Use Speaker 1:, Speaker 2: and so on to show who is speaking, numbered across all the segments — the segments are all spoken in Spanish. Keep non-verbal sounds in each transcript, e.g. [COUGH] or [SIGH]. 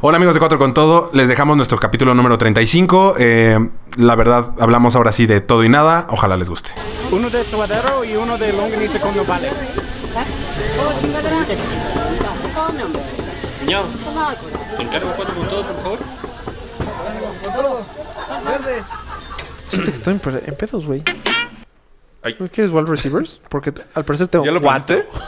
Speaker 1: Hola amigos de Cuatro con Todo, les dejamos nuestro capítulo número 35. Eh, la verdad, hablamos ahora sí de todo y nada, ojalá les guste.
Speaker 2: Uno de suadero y uno de longaniza con nopales.
Speaker 3: Cuñado, encargo cuatro con todo, por favor.
Speaker 4: Estoy en, pre- en pedos, güey.
Speaker 3: Ay.
Speaker 4: ¿No quieres wide receivers? Porque t- al parecer tengo.
Speaker 3: ¿Ya lo
Speaker 4: cuatro.
Speaker 3: pusiste?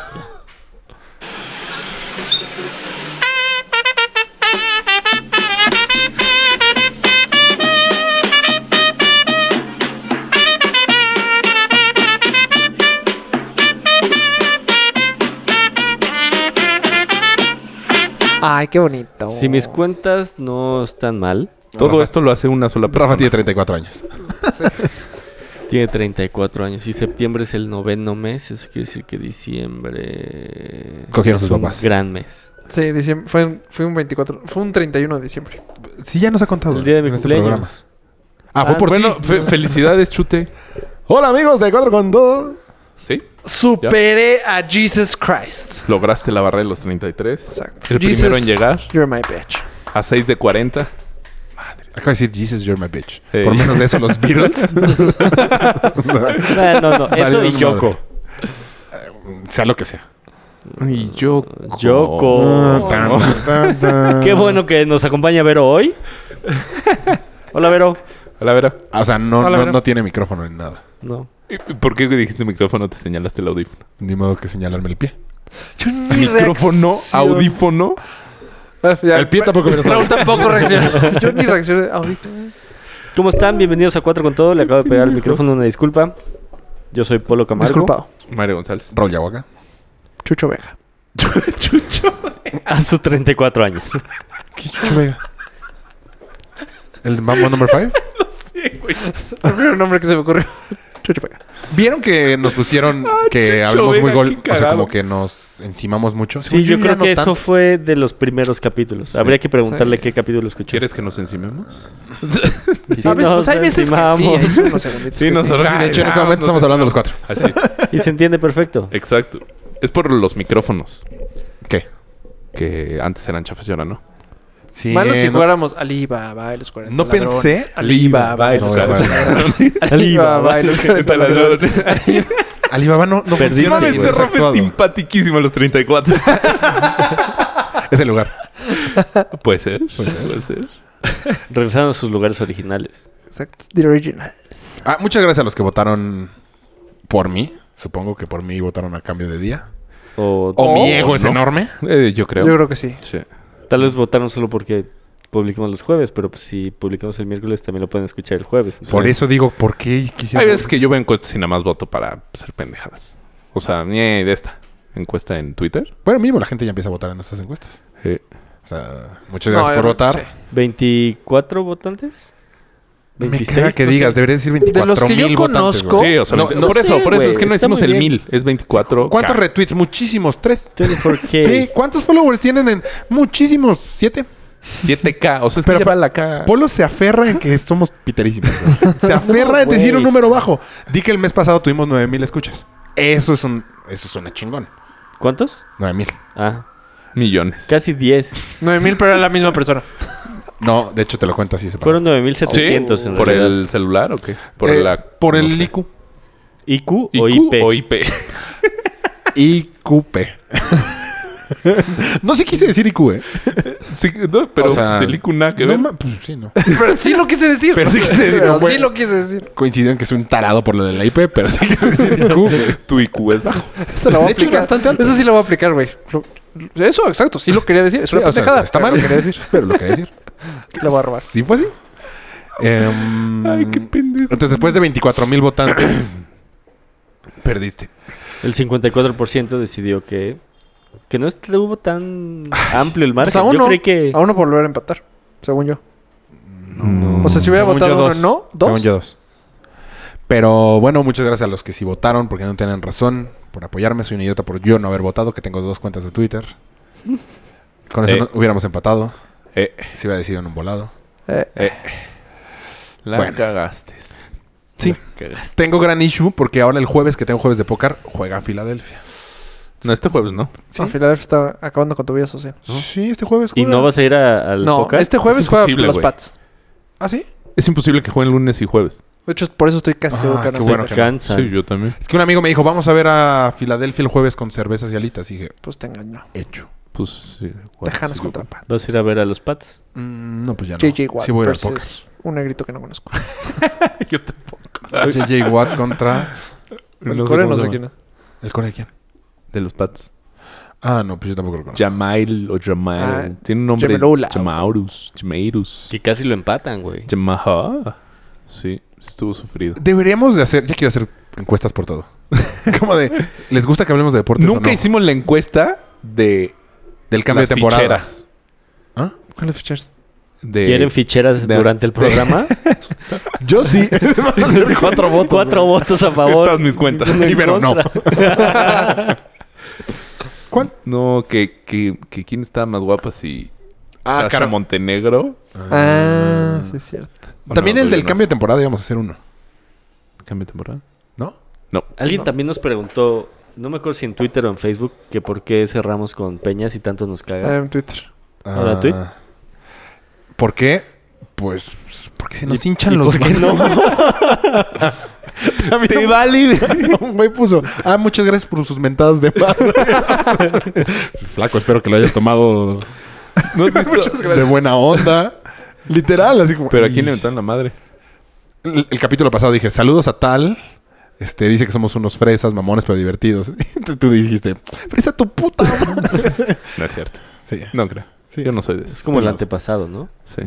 Speaker 4: Ay, qué bonito.
Speaker 5: Si mis cuentas no están mal,
Speaker 1: Todo
Speaker 5: todo
Speaker 1: Rafa. esto
Speaker 5: esto lo hace una sola persona.
Speaker 1: Rafa tiene 34 años.
Speaker 5: Tiene 34 años y septiembre es el noveno mes. Eso quiere decir que diciembre.
Speaker 1: Cogieron
Speaker 5: es
Speaker 1: sus
Speaker 5: un
Speaker 1: papás.
Speaker 5: Gran mes.
Speaker 4: Sí, diciembre, fue, un, fue un 24. Fue un 31 de diciembre.
Speaker 1: Sí, ya nos ha contado.
Speaker 5: El día de mi
Speaker 1: en este programa.
Speaker 5: cumpleaños.
Speaker 1: Ah, fue
Speaker 5: Ah,
Speaker 1: por
Speaker 5: bueno,
Speaker 1: ti.
Speaker 5: fe-
Speaker 3: Felicidades, chute.
Speaker 1: Hola amigos de Cuatro con Todo.
Speaker 3: Sí,
Speaker 4: Superé a Jesus Christ.
Speaker 3: lograste la barra de los 33.
Speaker 4: Exacto.
Speaker 3: El
Speaker 4: Jesus,
Speaker 3: primero en llegar
Speaker 4: You're my bitch.
Speaker 3: a 6 de 40.
Speaker 1: Acabo de decir Jesus, you're my bitch.
Speaker 3: Hey. [LAUGHS]
Speaker 1: Por menos de eso, los Beatles.
Speaker 5: Ah, No, no, no. Eso
Speaker 1: Vale,
Speaker 5: y
Speaker 1: madre.
Speaker 5: Yoko.
Speaker 1: [LAUGHS] sea lo que sea.
Speaker 3: Y
Speaker 4: Mm.
Speaker 3: yo.
Speaker 5: Yoko.
Speaker 1: Tan, tan, tan.
Speaker 5: Qué bueno que nos acompaña Vero hoy. Hola, Vero.
Speaker 3: A la vera.
Speaker 1: Ah, O sea, no,
Speaker 3: Hola,
Speaker 1: no,
Speaker 3: Vero.
Speaker 1: no tiene micrófono ni nada.
Speaker 5: No.
Speaker 3: ¿Y ¿Por qué dijiste micrófono? Te señalaste el audífono.
Speaker 1: Ni modo que señalarme el pie.
Speaker 4: Yo ni
Speaker 3: Micrófono,
Speaker 4: reacción-
Speaker 3: audífono.
Speaker 4: Ah, ya.
Speaker 1: El pie tampoco me lo
Speaker 4: Raúl tampoco reaccionó. [LAUGHS] Yo ni reaccioné. Audífono.
Speaker 5: ¿Cómo están? Bienvenidos a Cuatro con Todo. Le acabo de pegar el micrófono, una disculpa. Yo soy Polo Camargo.
Speaker 4: Disculpado.
Speaker 3: Mario González.
Speaker 1: Raúl Yahuaca.
Speaker 4: Chucho [LAUGHS] Vega.
Speaker 5: A sus 34 años.
Speaker 1: ¿Qué es Chucho Vega? ¿El Mambo Number 5?
Speaker 4: El primer nombre que se me ocurrió. Chucho Vega.
Speaker 1: ¿Vieron que nos
Speaker 5: [LAUGHS]
Speaker 1: pusieron
Speaker 5: Ah,
Speaker 1: que
Speaker 3: Chucho
Speaker 1: hablemos
Speaker 3: Vega,
Speaker 1: muy gol?
Speaker 3: qué
Speaker 1: O sea,
Speaker 3: cagado.
Speaker 1: como que nos encimamos mucho.
Speaker 5: Sí,
Speaker 1: Según
Speaker 5: yo,
Speaker 1: ya
Speaker 5: creo
Speaker 1: no
Speaker 5: que
Speaker 1: tanto.
Speaker 5: eso fue de los primeros capítulos. Habría que preguntarle
Speaker 4: sí.
Speaker 5: qué capítulo escuchó.
Speaker 3: ¿Quieres que nos encimemos?
Speaker 5: Sí,
Speaker 4: ¿Sabes?
Speaker 5: nos
Speaker 4: pues hay veces que sí. hay
Speaker 5: encimamos.
Speaker 4: unos segunditos
Speaker 3: Sí,
Speaker 4: que
Speaker 3: nos-
Speaker 1: Ah, de hecho, en este
Speaker 3: Ah,
Speaker 1: momento
Speaker 3: no
Speaker 1: estamos
Speaker 3: sé. Ah,
Speaker 1: hablando los cuatro.
Speaker 3: Así.
Speaker 5: Y se entiende perfecto.
Speaker 3: Exacto. Es por los micrófonos
Speaker 1: ¿Qué?
Speaker 3: que antes eran chafas y ahora no.
Speaker 1: Sí,
Speaker 4: Malo si
Speaker 1: no-
Speaker 4: jugáramos Alibaba y los 40
Speaker 1: No
Speaker 4: ladrones.
Speaker 1: pensé.
Speaker 4: Alibaba y
Speaker 1: No,
Speaker 4: los
Speaker 1: voy a
Speaker 4: 40
Speaker 1: jugar.
Speaker 4: Alibaba y los 40 ladrones.
Speaker 1: Alibaba no, no
Speaker 5: Perdí.
Speaker 1: funciona.
Speaker 5: Mames,
Speaker 6: este
Speaker 1: güey.
Speaker 5: te
Speaker 1: Está actuado.
Speaker 3: simpaticísimo a los 34.
Speaker 1: [LAUGHS] Es el lugar.
Speaker 3: Puede ser. Puede ser.
Speaker 5: Regresaron a sus lugares originales.
Speaker 4: Exacto. The original.
Speaker 1: Ah, muchas gracias a los que votaron por mí. Supongo que por mí votaron a cambio de día.
Speaker 5: O,
Speaker 1: O mi
Speaker 3: o
Speaker 1: ego es
Speaker 3: Oh, no.
Speaker 1: enorme.
Speaker 3: Eh, yo creo.
Speaker 4: Yo creo que sí.
Speaker 3: Sí.
Speaker 5: tal vez votaron solo porque publicamos los jueves, pero pues, si publicamos el miércoles también lo pueden escuchar el jueves.
Speaker 1: Por
Speaker 5: Entonces,
Speaker 1: eso digo, ¿por qué quisiera?
Speaker 3: Hay veces que yo veo encuestas y nada más voto para ser pendejadas. O sea, ni de esta encuesta en Twitter.
Speaker 1: Bueno, mínimo la gente ya empieza a votar en nuestras encuestas.
Speaker 3: Eh,
Speaker 1: O sea, muchas gracias
Speaker 4: No,
Speaker 1: por
Speaker 4: eh,
Speaker 1: votar.
Speaker 4: sí.
Speaker 5: 24 votantes.
Speaker 1: Me caga que
Speaker 5: no
Speaker 1: digas,
Speaker 5: sé.
Speaker 1: debería decir 24
Speaker 4: los que yo
Speaker 1: mil votantes, güey.
Speaker 4: conozco-
Speaker 3: Sí, o sea,
Speaker 1: No,
Speaker 3: me-
Speaker 1: no
Speaker 3: por eso,
Speaker 5: sé,
Speaker 3: por eso
Speaker 5: güey.
Speaker 3: es que no
Speaker 5: Está
Speaker 3: hicimos
Speaker 5: muy
Speaker 3: el
Speaker 5: bien.
Speaker 3: mil, es 24.
Speaker 1: ¿Cuántos
Speaker 3: K.
Speaker 1: retweets? Muchísimos, tres.
Speaker 5: 24K.
Speaker 1: Sí, ¿cuántos followers tienen en muchísimos? Siete.
Speaker 3: 7K, o sea, es
Speaker 1: Pero
Speaker 3: que
Speaker 1: pa-
Speaker 3: lleva la K.
Speaker 1: Polo se aferra en que somos piterísimos.
Speaker 4: [LAUGHS]
Speaker 1: güey. Se aferra en decir
Speaker 5: güey.
Speaker 1: un número bajo. Di que el mes pasado tuvimos 9000 escuchas. Eso es un eso es una chingón.
Speaker 5: ¿Cuántos?
Speaker 1: 9000.
Speaker 5: Ah,
Speaker 3: Millones.
Speaker 5: casi 10.
Speaker 4: 9000, pero era la misma persona.
Speaker 1: [LAUGHS] No, de hecho te lo cuento así separado.
Speaker 5: Fueron 9700 en
Speaker 3: ¿Por
Speaker 5: realidad.
Speaker 3: el celular o qué? Por
Speaker 1: Eh,
Speaker 3: la
Speaker 1: por
Speaker 3: no
Speaker 1: el
Speaker 3: sé.
Speaker 1: IQ.
Speaker 5: IQ, o
Speaker 3: IQ
Speaker 5: IP.
Speaker 3: o IP.
Speaker 1: IQP. [LAUGHS] no sé qué quise decir IQ, ¿eh?
Speaker 3: [LAUGHS] Sí, no, pero
Speaker 1: O sea,
Speaker 3: pues, el IQ nada que
Speaker 1: No
Speaker 3: ver. [LAUGHS]
Speaker 1: ma- pues, sí, no.
Speaker 4: Pero sí lo quise decir.
Speaker 1: Pero sí quise decir,
Speaker 4: Pero
Speaker 1: güey.
Speaker 4: sí lo quise decir.
Speaker 1: Coincido en que soy un tarado por lo de la IP, pero sí quise decir IQ. güey. [LAUGHS]
Speaker 3: tu IQ es bajo.
Speaker 4: Eso lo voy a
Speaker 1: De hecho, es
Speaker 4: aplicar.
Speaker 1: bastante alto.
Speaker 4: Eso sí lo voy a aplicar, güey. Lo- lo- Eso, exacto. Sí lo quería decir. Es
Speaker 1: Sí,
Speaker 4: una
Speaker 1: o sea,
Speaker 4: pendejada.
Speaker 1: está
Speaker 4: pero
Speaker 1: mal
Speaker 4: Lo quería decir.
Speaker 1: Pero lo quería decir.
Speaker 4: Lo voy a robar.
Speaker 1: Sí fue así. Em,
Speaker 3: Ay, qué pendejo.
Speaker 1: entonces, después de 24 mil votantes, perdiste.
Speaker 5: El 54% decidió que, que no estuvo tan amplio el margen.
Speaker 4: Pues a uno.
Speaker 5: Yo creí que...
Speaker 4: A uno por volver a empatar. Según yo.
Speaker 1: No.
Speaker 4: O sea, si hubiera
Speaker 1: Según
Speaker 4: votado
Speaker 1: yo,
Speaker 4: uno, ¿no? ¿Dos?
Speaker 1: Según yo, dos. Pero bueno, muchas gracias a los que sí votaron porque no tienen razón por apoyarme. Soy un idiota por yo no haber votado, que tengo dos cuentas de Twitter. Con eso
Speaker 3: Eh.
Speaker 1: no- hubiéramos empatado.
Speaker 3: Eh,
Speaker 1: Si hubiera decidido en un volado.
Speaker 4: Eh,
Speaker 3: la
Speaker 1: Bueno.
Speaker 3: cagaste.
Speaker 1: Sí.
Speaker 5: Cagaste.
Speaker 1: Tengo gran issue porque ahora el jueves, que tengo jueves de póker, juega Filadelfia.
Speaker 3: No, este jueves, ¿no?
Speaker 1: ¿Sí?
Speaker 4: No, Filadelfia está acabando con tu vida social.
Speaker 1: Sí, este jueves.
Speaker 5: ¿Y
Speaker 1: juega.
Speaker 5: no vas a ir a- al
Speaker 4: No,
Speaker 5: podcast?
Speaker 4: este
Speaker 3: Es
Speaker 4: jueves juega
Speaker 3: imposible,
Speaker 4: los
Speaker 3: güey.
Speaker 4: Pats.
Speaker 1: ¿Ah, sí?
Speaker 3: Es imposible que jueguen lunes y jueves.
Speaker 4: De hecho, por eso estoy casi
Speaker 1: Ah,
Speaker 4: seguro que
Speaker 1: qué
Speaker 4: no.
Speaker 1: bueno.
Speaker 4: Bueno.
Speaker 1: que no.
Speaker 5: Cansan.
Speaker 3: Sí, yo también.
Speaker 1: Es que un amigo me dijo, vamos a ver a Filadelfia el jueves con cervezas y alitas. Y dije,
Speaker 4: Pues te engañó.
Speaker 1: hecho.
Speaker 3: Pues sí. güey,
Speaker 4: Tejanos
Speaker 3: sí,
Speaker 4: contra
Speaker 3: güey.
Speaker 4: Pats.
Speaker 5: ¿Vas a ir a ver a los
Speaker 1: [LAUGHS]
Speaker 5: Pats?
Speaker 1: Mm, no, pues ya no.
Speaker 4: JJ Watt
Speaker 1: Sí voy a ir al póker.
Speaker 4: versus un negrito que no conozco.
Speaker 3: Yo tampoco.
Speaker 1: JJ Watt contra...
Speaker 4: El
Speaker 3: No sé
Speaker 4: core
Speaker 3: cómo
Speaker 4: no
Speaker 3: se
Speaker 4: sé
Speaker 3: llama.
Speaker 4: quién es.
Speaker 1: ¿El core de quién?
Speaker 3: De los Pats.
Speaker 1: Ah, no, pues yo tampoco lo conozco.
Speaker 3: Jamail o Jamal.
Speaker 4: Ah,
Speaker 3: Tiene un nombre.
Speaker 4: Jamalula.
Speaker 3: Jamaurus. Jamairus.
Speaker 5: Que casi lo empatan, güey.
Speaker 3: Yamaha. Sí, estuvo sufrido.
Speaker 1: Deberíamos de hacer... Ya quiero hacer encuestas por todo. [LAUGHS] Como de... ¿Les gusta que hablemos de deportes o
Speaker 3: Nunca
Speaker 1: no?
Speaker 3: hicimos la encuesta de
Speaker 1: Del cambio
Speaker 3: las
Speaker 1: de temporada.
Speaker 3: ficheras.
Speaker 4: ¿Cuáles fichas?
Speaker 1: eh,
Speaker 3: De-
Speaker 5: ¿Quieren ficheras
Speaker 3: de-
Speaker 5: durante el
Speaker 3: de-
Speaker 1: [LAUGHS]
Speaker 5: programa?
Speaker 1: Yo sí.
Speaker 5: Cuatro votos. Cuatro votos a favor.
Speaker 3: Todas mis cuentas.
Speaker 5: Ninguno en
Speaker 1: Y pero no.
Speaker 5: contra.
Speaker 1: ¿Cuál?
Speaker 3: [LAUGHS] No, que, que, que quién estaba más guapa si
Speaker 1: Ah,
Speaker 3: Sasha
Speaker 1: cara.
Speaker 3: Montenegro.
Speaker 4: Ah, sí es cierto.
Speaker 3: o
Speaker 1: También
Speaker 3: no, pues
Speaker 1: el del
Speaker 3: no.
Speaker 1: cambio de temporada íbamos a hacer uno.
Speaker 3: ¿Cambio de
Speaker 1: [LAUGHS]
Speaker 3: temporada?
Speaker 1: ¿No?
Speaker 5: Alguien
Speaker 4: No.
Speaker 5: también nos preguntó, no me acuerdo si en Twitter o en Facebook, que por qué cerramos con Peñas y tanto nos
Speaker 3: [LAUGHS]
Speaker 4: Ah,
Speaker 5: caga.
Speaker 4: en Twitter.
Speaker 5: Ahora,
Speaker 1: Ah,
Speaker 5: ¿tú?
Speaker 1: ¿Por qué? Pues... Porque se nos
Speaker 5: ¿Y
Speaker 1: hinchan los...
Speaker 5: por qué no?
Speaker 1: Te vale. [LAUGHS] Un güey puso. Ah, muchas gracias por sus mentadas de madre. [LAUGHS] Flaco, espero que lo hayas tomado
Speaker 3: ¿No has visto?
Speaker 1: de buena onda. Literal, así como.
Speaker 3: Pero a quién le inventaron la madre.
Speaker 1: El, el capítulo pasado dije: saludos a tal. Este dice que somos unos fresas, mamones, pero divertidos. [LAUGHS] Entonces tú dijiste: fresa tu puta. madre".
Speaker 3: No es cierto.
Speaker 1: sí.
Speaker 3: No creo.
Speaker 1: Sí.
Speaker 3: Yo no soy de
Speaker 5: Es
Speaker 3: esos.
Speaker 5: como el
Speaker 1: Sí, no.
Speaker 5: antepasado, ¿no?
Speaker 3: Sí.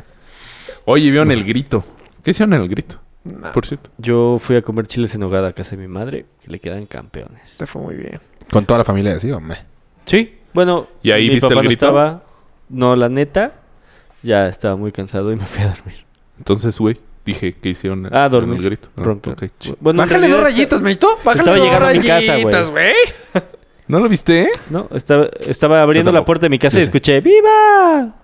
Speaker 3: Oye, vieron el grito. ¿Qué hicieron en el grito?
Speaker 4: Nah,
Speaker 3: Por cierto.
Speaker 5: Yo fui a comer chiles en hogada a casa de mi madre, que le quedan campeones.
Speaker 4: te fue muy bien.
Speaker 1: [LAUGHS] Con toda la familia así, o meh.
Speaker 5: Sí, bueno,
Speaker 3: ¿Y ahí
Speaker 5: mi
Speaker 3: viste el
Speaker 5: papá no
Speaker 3: grito?
Speaker 5: estaba. No, la neta, ya estaba muy cansado y me fui a dormir.
Speaker 3: Entonces, güey, dije que hicieron en-
Speaker 5: Ah, dormir.
Speaker 3: en el grito. Ah,
Speaker 5: Bronca.
Speaker 3: ok, ch-
Speaker 5: Bueno, en
Speaker 4: Bájale dos
Speaker 5: realidad
Speaker 4: rayitas, Meito.
Speaker 5: estaba
Speaker 4: Bájale dos
Speaker 5: llegando a mi casa, güey.
Speaker 4: rayitas, güey.
Speaker 3: ¿No lo viste?
Speaker 5: esta- No, estaba, estaba abriendo
Speaker 3: Yo
Speaker 5: la
Speaker 3: tampoco.
Speaker 5: puerta de mi casa
Speaker 1: Yo
Speaker 5: y
Speaker 1: sí.
Speaker 5: escuché ¡Viva!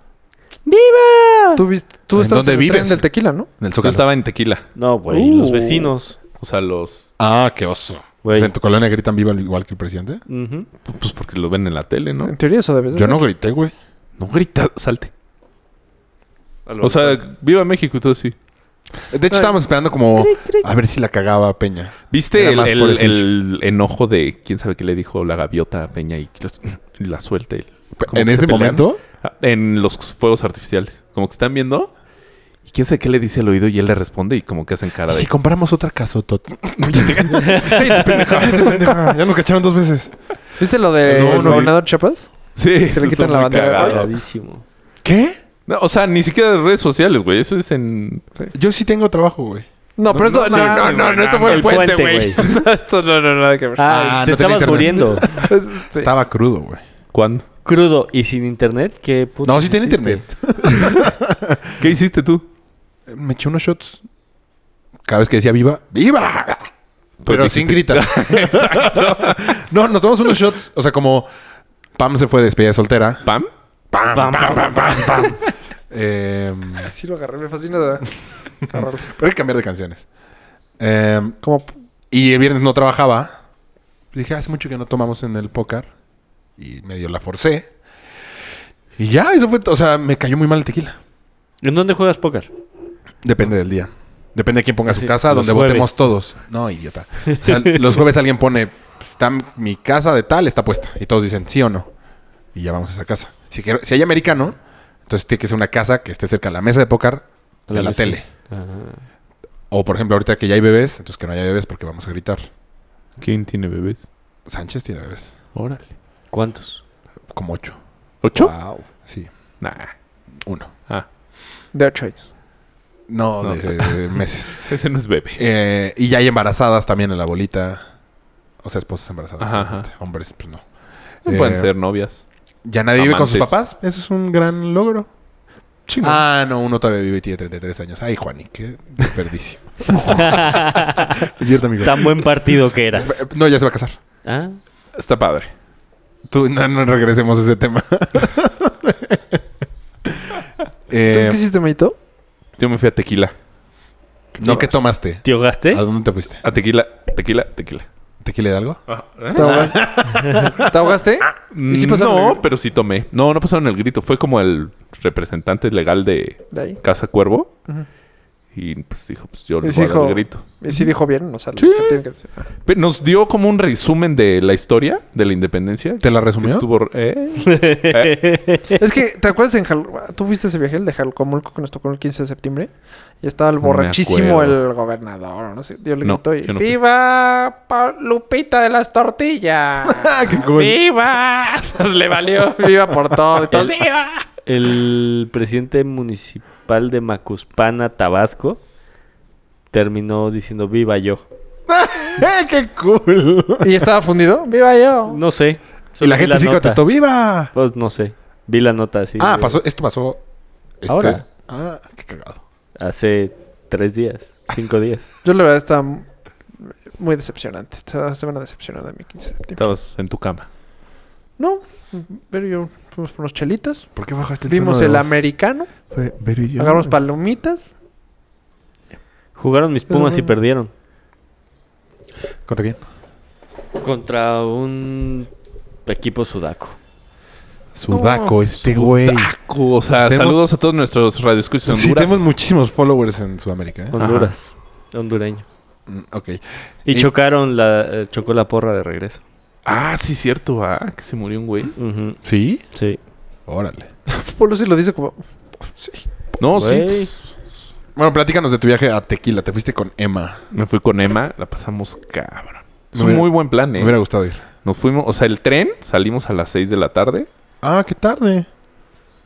Speaker 5: ¡Viva!
Speaker 4: Tú, viste, tú
Speaker 1: ¿En
Speaker 4: estás
Speaker 1: dónde
Speaker 4: en el tren
Speaker 1: vives?
Speaker 4: del tequila, ¿no?
Speaker 1: En el
Speaker 3: Yo
Speaker 1: Zócalo.
Speaker 3: estaba en Tequila.
Speaker 5: No, güey, los
Speaker 4: Uh.
Speaker 5: vecinos.
Speaker 3: O sea, los...
Speaker 1: Ah, qué oso.
Speaker 5: Güey.
Speaker 1: O sea, ¿En tu colonia gritan viva igual que el presidente?
Speaker 5: Ujú.
Speaker 3: Pues porque lo ven en la tele, ¿no?
Speaker 4: En teoría eso debes de
Speaker 1: Yo
Speaker 4: ser.
Speaker 1: no grité, güey.
Speaker 3: No grita, salte. O sea, viva México y todo así.
Speaker 1: De hecho, estábamos esperando como a ver si la cagaba Peña.
Speaker 3: ¿Viste
Speaker 1: Era
Speaker 3: el,
Speaker 1: más por
Speaker 3: el-
Speaker 1: decir.
Speaker 3: el enojo de quién sabe qué le dijo la gaviota a Peña y que las- y la suelta? y- como
Speaker 1: En
Speaker 3: que se
Speaker 1: ese
Speaker 3: pelean?
Speaker 1: momento.
Speaker 3: Ah, En los fuegos artificiales. Como que están viendo y quién sabe qué le dice al oído y él le responde y como que hacen cara
Speaker 1: Si
Speaker 3: de...
Speaker 1: compramos otra casota. [LAUGHS] Cállate, pendeja. Cállate, pendeja. Ya nos cacharon dos veces.
Speaker 4: ¿Viste lo de
Speaker 3: No, no
Speaker 4: el
Speaker 3: vi.
Speaker 4: gobernador Chiapas?
Speaker 3: [LAUGHS] Sí,
Speaker 4: Que le quitan la bandera.
Speaker 5: Cagadísimo.
Speaker 1: ¿Qué?
Speaker 3: No, o sea, ni siquiera de redes sociales, güey. Eso es en...
Speaker 1: Yo sí tengo trabajo, güey.
Speaker 4: No, pero esto... No, no, no, no, esto fue el puente, güey. esto no, no, nada que ver.
Speaker 5: Ah,
Speaker 1: Ah,
Speaker 5: te
Speaker 1: no tenía
Speaker 5: estabas
Speaker 1: internet.
Speaker 5: muriendo.
Speaker 4: Sí.
Speaker 1: Estaba crudo, güey.
Speaker 3: ¿Cuándo?
Speaker 5: Crudo y sin internet, ¿qué puto
Speaker 1: No, sí tiene
Speaker 5: hiciste?
Speaker 1: internet.
Speaker 3: ¿Qué hiciste tú?
Speaker 1: Me eché unos shots. Cada vez que decía viva, ¡viva! Pero sin
Speaker 3: [LAUGHS]
Speaker 1: gritar. no, nos tomamos unos shots. O sea, como Pam se fue de despedida de soltera.
Speaker 3: ¿Pam?
Speaker 1: Pam,
Speaker 5: Pam,
Speaker 1: pam, pam, pam, pam. Em,
Speaker 4: Sí lo agarré, me fascina de agarrarlo.
Speaker 1: pero hay que cambiar de canciones. Em,
Speaker 4: Como...
Speaker 1: Y el viernes no trabajaba. Dije, hace mucho que no tomamos en el póker. Y medio la forcé. Y ya, eso fue. t- O sea, me cayó muy mal el tequila.
Speaker 5: ¿En dónde juegas póker?
Speaker 1: Depende del día. Depende de quién ponga su
Speaker 5: Sí,
Speaker 1: casa,
Speaker 5: los
Speaker 1: donde
Speaker 5: jueves.
Speaker 1: votemos todos. No, idiota.
Speaker 5: [LAUGHS]
Speaker 1: O sea, los jueves alguien pone, "Pues, está mi casa de tal, está puesta. Y todos dicen, sí o no. Y ya vamos a esa casa. Si, quiero- si hay americano, entonces tiene que ser una casa que esté cerca de la mesa de póker, de la,
Speaker 5: mesa.
Speaker 1: tele.
Speaker 5: Ajá.
Speaker 1: O, por ejemplo, ahorita que ya hay bebés, entonces que no haya bebés porque vamos a gritar.
Speaker 3: ¿Quién tiene bebés?
Speaker 1: Sánchez tiene bebés.
Speaker 3: Órale.
Speaker 5: ¿Cuántos?
Speaker 1: Como ocho.
Speaker 3: ¿Ocho?
Speaker 5: Wow.
Speaker 1: Sí,
Speaker 3: Nah.
Speaker 1: uno.
Speaker 3: Ah,
Speaker 4: De ocho años.
Speaker 1: No,
Speaker 3: No.
Speaker 1: de, de meses.
Speaker 3: ese no es bebé.
Speaker 1: Eh, y ya hay embarazadas también en la bolita. O sea, esposas embarazadas.
Speaker 3: Ajá,
Speaker 1: obviamente. Hombres, pues no.
Speaker 3: No
Speaker 1: Eh,
Speaker 3: pueden ser novias.
Speaker 1: Ya nadie vive con sus
Speaker 3: Amantes.
Speaker 1: papás. Eso es un gran logro.
Speaker 3: Chingo.
Speaker 1: Ah, no, uno todavía vive y tiene 33 años. Ay, Juani, qué
Speaker 3: [LAUGHS]
Speaker 1: desperdicio. [LAUGHS] es cierto, amigo.
Speaker 5: Tan buen partido que eras.
Speaker 1: No, ya se va a casar.
Speaker 5: Ah,
Speaker 3: Está padre.
Speaker 1: Tú, no, no regresemos a
Speaker 3: [LAUGHS]
Speaker 1: ese tema.
Speaker 4: ¿Tú qué
Speaker 1: Eh,
Speaker 4: hiciste, Meito?
Speaker 3: Yo me fui a tequila.
Speaker 1: no, ¿qué tomaste?
Speaker 5: ¿Tío Gaste?
Speaker 3: ¿Eh?
Speaker 1: ¿A dónde te fuiste?
Speaker 3: A tequila, tequila, tequila.
Speaker 1: ¿Tequila de algo?
Speaker 4: ¿Te
Speaker 1: ¿eh?
Speaker 4: ahogaste? ¿Te ahogaste? ¿Y si pasó?
Speaker 3: Mm, no, pero sí tomé. No, no pasaron el grito. Fue como el representante legal de
Speaker 7: De ahí.
Speaker 3: Casa Cuervo.
Speaker 7: Ujú.
Speaker 3: Y pues dijo, pues yo
Speaker 7: Y
Speaker 3: les
Speaker 7: sí
Speaker 3: voy a dar
Speaker 7: dijo-
Speaker 3: el grito.
Speaker 7: Y sí dijo bien, o sea, lo
Speaker 3: Sí.
Speaker 7: que tiene que decir.
Speaker 3: Pero nos dio como un resumen de la historia de la independencia.
Speaker 1: ¿Te la
Speaker 3: que
Speaker 1: resumió?
Speaker 3: estuvo, ¿eh? [LAUGHS]
Speaker 7: Es que, ¿te acuerdas en Jal... ¿Tú viste ese viaje, el de Jalcomulco, que nos tocó el 15 de septiembre? Y estaba el
Speaker 3: me
Speaker 7: borrachísimo
Speaker 3: acuerdo.
Speaker 7: el gobernador, o no sé, dio el
Speaker 3: No,
Speaker 7: grito y...
Speaker 3: yo no fui.
Speaker 7: ¡Viva Pa- Lupita de las Tortillas!
Speaker 1: [LAUGHS]
Speaker 7: ¡Viva! [LAUGHS] Le valió, viva por todo. y todo, ¡Viva!
Speaker 5: El presidente municipal de Macuspana, Tabasco, terminó diciendo viva yo.
Speaker 1: ¡Qué cool!
Speaker 7: Y estaba fundido. ¡Viva yo!
Speaker 5: No sé.
Speaker 1: Y
Speaker 5: solo
Speaker 1: la
Speaker 5: vi
Speaker 1: gente sí
Speaker 5: nota.
Speaker 1: contestó, ¡viva!
Speaker 5: Pues no sé. Vi la nota así.
Speaker 1: ah,
Speaker 5: de-
Speaker 1: pasó, esto pasó. este-
Speaker 5: Ahora.
Speaker 1: Ah, qué cagado.
Speaker 5: Hace tres días, cinco días.
Speaker 7: Yo la verdad estaba muy decepcionante. Estaba- Se van a decepcionar de mi 15 de septiembre.
Speaker 3: Estabas en tu cama.
Speaker 7: No, pero yo fuimos por unos chelitos.
Speaker 1: ¿Por qué bajaste
Speaker 7: Vimos
Speaker 1: tono
Speaker 7: el
Speaker 1: de voz?
Speaker 7: americano.
Speaker 3: Fue Vero y yo.
Speaker 7: Agarramos palomitas.
Speaker 5: Jugaron mis
Speaker 7: Pero
Speaker 5: pumas y
Speaker 7: bueno.
Speaker 5: perdieron.
Speaker 1: Conté bien.
Speaker 5: Contra un equipo sudaco.
Speaker 1: Sudaco, este güey.
Speaker 3: Taco, o sea,
Speaker 1: Tenemos-
Speaker 3: saludos a todos nuestros radioescuchas en
Speaker 1: Sí,
Speaker 3: Honduras.
Speaker 1: tenemos muchísimos followers en Sudamérica. ¿eh?
Speaker 5: Honduras. Hondureño.
Speaker 1: Mm, Ok.
Speaker 5: Y,
Speaker 1: Y-
Speaker 5: chocaron la, eh, chocó la porra de regreso.
Speaker 3: Ah, sí, cierto. Ah, que se murió un güey.
Speaker 5: Ujú,
Speaker 1: ¿Sí?
Speaker 5: Sí.
Speaker 1: Órale.
Speaker 7: Polo sí lo dice como... Sí.
Speaker 3: No,
Speaker 5: Güey.
Speaker 3: sí. pues,
Speaker 1: Bueno, platícanos de tu viaje a Tequila. Te fuiste con Emma.
Speaker 3: me fui con Emma. La pasamos cabrón. Es un
Speaker 1: Me hubiera-
Speaker 3: muy buen plan,
Speaker 1: Me
Speaker 3: eh.
Speaker 1: hubiera gustado ir.
Speaker 3: Nos fuimos, o sea, el tren, salimos a las 6 de la tarde.
Speaker 1: Ah, qué tarde.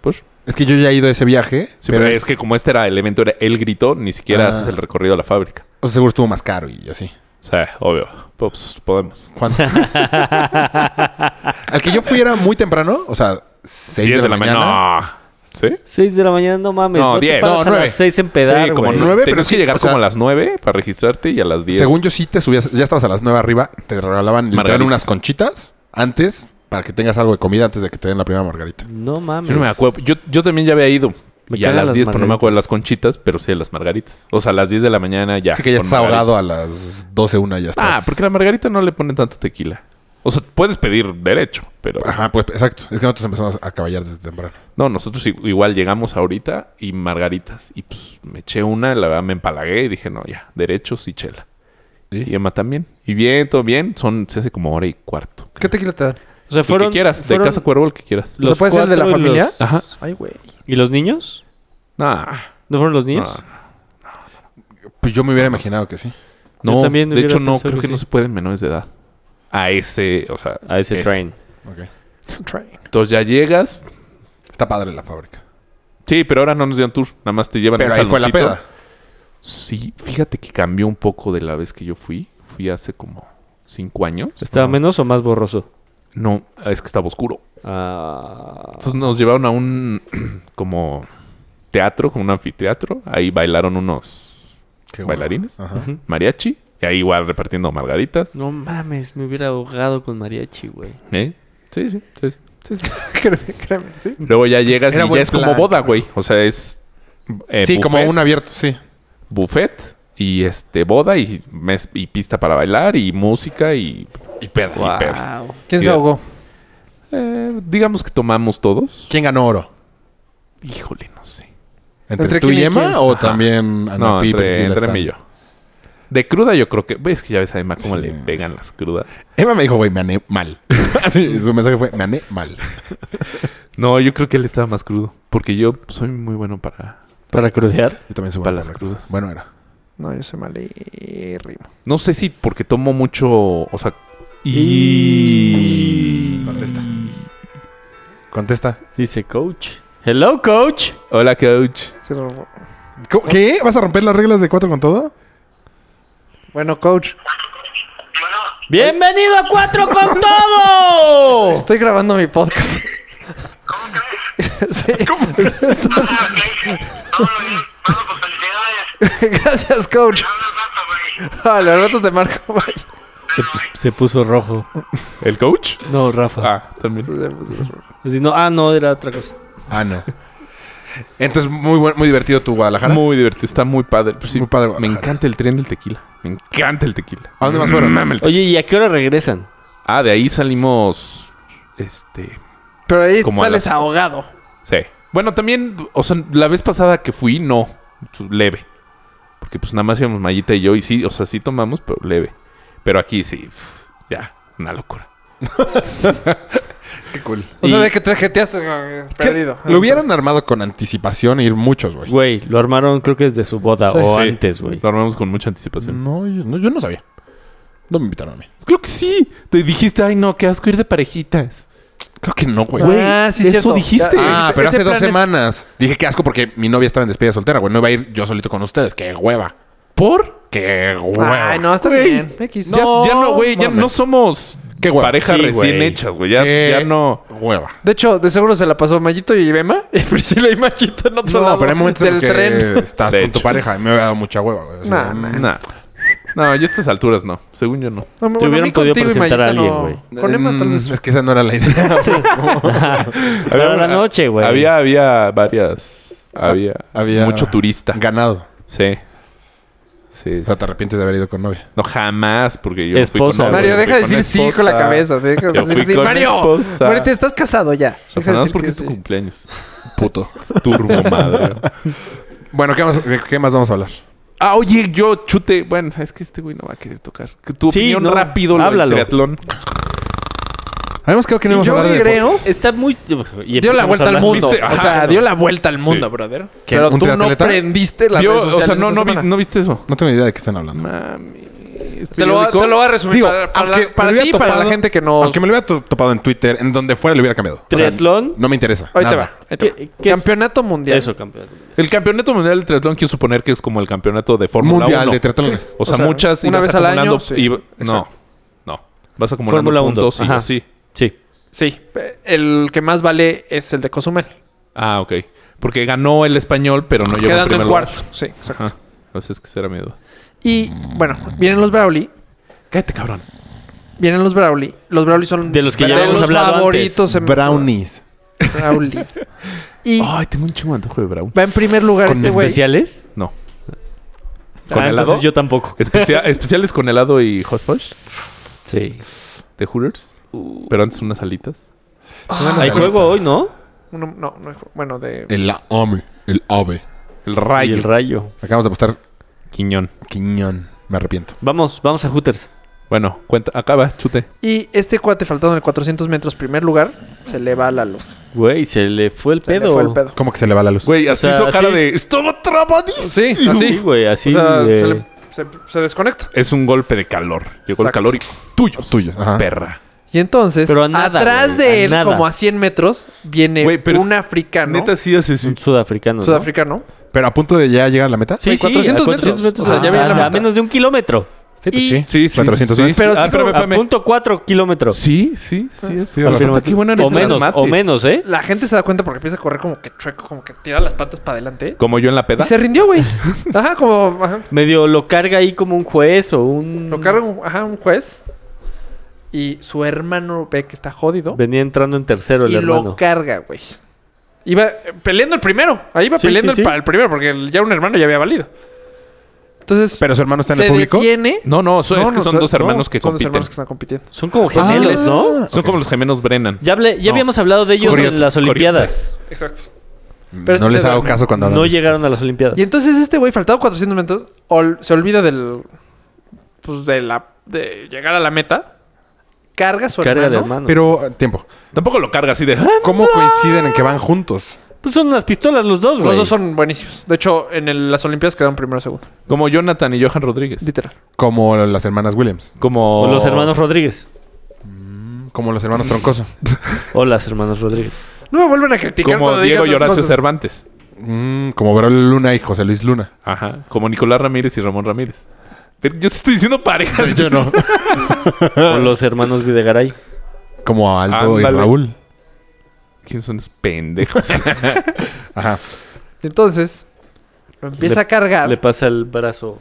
Speaker 3: Pues,
Speaker 1: Es que yo ya he ido a ese viaje.
Speaker 3: sí, pero es, que como este era el evento, era el grito, ni siquiera
Speaker 1: Ah.
Speaker 3: haces el recorrido a la fábrica.
Speaker 1: o sea, seguro estuvo más caro y así.
Speaker 3: O sea, obvio. Pues podemos.
Speaker 1: ¿Cuánto? [LAUGHS] Al que yo fui era muy temprano. O sea, 6
Speaker 3: 10 de la mañana. No. ¿Sí?
Speaker 5: Seis de la mañana, no mames.
Speaker 3: No,
Speaker 5: No, te
Speaker 3: diez.
Speaker 5: paras
Speaker 1: No,
Speaker 5: a
Speaker 1: nueve.
Speaker 5: las seis en
Speaker 3: Sí,
Speaker 5: pedar,
Speaker 3: como
Speaker 5: güey.
Speaker 1: nueve,
Speaker 3: 9,
Speaker 1: pero
Speaker 3: pero
Speaker 1: sí,
Speaker 3: que llegar
Speaker 1: o sea-
Speaker 3: como a las 9 para registrarte y a las 10.
Speaker 1: Según yo sí te subías, ya estabas a las 9 arriba, te regalaban literal
Speaker 3: Margaritas.
Speaker 1: unas conchitas antes para que tengas algo de comida antes de que te den la primera margarita.
Speaker 5: No mames.
Speaker 3: Yo no me acuerdo. Yo, yo también ya había ido.
Speaker 5: Me
Speaker 3: y a
Speaker 5: cagan
Speaker 3: las
Speaker 5: las
Speaker 3: 10, pero no me acuerdo de
Speaker 5: margaritas.
Speaker 3: las conchitas, pero sí de las margaritas. O sea, a las 10 de la mañana ya.
Speaker 1: así que ya
Speaker 3: con
Speaker 1: estás
Speaker 3: margarita.
Speaker 1: ahogado a las 12, una ya estás.
Speaker 3: Ah, porque la margarita no le pone tanto tequila. O sea, puedes pedir derecho, pero...
Speaker 1: Ajá, pues exacto. Es que nosotros empezamos a caballar desde temprano.
Speaker 3: No, nosotros i- igual llegamos ahorita y margaritas. Y pues me eché una, la verdad me empalagué y dije, no, ya, derechos y chela.
Speaker 1: ¿Sí?
Speaker 3: Y Emma también. Y bien, todo bien. Son, se hace como hora y cuarto.
Speaker 7: ¿Qué tequila te dan?
Speaker 5: O sea,
Speaker 3: El que quieras,
Speaker 5: fueron
Speaker 3: de Casa Cuervo el que quieras.
Speaker 7: ¿Se puede ser el de la
Speaker 5: cuatro y
Speaker 7: familia?
Speaker 5: los-
Speaker 3: Ajá.
Speaker 7: Ay, güey.
Speaker 5: ¿Y los niños?
Speaker 3: Nah,
Speaker 5: ¿No fueron los
Speaker 3: nah.
Speaker 5: niños?
Speaker 1: Pues yo me hubiera imaginado que sí.
Speaker 3: No,
Speaker 5: Yo también
Speaker 3: de
Speaker 5: hubiera
Speaker 3: hecho no,
Speaker 5: pensado
Speaker 3: creo que,
Speaker 5: que
Speaker 3: no
Speaker 5: sí.
Speaker 3: se pueden menores de edad. A ese, o sea...
Speaker 5: A ese
Speaker 3: es-
Speaker 5: train.
Speaker 1: Ok.
Speaker 7: Train.
Speaker 3: Entonces ya llegas.
Speaker 1: Está padre la fábrica.
Speaker 3: Sí, pero ahora no nos dieron tour. Nada más te llevan a
Speaker 1: Pero
Speaker 3: un
Speaker 1: ahí fue la
Speaker 3: saloncito.
Speaker 1: peda.
Speaker 3: Sí, fíjate que cambió un poco de la vez que yo fui. Fui hace como cinco años.
Speaker 5: ¿Estaba
Speaker 3: No,
Speaker 5: menos o más borroso?
Speaker 3: No, es que estaba oscuro.
Speaker 5: Ah,
Speaker 3: Entonces nos llevaron a un [CLEARS THROAT] como teatro, como un anfiteatro. Ahí bailaron unos
Speaker 1: Qué guapo.
Speaker 3: bailarines,
Speaker 1: Ajá.
Speaker 3: mariachi. Y ahí igual repartiendo margaritas.
Speaker 5: no mames, me hubiera ahogado con mariachi, güey.
Speaker 3: ¿Eh? Sí, sí, sí, sí, sí, sí.
Speaker 7: [LAUGHS] Créeme, créeme, sí.
Speaker 3: Luego ya llegas
Speaker 1: Era
Speaker 3: y
Speaker 1: buen
Speaker 3: ya es como
Speaker 1: plan.
Speaker 3: boda, güey. O sea, es eh,
Speaker 1: sí, como
Speaker 3: buffet.
Speaker 1: un abierto, sí.
Speaker 3: buffet y este boda y, mes- y pista para bailar y música y,
Speaker 1: Y peda.
Speaker 3: y pedo.
Speaker 5: Wow.
Speaker 7: ¿Quién se
Speaker 3: Ya.
Speaker 7: ahogó?
Speaker 3: Eh, digamos que tomamos todos.
Speaker 1: ¿Quién ganó oro?
Speaker 3: Híjole, no sé.
Speaker 1: ¿Entre,
Speaker 7: ¿Entre
Speaker 1: tú
Speaker 7: quién
Speaker 1: y
Speaker 7: y
Speaker 1: Emma
Speaker 7: quién?
Speaker 1: o
Speaker 3: Ajá.
Speaker 1: también Ana
Speaker 3: no,
Speaker 1: Pi,
Speaker 3: entre,
Speaker 1: Priscila
Speaker 3: entre
Speaker 1: están?
Speaker 3: mí y yo. De cruda yo creo que... Ves que ya ves además cómo
Speaker 1: Sí.
Speaker 3: le pegan las crudas.
Speaker 1: Emma me dijo, güey, me ané mal. [LAUGHS] Así, su mensaje fue, me ané mal.
Speaker 3: No, yo creo que él estaba más crudo. Porque yo soy muy bueno para...
Speaker 5: ¿Para crudear?
Speaker 1: Yo también subo
Speaker 3: Para las crudas.
Speaker 1: Bueno, era.
Speaker 7: No, yo soy malérrimo.
Speaker 3: No sé si porque tomo mucho... O sea... Y...
Speaker 1: Contesta. Contesta.
Speaker 5: Dice coach. Hello, coach.
Speaker 3: Hola, coach.
Speaker 7: Se lo-
Speaker 1: ¿Co- ¿Qué? ¿Vas a romper las reglas de cuatro con todo?
Speaker 7: Bueno, coach,
Speaker 5: ¡Bienvenido a Cuatro con Todo!
Speaker 7: estoy grabando mi podcast. Sí. Estás-
Speaker 8: Ah, ok. Todo bien. Bueno, pues felicidades.
Speaker 4: [LAUGHS]
Speaker 7: Gracias, coach.
Speaker 8: Habla el rato, güey.
Speaker 7: Vale, al rato te marco. bye.
Speaker 5: Se, se puso rojo.
Speaker 3: ¿El coach?
Speaker 5: No, Rafa.
Speaker 3: Ah, también.
Speaker 5: Pues, Así, no, ah, no, era otra cosa.
Speaker 1: Ah, no. Entonces, muy, buen- muy divertido tu Guadalajara.
Speaker 3: Muy divertido, está muy padre. Pues sí,
Speaker 1: Muy padre
Speaker 3: Me
Speaker 1: Guadalajara.
Speaker 3: encanta el tren del tequila. Me encanta el tequila.
Speaker 1: ¿A dónde más fueron?
Speaker 3: Mame el te-
Speaker 5: Oye, ¿y a qué hora regresan?
Speaker 3: Ah, de ahí salimos. Este.
Speaker 4: Pero ahí
Speaker 3: Como a
Speaker 4: sales
Speaker 3: las-
Speaker 4: ahogado.
Speaker 3: Sí. Bueno, también, o sea, la vez pasada que fui, no. pues, Leve. Porque pues nada más íbamos Mayita y yo. Y sí, o sea, sí tomamos, pero leve. Pero aquí sí, pf, ya, una locura.
Speaker 1: Qué cool.
Speaker 4: O sea, de que te jeteaste eh, perdido.
Speaker 1: Lo hubieran armado con anticipación e ir muchos, güey.
Speaker 5: Güey, lo armaron creo que desde su boda
Speaker 3: Sí,
Speaker 5: Ah, o
Speaker 3: sí.
Speaker 5: antes, güey.
Speaker 3: Lo armamos con mucha anticipación.
Speaker 1: No, yo no, yo no sabía. No me invitaron a mí.
Speaker 3: Creo que sí. Te dijiste, ay no, qué asco ir de parejitas.
Speaker 1: Creo que no, güey.
Speaker 3: ah, sí, eso dijiste.
Speaker 1: Ah, pero
Speaker 4: Ese
Speaker 1: hace dos
Speaker 4: plan es-
Speaker 1: semanas. Dije que asco porque mi novia estaba en despedida soltera, güey. No iba a ir yo solito con ustedes. ¡Qué hueva!
Speaker 3: ¿Por?
Speaker 1: ¡Qué hueva!
Speaker 4: Ay, no, está
Speaker 3: Güey.
Speaker 4: bien. X.
Speaker 3: Ya- ya, no, güey, ya
Speaker 1: mames.
Speaker 3: no somos
Speaker 1: Qué hueva.
Speaker 3: pareja
Speaker 1: Sí,
Speaker 3: recién
Speaker 1: güey.
Speaker 3: hechas, güey. Ya,
Speaker 1: Qué
Speaker 3: ya no.
Speaker 1: Hueva.
Speaker 4: De hecho, de seguro se la pasó Mayito y Bema. [LAUGHS] Y Priscila y Mayito en otro
Speaker 1: No,
Speaker 4: lado
Speaker 1: pero hay momentos
Speaker 4: del
Speaker 1: en los que
Speaker 4: tren.
Speaker 1: estás
Speaker 3: De
Speaker 1: con tu
Speaker 3: hecho.
Speaker 1: pareja. Me había dado mucha hueva, güey. O
Speaker 4: Nah,
Speaker 1: sea, mm,
Speaker 4: nah.
Speaker 3: Nah. No, yo a estas alturas no. Según yo no.
Speaker 4: No,
Speaker 5: Te hubieran
Speaker 4: a mí
Speaker 5: podido
Speaker 4: contigo y
Speaker 5: presentar a
Speaker 4: Mayito
Speaker 5: alguien,
Speaker 4: no.
Speaker 5: güey.
Speaker 4: Con Emma tal
Speaker 1: mm,
Speaker 4: vez.
Speaker 1: Es que esa no era la idea.
Speaker 4: [LAUGHS]
Speaker 5: Para la noche, güey.
Speaker 3: Había, había varias. Había,
Speaker 1: había-
Speaker 3: mucho turista.
Speaker 1: Ganado.
Speaker 3: Sí. Sí.
Speaker 1: O sea, te arrepientes de haber ido con novia.
Speaker 3: No, jamás, porque yo fui
Speaker 5: Esposa,
Speaker 3: con
Speaker 5: güey.
Speaker 4: Mario,
Speaker 3: yo fui
Speaker 4: deja de
Speaker 3: con
Speaker 4: decir sí con la
Speaker 3: esposa.
Speaker 4: cabeza. Deja de
Speaker 3: Yo fui
Speaker 4: decir sí.
Speaker 3: con
Speaker 4: Mario,
Speaker 3: esposa.
Speaker 4: Mario, te estás casado ya.
Speaker 3: O sea,
Speaker 4: Deja de
Speaker 3: nada más
Speaker 4: decir
Speaker 3: porque
Speaker 4: que
Speaker 3: es tu
Speaker 4: sí.
Speaker 3: cumpleaños.
Speaker 1: Puto.
Speaker 3: Turbo madre.
Speaker 1: Bueno, ¿qué más, qué- qué más vamos a hablar?
Speaker 3: [LAUGHS] Ah, oye, yo chute. Bueno, es que este güey no va a querer tocar. Que Tu
Speaker 5: Sí,
Speaker 3: opinión
Speaker 5: no.
Speaker 3: rápido, lo del
Speaker 5: Háblalo.
Speaker 3: triatlón.
Speaker 1: Habíamos creo que no
Speaker 4: Sí,
Speaker 1: íbamos a
Speaker 4: yo
Speaker 1: hablar de
Speaker 4: creo
Speaker 1: deportes.
Speaker 5: Está muy... y
Speaker 4: Dio la
Speaker 5: empezamos
Speaker 4: vuelta al
Speaker 5: hablando-
Speaker 4: mundo.
Speaker 3: Viste,
Speaker 4: O
Speaker 3: ajá,
Speaker 4: sea,
Speaker 3: no.
Speaker 4: dio la vuelta al mundo,
Speaker 3: Sí.
Speaker 4: brother.
Speaker 1: ¿Quién,
Speaker 4: Pero
Speaker 1: un
Speaker 4: tú no
Speaker 1: triatleta?
Speaker 4: prendiste las
Speaker 3: Vio-
Speaker 4: redes
Speaker 3: o sea,
Speaker 4: sociales
Speaker 3: no,
Speaker 4: esta
Speaker 3: no, vis-
Speaker 4: semana.
Speaker 3: no viste eso.
Speaker 1: No tengo idea de qué están hablando.
Speaker 3: Mami.
Speaker 4: Te lo, voy a-
Speaker 3: Periódico.
Speaker 4: te lo voy a resumir
Speaker 1: Digo,
Speaker 4: para, para,
Speaker 1: aunque
Speaker 4: la- para
Speaker 1: me lo
Speaker 4: ti y
Speaker 1: hubiera
Speaker 4: para la
Speaker 1: topado-
Speaker 4: gente que nos...
Speaker 1: Aunque me lo hubiera to- topado en Twitter, en donde fuera le hubiera cambiado. O sea,
Speaker 5: Triatlón.
Speaker 1: no me interesa.
Speaker 4: Ahí te
Speaker 1: nada.
Speaker 4: va. ahí te
Speaker 5: ¿Qué-
Speaker 4: va.
Speaker 5: qué es-
Speaker 4: Campeonato mundial.
Speaker 5: Eso, campeón.
Speaker 3: El campeonato mundial del triatlón quiero suponer que es como el campeonato de Fórmula 1.
Speaker 1: Mundial de triatlones.
Speaker 3: O sea,
Speaker 4: O sea,
Speaker 3: muchas
Speaker 4: una
Speaker 3: ibas
Speaker 4: vez al año,
Speaker 3: acumulando
Speaker 4: sí.
Speaker 3: y- no,
Speaker 4: Exacto.
Speaker 3: no. Vas acumulando
Speaker 5: Fórmula uno,
Speaker 3: puntos y
Speaker 5: ajá.
Speaker 3: así.
Speaker 5: Sí.
Speaker 4: Sí. eh, El que más vale es el de Cozumel.
Speaker 3: Ah, ok. Porque ganó el español, pero no llegó
Speaker 4: Quedando
Speaker 3: primer
Speaker 4: en
Speaker 3: lugar.
Speaker 4: cuarto. Sí, exacto.
Speaker 3: Ajá. Entonces, que será mi duda.
Speaker 4: Y, bueno, vienen los Brawley.
Speaker 3: Cállate, cabrón.
Speaker 4: Vienen los Brawley. Los Brawley son...
Speaker 5: De los que ya habíamos hablado antes.
Speaker 4: favoritos en-
Speaker 1: Brownies.
Speaker 4: Brawley. Y
Speaker 3: Ay, tengo un chingo de antojo de Brown.
Speaker 4: va en primer lugar
Speaker 5: ¿Con
Speaker 4: este güey.
Speaker 5: especiales?
Speaker 3: No. ¿Con
Speaker 5: Ah,
Speaker 3: helado?
Speaker 5: entonces yo tampoco.
Speaker 3: Especia- especiales con helado y hot fudge
Speaker 5: Sí.
Speaker 3: de Hooters. Pero antes unas alitas.
Speaker 4: Ah,
Speaker 5: Hay juego hoy, ¿no?
Speaker 4: No, no, no, bueno, de...
Speaker 1: El ave. El ave.
Speaker 3: El
Speaker 5: Y
Speaker 3: rayo.
Speaker 5: el rayo.
Speaker 1: Acabamos de apostar
Speaker 3: Quiñón.
Speaker 1: Quiñón. Me arrepiento.
Speaker 5: Vamos, vamos a Hooters.
Speaker 3: Bueno, cuenta. Acaba, chute.
Speaker 4: Y este cuate faltando en el 400 metros primer lugar, se le va la luz.
Speaker 5: Güey, se le fue el
Speaker 4: Se le
Speaker 5: pedo.
Speaker 4: fue el pedo.
Speaker 1: ¿Cómo que se le va la luz?
Speaker 3: Güey, hasta
Speaker 5: O sea,
Speaker 3: hizo cara
Speaker 5: así-
Speaker 3: de... ¡Estaba trabadísimo!
Speaker 4: Sí,
Speaker 5: Ah, Sí,
Speaker 4: así.
Speaker 5: güey, así.
Speaker 4: o sea,
Speaker 5: eh,
Speaker 4: se, le- se- se desconecta.
Speaker 3: Es un golpe de calor. Llegó
Speaker 4: Exacto.
Speaker 3: el calor y... Tuyos.
Speaker 1: Tuyos, ajá.
Speaker 3: Perra.
Speaker 4: Y entonces,
Speaker 5: Pero a nada,
Speaker 4: atrás
Speaker 5: güey,
Speaker 4: de
Speaker 5: a
Speaker 4: él,
Speaker 5: nada.
Speaker 4: como a 100 metros, viene
Speaker 3: Güey, pero es-
Speaker 4: un africano.
Speaker 3: Neta, sí hace eso.
Speaker 5: Un sudafricano. ¿no?
Speaker 4: sudafricano.
Speaker 1: Pero a punto de ya llegar a la meta.
Speaker 5: Sí,
Speaker 4: Güey,
Speaker 5: sí,
Speaker 4: 400
Speaker 5: a 400
Speaker 4: metros.
Speaker 5: metros.
Speaker 4: O sea, ya
Speaker 5: a-
Speaker 4: viene la meta.
Speaker 5: a menos de un kilómetro.
Speaker 1: Sí,
Speaker 4: Y-
Speaker 3: Sí, sí.
Speaker 1: 400 metros.
Speaker 4: Pero sí
Speaker 3: ah, espérame,
Speaker 4: como-
Speaker 5: A
Speaker 3: espérame.
Speaker 5: punto cuatro kilómetros.
Speaker 3: Sí, sí, sí. es-
Speaker 1: sí, bastante.
Speaker 5: Afirmativo.
Speaker 3: Qué buena
Speaker 5: o
Speaker 3: eres en las
Speaker 5: menos, o
Speaker 3: mates.
Speaker 5: menos, ¿eh?
Speaker 4: La gente se da cuenta porque empieza a correr como que chueco, como que tira las patas para adelante.
Speaker 3: Como yo en la
Speaker 4: Y
Speaker 3: peda.
Speaker 4: se
Speaker 3: [LAUGHS]
Speaker 4: rindió, güey. Ajá, como... ajá.
Speaker 5: Medio lo carga ahí como un juez o un...
Speaker 4: Lo carga un, ajá, un juez. Y su hermano ve que está jodido.
Speaker 5: Venía entrando en tercero el
Speaker 4: y
Speaker 5: hermano.
Speaker 4: lo carga, güey. Iba eh, peleando el primero. Ahí iba
Speaker 5: Sí,
Speaker 4: peleando
Speaker 5: sí,
Speaker 4: el-
Speaker 5: sí.
Speaker 4: para el primero porque el- ya un hermano ya había valido. Entonces,
Speaker 1: Pero su hermano está en
Speaker 4: se
Speaker 1: el público.
Speaker 4: detiene.
Speaker 3: No, no, so-
Speaker 4: No,
Speaker 3: es que
Speaker 4: no,
Speaker 3: son
Speaker 4: so-
Speaker 3: dos
Speaker 4: no,
Speaker 3: hermanos que
Speaker 4: son dos
Speaker 3: compiten. Ah,
Speaker 4: hermanos que están compitiendo.
Speaker 5: Son como gemelos, ¿no?
Speaker 3: Son como los gemelos Brennan.
Speaker 5: Ya, hablé- ya
Speaker 3: No.
Speaker 5: habíamos hablado de ellos
Speaker 3: Coriot-
Speaker 5: en las
Speaker 3: Coriot,
Speaker 5: Olimpiadas.
Speaker 4: Exacto. Pero
Speaker 1: No
Speaker 4: se
Speaker 1: les hago
Speaker 4: duermen.
Speaker 1: caso cuando hablan.
Speaker 5: No llegaron a las Olimpiadas.
Speaker 4: Y entonces este güey, faltado 400 metros, ol- se olvida del. Pues de la. de llegar a la meta. Carga a su
Speaker 5: Carga al
Speaker 4: hermano.
Speaker 5: hermano.
Speaker 1: Pero, eh, tiempo.
Speaker 3: Tampoco lo carga así de.
Speaker 1: ¿Cómo coinciden en que van juntos?
Speaker 5: Pues son unas pistolas los dos, güey.
Speaker 4: Los dos son buenísimos. De hecho, en el- las Olimpiadas quedaron primero o segundo.
Speaker 3: Como Jonathan y Johan Rodríguez.
Speaker 4: Literal.
Speaker 1: Como las hermanas Williams.
Speaker 3: Como.
Speaker 5: O los hermanos Rodríguez.
Speaker 1: Como los hermanos Troncoso.
Speaker 5: O las hermanas Rodríguez.
Speaker 4: No me vuelven a criticar.
Speaker 3: Como
Speaker 4: cuando digas
Speaker 3: Diego y
Speaker 4: esas
Speaker 3: Horacio
Speaker 4: cosas.
Speaker 3: Cervantes.
Speaker 1: Mm, como Verón Luna y José Luis Luna.
Speaker 3: Ajá. Como Nicolás Ramírez y Ramón Ramírez. Pero yo te estoy diciendo pareja. [LAUGHS]
Speaker 1: Yo no.
Speaker 5: O los hermanos Videgaray.
Speaker 1: Como Aldo y
Speaker 3: Ándale.
Speaker 1: Raúl.
Speaker 3: ¿Quiénes son esos
Speaker 4: [LAUGHS]
Speaker 3: pendejos?
Speaker 1: Ajá.
Speaker 4: Entonces, lo empieza
Speaker 5: Le-
Speaker 4: a cargar.
Speaker 5: Le pasa el brazo.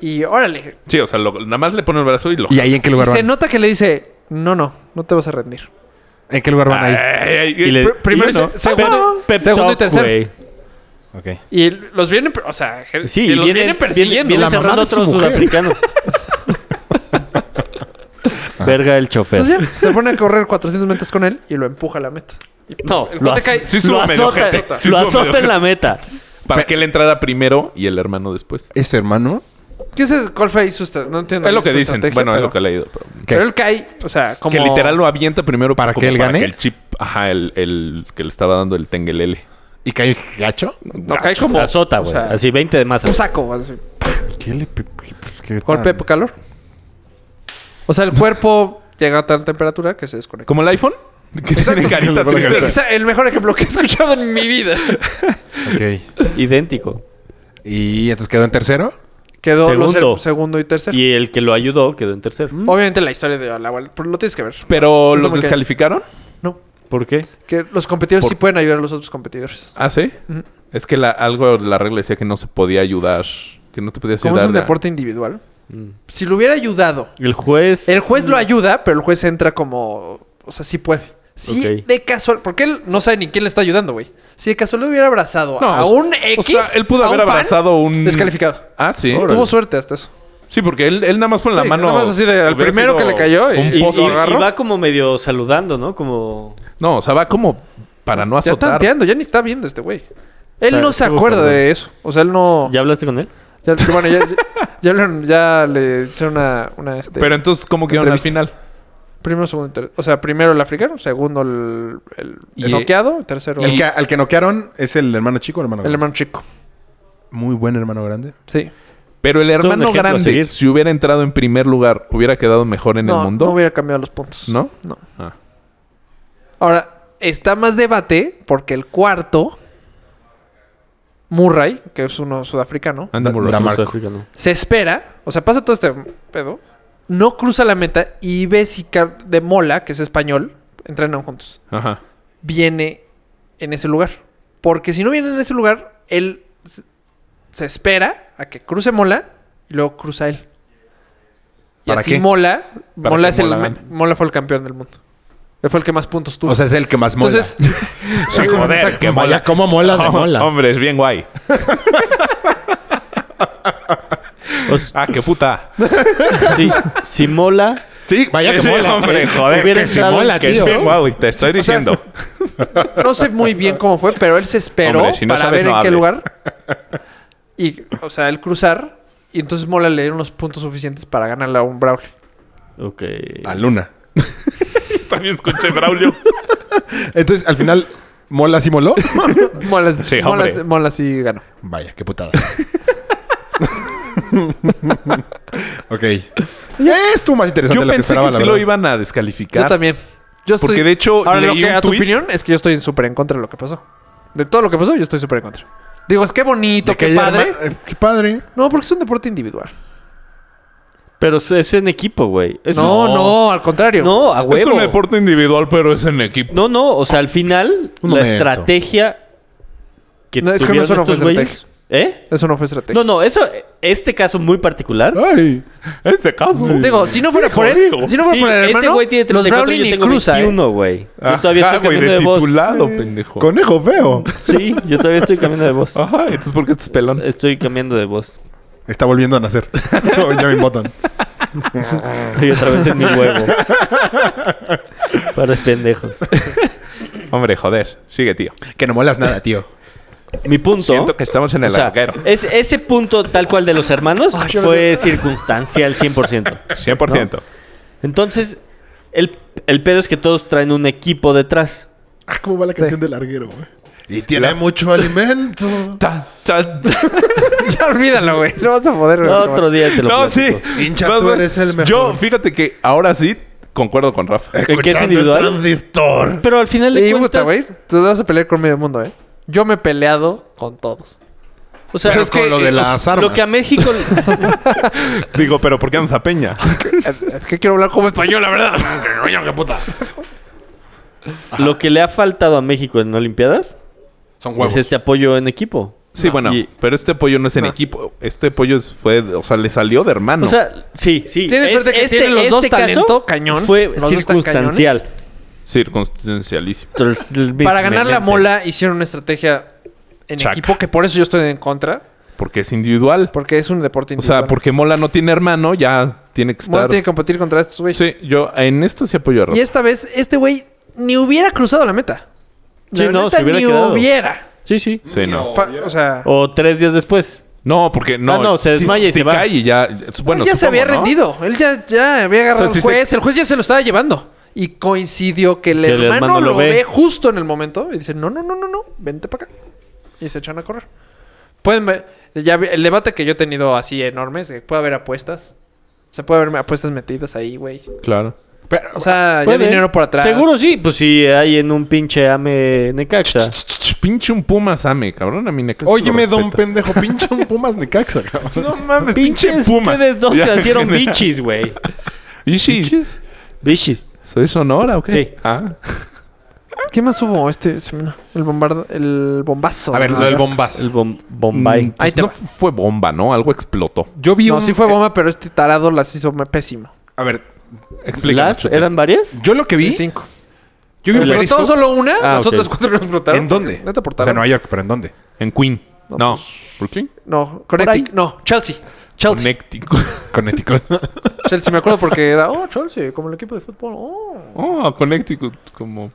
Speaker 4: Y órale.
Speaker 3: sí, o sea, lo- nada más le pone el brazo y lo.
Speaker 1: ¿Y ahí en qué
Speaker 4: Y
Speaker 1: lugar
Speaker 4: se
Speaker 1: van?
Speaker 4: nota que le dice: No, no, no te vas a rendir.
Speaker 1: ¿En qué lugar van ahí?
Speaker 3: Ay, ay, ay,
Speaker 5: Y le-
Speaker 3: pr- primero
Speaker 5: y uno.
Speaker 3: se- segundo-
Speaker 5: Pep
Speaker 4: segundo y
Speaker 5: talk,
Speaker 4: tercero.
Speaker 5: güey.
Speaker 9: Ok.
Speaker 4: Y los vienen, o sea, gen-
Speaker 5: Sí,
Speaker 4: y los
Speaker 5: vienen,
Speaker 4: vienen persiguiendo.
Speaker 5: Viene,
Speaker 4: La mamá
Speaker 5: cerrando
Speaker 4: de su
Speaker 5: otro
Speaker 4: mujer.
Speaker 5: sudafricano.
Speaker 4: [LAUGHS] Ah.
Speaker 5: Verga el chofer.
Speaker 4: Entonces ya, se pone a correr 400 metros con él y lo empuja a la meta.
Speaker 5: No,
Speaker 4: El
Speaker 5: lo,
Speaker 4: cuate
Speaker 5: az-
Speaker 4: cae-
Speaker 3: sí estuvo
Speaker 5: lo
Speaker 3: medio
Speaker 5: azota,
Speaker 3: ojete, sí
Speaker 5: lo
Speaker 3: estuvo medio
Speaker 5: azota en
Speaker 3: ojete.
Speaker 5: la meta.
Speaker 3: Para que él entrara primero y el hermano después.
Speaker 1: Ese hermano.
Speaker 4: ¿Qué es ¿Cuál fue ahí su estra- No entiendo.
Speaker 3: es lo
Speaker 4: su
Speaker 3: que dicen.
Speaker 4: estrategia,
Speaker 3: Bueno, es
Speaker 4: pero-
Speaker 3: lo que he leído. pero-
Speaker 4: Pero él cae, o sea, como...
Speaker 3: Que literal lo avienta primero
Speaker 1: ¿Para
Speaker 3: como
Speaker 1: que él gane?
Speaker 3: que el chip, ajá, el, el que le estaba dando el tengelele.
Speaker 1: ¿Y cae gacho?
Speaker 4: No, cae como...
Speaker 5: Lo azota, güey.
Speaker 4: o sea,
Speaker 5: Así 20 de masa.
Speaker 4: Un saco, así.
Speaker 1: Pues, ¿Qué le pe- qué- pues, qué-
Speaker 4: Golpe
Speaker 5: Ah.
Speaker 4: por calor. O sea, el cuerpo llega a tal temperatura que se desconecta.
Speaker 3: ¿Como el iPhone? [LAUGHS] Que tiene
Speaker 4: [LAUGHS]
Speaker 3: carita triste.
Speaker 4: Exa- el mejor ejemplo que he escuchado en mi
Speaker 5: [LAUGHS]
Speaker 4: vida.
Speaker 1: Ok.
Speaker 5: Idéntico.
Speaker 1: ¿Y entonces quedó en tercero?
Speaker 4: Quedó los
Speaker 5: Segundo.
Speaker 4: ser- segundo y tercero.
Speaker 5: Y el que lo ayudó quedó en tercero.
Speaker 4: Obviamente la historia de la Wall- pero lo tienes que ver.
Speaker 3: Pero
Speaker 4: Sí,
Speaker 3: los
Speaker 4: como que-
Speaker 3: descalificaron.
Speaker 4: No.
Speaker 5: ¿Por qué?
Speaker 4: Que los competidores
Speaker 3: Por-
Speaker 4: sí pueden ayudar a los otros competidores.
Speaker 3: Ah, sí.
Speaker 4: Ujú.
Speaker 3: Es que la, algo de la regla decía que no se podía ayudar. Que no te podías
Speaker 4: Como
Speaker 3: ayudar.
Speaker 4: es un
Speaker 3: a-
Speaker 4: deporte individual.
Speaker 5: Mm.
Speaker 4: Si lo hubiera ayudado,
Speaker 5: El juez.
Speaker 4: el juez lo ayuda, pero el juez entra como. O sea, sí puede. Sí,
Speaker 5: Ok.
Speaker 4: de casual. Porque él no sabe ni quién le está ayudando, güey. Si de casual le hubiera abrazado
Speaker 3: No,
Speaker 4: a
Speaker 3: o-
Speaker 4: un X.
Speaker 3: O sea, él pudo
Speaker 4: a un
Speaker 3: haber
Speaker 4: fan,
Speaker 3: abrazado un.
Speaker 4: Descalificado.
Speaker 3: Ah, sí.
Speaker 4: Tuvo suerte hasta eso.
Speaker 3: Sí, porque él, él nada más con la
Speaker 4: Sí,
Speaker 3: mano.
Speaker 4: nada más así de, al
Speaker 3: hubiera
Speaker 4: primero
Speaker 3: sido
Speaker 4: que le cayó y-
Speaker 3: un
Speaker 5: Y,
Speaker 3: pozo
Speaker 5: y- y
Speaker 3: agarró.
Speaker 5: va como medio saludando, ¿no? Como.
Speaker 3: No, o sea, va como para no
Speaker 4: Ya
Speaker 3: azotar.
Speaker 4: tanteando, ya ni está viendo este güey. Él
Speaker 5: Está-
Speaker 4: no se
Speaker 5: estuvo
Speaker 4: acuerda
Speaker 5: cabrón.
Speaker 4: de eso. O sea, él no.
Speaker 5: ¿Ya hablaste con él?
Speaker 4: Ya, bueno, ya, ya- ya le- ya le echaron una. una este,
Speaker 3: Pero entonces, ¿cómo quedaron al
Speaker 4: Entrevista.
Speaker 3: final?
Speaker 4: primero, segundo, y ter- O sea, primero el africano, segundo el, el, el
Speaker 3: Y-
Speaker 4: noqueado, tercero
Speaker 1: El
Speaker 4: el,
Speaker 1: que, al que noquearon es el hermano chico o hermano grande.
Speaker 4: hermano chico.
Speaker 1: Muy buen hermano grande.
Speaker 4: Sí.
Speaker 3: Pero el
Speaker 5: Es todo un
Speaker 3: hermano
Speaker 5: ejemplo a
Speaker 3: grande,
Speaker 5: seguir.
Speaker 3: si hubiera entrado en primer lugar, hubiera quedado mejor en
Speaker 4: no,
Speaker 3: el mundo.
Speaker 4: no hubiera cambiado los puntos.
Speaker 3: ¿No?
Speaker 4: No.
Speaker 3: Ah.
Speaker 4: Ahora, está más debate porque el cuarto, Murray, que es uno sudafricano,
Speaker 3: Andy
Speaker 1: Da-
Speaker 3: Murray.
Speaker 1: da- Damarco.
Speaker 5: Sudafricano.
Speaker 4: se espera, o sea, pasa todo este pedo, no cruza la meta y ve si Car- de Mola, que es español, entrenan juntos,
Speaker 3: Ajá.
Speaker 4: viene en ese lugar. Porque si no viene en ese lugar, él se- se espera a que cruce Mola y luego cruza él. Y
Speaker 1: ¿Para
Speaker 4: así
Speaker 1: qué?
Speaker 4: Mola,
Speaker 3: Para
Speaker 4: Mola,
Speaker 3: que
Speaker 4: es el,
Speaker 3: Mola
Speaker 4: me-
Speaker 3: gane.
Speaker 4: Mola fue el campeón del mundo. Él fue el que más puntos tuvo.
Speaker 1: O sea, es el que más mola.
Speaker 4: Entonces,
Speaker 1: [LAUGHS]
Speaker 3: Sí, joder, que
Speaker 9: Vaya, cómo
Speaker 4: [LAUGHS]
Speaker 9: mola de
Speaker 3: Oh,
Speaker 9: mola.
Speaker 3: Hombre, es bien guay.
Speaker 5: Os-
Speaker 3: Ah, qué puta.
Speaker 4: [LAUGHS]
Speaker 5: sí, si mola.
Speaker 1: sí, vaya que
Speaker 3: Sí,
Speaker 1: mola.
Speaker 3: hombre, joder,
Speaker 5: Hubiera
Speaker 3: que sí
Speaker 5: entrado-
Speaker 3: mola, que es
Speaker 9: tío.
Speaker 3: bien guay, te estoy
Speaker 4: o sea,
Speaker 3: diciendo.
Speaker 4: no sé muy bien cómo fue, pero él se esperó
Speaker 3: Hombre, si no
Speaker 4: para
Speaker 3: sabes,
Speaker 4: ver
Speaker 3: no
Speaker 4: en qué
Speaker 3: hables. [LAUGHS]
Speaker 4: lugar. Y, o sea, el cruzar. Y entonces Mola le dieron los puntos suficientes para ganarle a un Brawl. [LAUGHS]
Speaker 5: Ok.
Speaker 1: A Luna.
Speaker 3: [LAUGHS] También escuché Braulio.
Speaker 1: Entonces, al final, ¿mola sí moló?
Speaker 4: Mola,
Speaker 3: Sí,
Speaker 4: Mola-
Speaker 3: hombre.
Speaker 4: Mola sí ganó.
Speaker 1: Vaya,
Speaker 3: [LAUGHS]
Speaker 1: qué putada. ok. Estuvo más interesante
Speaker 3: Yo
Speaker 1: de lo que
Speaker 3: pensé que,
Speaker 1: esperaba, la
Speaker 3: sí lo
Speaker 1: verdad.
Speaker 3: iban a descalificar.
Speaker 4: Yo también. Yo
Speaker 3: Porque
Speaker 4: estoy-
Speaker 3: de hecho,
Speaker 4: Ahora, lo
Speaker 3: leí
Speaker 4: que,
Speaker 3: un
Speaker 4: a tu
Speaker 3: tuit.
Speaker 4: opinión es que yo estoy en súper en contra de lo que pasó. De todo lo que pasó, yo estoy súper en contra. Digo, es que bonito,
Speaker 1: De que
Speaker 4: qué
Speaker 1: haya
Speaker 4: padre.
Speaker 1: herma- eh, Qué padre.
Speaker 4: No, porque es un deporte individual.
Speaker 5: Pero es en equipo, güey. Eso
Speaker 4: No,
Speaker 5: es-
Speaker 4: no, al contrario.
Speaker 5: No, a huevo.
Speaker 3: Es un deporte individual, pero es en equipo.
Speaker 5: No, no, o sea, al final,
Speaker 1: Un
Speaker 5: la
Speaker 1: momento.
Speaker 5: estrategia que
Speaker 4: No, es que no,
Speaker 5: tuvieron
Speaker 4: eso no fue
Speaker 5: estos güeyes... ¿Eh?
Speaker 4: Eso no fue estrategia.
Speaker 5: No, no, eso, este caso muy
Speaker 4: Ah.
Speaker 5: particular.
Speaker 1: Ay.
Speaker 3: Este caso.
Speaker 4: Digo, si no fuera por él, si no fuera
Speaker 5: Sí,
Speaker 4: por el hermano,
Speaker 5: ese güey tiene
Speaker 4: los
Speaker 5: 34
Speaker 4: Brownie
Speaker 5: yo
Speaker 4: ni
Speaker 5: tengo
Speaker 4: cruza. ¿eh?
Speaker 5: 21, güey. Yo
Speaker 3: Ajá,
Speaker 5: todavía estoy
Speaker 3: güey,
Speaker 5: cambiando
Speaker 3: de
Speaker 5: de, voz.
Speaker 3: titulado, pendejo.
Speaker 1: Conejo feo.
Speaker 5: [LAUGHS] Sí, yo todavía estoy cambiando de voz.
Speaker 3: Ajá, entonces ¿por qué estás pelón?
Speaker 5: Estoy cambiando de voz.
Speaker 1: Está volviendo
Speaker 3: [LAUGHS]
Speaker 1: a nacer. Es como Benjamin Button.
Speaker 5: Estoy otra vez en mi huevo. Para
Speaker 3: [LAUGHS]
Speaker 5: pendejos.
Speaker 3: Hombre, joder. Sigue, tío.
Speaker 1: Que no molas nada, tío.
Speaker 5: Mi punto.
Speaker 3: Siento que estamos en
Speaker 5: o
Speaker 3: el
Speaker 5: sea,
Speaker 3: arquero.
Speaker 5: es- ese punto tal cual de los hermanos fue circunstancial 100%.
Speaker 3: 100%.
Speaker 5: Entonces, el, el pedo es que todos traen un equipo detrás.
Speaker 1: Ah, ¿cómo va la canción del larguero, güey? Y tiene mucho [LAUGHS] alimento.
Speaker 3: Ta, ta, ta.
Speaker 4: [LAUGHS] ya olvídalo, güey. No vas a poder, güey.
Speaker 5: Otro día te lo
Speaker 3: No, sí.
Speaker 5: platico.
Speaker 1: Hincha,
Speaker 3: Vas,
Speaker 1: tú
Speaker 3: vas.
Speaker 1: eres el mejor.
Speaker 3: Yo, fíjate que ahora sí concuerdo con Rafa.
Speaker 1: [LAUGHS]
Speaker 5: ¿El que es
Speaker 1: Escuchando
Speaker 5: individual?
Speaker 1: transistor.
Speaker 5: Pero al final de
Speaker 4: Y puta,
Speaker 5: cuentas,
Speaker 4: güey. Tú vas a pelear con medio mundo, ¿eh? Yo me he peleado con todos.
Speaker 5: o sea,
Speaker 1: Pero es con lo de
Speaker 5: eh,
Speaker 1: las
Speaker 5: lo que a
Speaker 1: armas.
Speaker 5: México
Speaker 3: Digo, pero ¿por qué vamos a
Speaker 1: [LAUGHS]
Speaker 3: Peña?
Speaker 4: Es es que quiero hablar como español, la verdad.
Speaker 5: lo que le ha faltado a México en Olimpiadas
Speaker 1: Son
Speaker 5: es este apoyo en equipo.
Speaker 3: Sí, bueno,
Speaker 5: Y-
Speaker 3: pero este pollo no es en equipo. Este pollo es- fue, o sea, le salió de hermano.
Speaker 5: O sea, sí, sí.
Speaker 4: Tienes
Speaker 5: Es- este,
Speaker 4: suerte que tienen los dos
Speaker 5: caso
Speaker 4: talento, cañón.
Speaker 5: Fue
Speaker 4: Los dos están
Speaker 5: circunstancial.
Speaker 3: Circunstancialísimo.
Speaker 5: Totalmente.
Speaker 4: Para ganar la mola hicieron una estrategia en
Speaker 3: Chaca.
Speaker 4: equipo, que por eso yo estoy en contra,
Speaker 3: Porque es individual.
Speaker 4: porque es un deporte
Speaker 3: O sea,
Speaker 4: individual.
Speaker 3: porque Mola no tiene hermano, ya tiene que
Speaker 4: Mola
Speaker 3: estar.
Speaker 4: tiene que competir contra estos güeyes.
Speaker 3: Sí, yo en esto sí apoyo a Rafa.
Speaker 4: Y esta vez, este güey ni hubiera cruzado la meta.
Speaker 5: Sí,
Speaker 4: La
Speaker 5: no,
Speaker 4: neta,
Speaker 5: se hubiera
Speaker 4: ni
Speaker 5: quedado.
Speaker 4: hubiera.
Speaker 5: Sí, sí.
Speaker 3: Sí, no.
Speaker 4: Fa- o sea,
Speaker 5: O tres días después.
Speaker 3: No, porque no.
Speaker 5: Ah, no, se
Speaker 3: sí-
Speaker 5: desmaya y se va.
Speaker 3: cae y ya. Bueno,
Speaker 4: él Ah, ya se
Speaker 3: supongo,
Speaker 4: había
Speaker 3: ¿no?
Speaker 4: rendido. Él ya, ya había agarrado
Speaker 3: O sea, si
Speaker 4: al juez. El juez ya se lo estaba llevando. Y coincidió que el,
Speaker 5: Que el
Speaker 4: hermano,
Speaker 5: hermano
Speaker 4: lo
Speaker 5: lo
Speaker 4: ve.
Speaker 5: ve.
Speaker 4: justo en el momento. Y dice, no, no, no, no, no. Vente para acá. Y se echan a correr. Pueden ver... Ya vi- el debate que yo he tenido así enorme es que puede haber apuestas. O sea, puede haber apuestas metidas ahí, güey.
Speaker 3: Claro.
Speaker 1: Pero,
Speaker 4: O sea, ya
Speaker 5: Puede.
Speaker 4: dinero por atrás.
Speaker 5: Seguro sí, pues sí, hay en un pinche AME Necaxa.
Speaker 3: Pinche un Pumas, ame, cabrón. A mí me
Speaker 1: óyeme, don pendejo, pinche un Pumas Necaxa, cabrón.
Speaker 3: No mames, pinche
Speaker 5: Pinches
Speaker 3: Pumas.
Speaker 5: ustedes dos
Speaker 3: Ya,
Speaker 5: nacieron
Speaker 3: general.
Speaker 5: bichis, güey.
Speaker 3: Bichis.
Speaker 5: Bichis.
Speaker 3: ¿Soy Sonora o qué?
Speaker 5: Sí.
Speaker 3: Ah.
Speaker 4: ¿Qué más hubo este semana? El bombardo, el bombazo.
Speaker 1: A ver,
Speaker 4: ¿no?
Speaker 1: lo del bombazo.
Speaker 5: El bom- Bombay.
Speaker 3: Mm, pues
Speaker 4: Ahí te
Speaker 3: no
Speaker 4: va.
Speaker 3: fue bomba, ¿no? Algo explotó.
Speaker 1: Yo vi
Speaker 4: No,
Speaker 1: un...
Speaker 4: sí fue bomba, pero este tarado las hizo me- pésimo.
Speaker 1: A ver,
Speaker 3: Explícanos,
Speaker 5: ¿Las?
Speaker 3: Chota.
Speaker 5: ¿Eran varias?
Speaker 1: yo lo que vi...
Speaker 4: Cinco.
Speaker 1: Yo vi un
Speaker 4: Pero
Speaker 1: periscope...
Speaker 4: todo solo una,
Speaker 5: Ah,
Speaker 4: las
Speaker 5: ok.
Speaker 4: otras cuatro no explotaron.
Speaker 1: ¿En dónde?
Speaker 4: No te
Speaker 1: O sea,
Speaker 4: aportaron.
Speaker 1: Nueva York, pero ¿en dónde?
Speaker 3: En Queen.
Speaker 4: No,
Speaker 3: No.
Speaker 5: pues,
Speaker 3: ¿Brooklyn?
Speaker 4: No, Connecticut. No, Chelsea. Chelsea.
Speaker 3: Connecticut. [LAUGHS]
Speaker 1: Connecticut.
Speaker 4: Chelsea, me acuerdo porque era, oh, Chelsea, como el equipo de fútbol. oh.
Speaker 3: Oh, Connecticut. Como...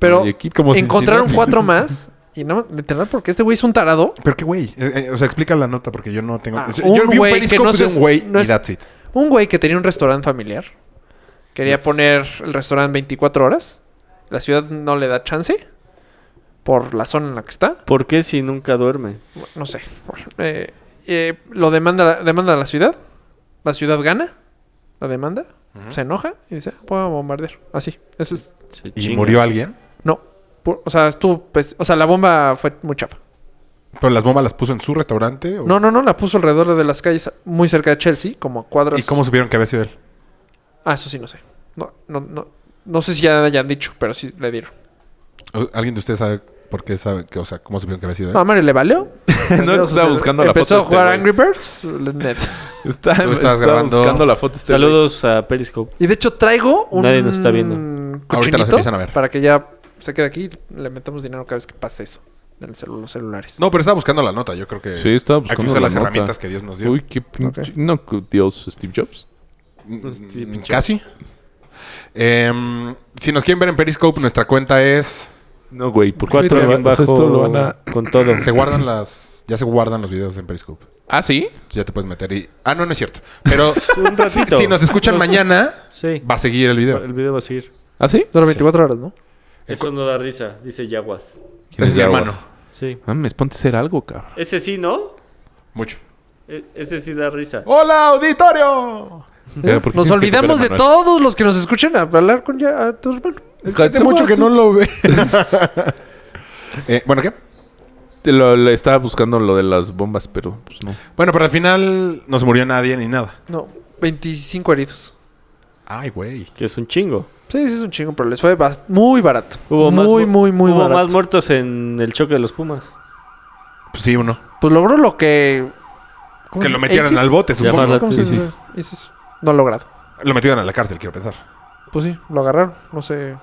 Speaker 4: Pero
Speaker 3: Y equipo
Speaker 1: Como
Speaker 4: encontraron
Speaker 1: Cincinnati.
Speaker 4: cuatro más. Y no, literal, porque este güey es un tarado.
Speaker 1: [LAUGHS] ¿Pero qué güey? Eh, eh, o sea, explica la nota porque yo no tengo...
Speaker 4: Ah,
Speaker 1: O sea,
Speaker 4: un
Speaker 1: yo vi un
Speaker 4: güey que
Speaker 1: periscope
Speaker 4: no
Speaker 1: de
Speaker 4: se-
Speaker 1: un güey
Speaker 4: no
Speaker 1: y
Speaker 4: es-
Speaker 1: that's it.
Speaker 4: Un güey que tenía un restaurante familiar. Quería poner el restaurante 24 horas. La ciudad no le da chance. Por la zona en la que está.
Speaker 5: ¿Por qué si nunca duerme?
Speaker 4: no sé. Eh, eh, lo demanda, la- demanda la ciudad. La ciudad gana la demanda. Se enoja y dice, voy a bombardear. Así. Eso es.
Speaker 5: Se
Speaker 1: ¿Y
Speaker 5: chinga.
Speaker 1: murió alguien?
Speaker 4: No. Pu- o sea, estuvo. pues, o sea, la bomba fue muy chapa.
Speaker 1: ¿Pero las bombas las puso en su restaurante? o-
Speaker 4: No, no, no. La puso alrededor de las calles muy cerca de Chelsea, como a cuadras.
Speaker 1: ¿Y cómo supieron que había sido él?
Speaker 4: Ah, eso sí, no sé. No, no, no. No sé si ya hayan dicho, pero sí le dieron.
Speaker 1: ¿O- ¿Alguien de ustedes sabe por qué sabe que, o sea, cómo supieron que había sido él?
Speaker 4: No, a Mario le valió.
Speaker 3: [LAUGHS] No, estaba buscando la
Speaker 4: Empezó
Speaker 3: foto
Speaker 4: a
Speaker 3: de este güey.
Speaker 4: jugar Angry Birds. le- net.
Speaker 3: Está,
Speaker 1: Tú estabas
Speaker 3: estaba
Speaker 1: grabando.
Speaker 3: buscando la foto. Este
Speaker 5: Saludos a Periscope.
Speaker 4: Y de hecho traigo un...
Speaker 5: Nadie nos está viendo.
Speaker 4: cochinito
Speaker 1: Ahorita nos empiezan a ver.
Speaker 4: Para que ya se quede aquí. Le metamos dinero cada vez que pase eso. En el celu- los celulares.
Speaker 1: No, pero estaba buscando la nota, yo creo que...
Speaker 3: güey. Sí, estaba
Speaker 1: Hay que
Speaker 3: buscando
Speaker 1: usar
Speaker 3: la
Speaker 1: las
Speaker 3: nota.
Speaker 1: herramientas que Dios nos dio.
Speaker 3: Uy, qué pinche...
Speaker 4: Ok.
Speaker 3: No, cu- Dios, Steve Jobs.
Speaker 1: Mm,
Speaker 5: Steve
Speaker 1: mm,
Speaker 5: Jobs.
Speaker 1: Casi. Em, si nos quieren ver en Periscope, nuestra cuenta es...
Speaker 3: No, güey. ¿por qué
Speaker 5: Cuatro
Speaker 3: esto lo-
Speaker 5: bien bajo
Speaker 3: o sea, esto lo van a...
Speaker 5: con todo.
Speaker 1: Se guardan las... Ya se guardan los videos en Periscope.
Speaker 3: ¿Ah, sí?
Speaker 1: Ya te puedes meter y... Ah, no, no es cierto. Pero
Speaker 5: Un ratito.
Speaker 1: si nos escuchan mañana,
Speaker 5: Sí.
Speaker 1: va a seguir el video.
Speaker 5: El video va a seguir.
Speaker 3: ¿Ah, sí?
Speaker 4: Dura 24 horas, ¿no?
Speaker 5: Eso no da risa, dice Yaguas.
Speaker 3: ¿Quién
Speaker 1: Es mi
Speaker 3: Jaguars?
Speaker 1: hermano.
Speaker 5: Sí.
Speaker 3: Mames, ponte a hacer algo, cabrón.
Speaker 5: Ese sí, ¿no?
Speaker 1: Mucho.
Speaker 5: E- ese sí da risa.
Speaker 1: ¡Hola, auditorio!
Speaker 3: Pero, ¿por qué tienes
Speaker 4: Nos
Speaker 3: que
Speaker 4: olvidamos de
Speaker 3: copiar a Manuel?
Speaker 4: todos los que nos escuchan a hablar con ya a tu hermano.
Speaker 1: Es que hace mucho que no lo ve. [LAUGHS] Eh, bueno, ¿qué?
Speaker 3: Te lo- le estaba buscando lo de las bombas, pero pues no.
Speaker 1: Bueno, pero al final no se murió nadie ni nada.
Speaker 4: No, 25 heridos.
Speaker 1: Ay, güey.
Speaker 5: Que es un chingo.
Speaker 4: Sí, sí es un chingo, pero les fue bas- muy barato.
Speaker 5: Hubo más
Speaker 4: muy,
Speaker 5: mu-
Speaker 4: muy, muy
Speaker 5: Hubo
Speaker 4: barato.
Speaker 5: más muertos en el choque de los Pumas.
Speaker 1: Pues sí, uno.
Speaker 4: Pues logró lo que... ¿cómo
Speaker 1: Que
Speaker 4: se-
Speaker 1: lo metieran
Speaker 4: ISIS?
Speaker 1: al bote,
Speaker 5: Ya
Speaker 1: supongo.
Speaker 5: más-
Speaker 4: ¿Cómo se
Speaker 5: ISIS.
Speaker 4: dice? ISIS. No logrado.
Speaker 1: Lo metieron a la cárcel, quiero pensar.
Speaker 4: Pues sí, lo agarraron. No sé...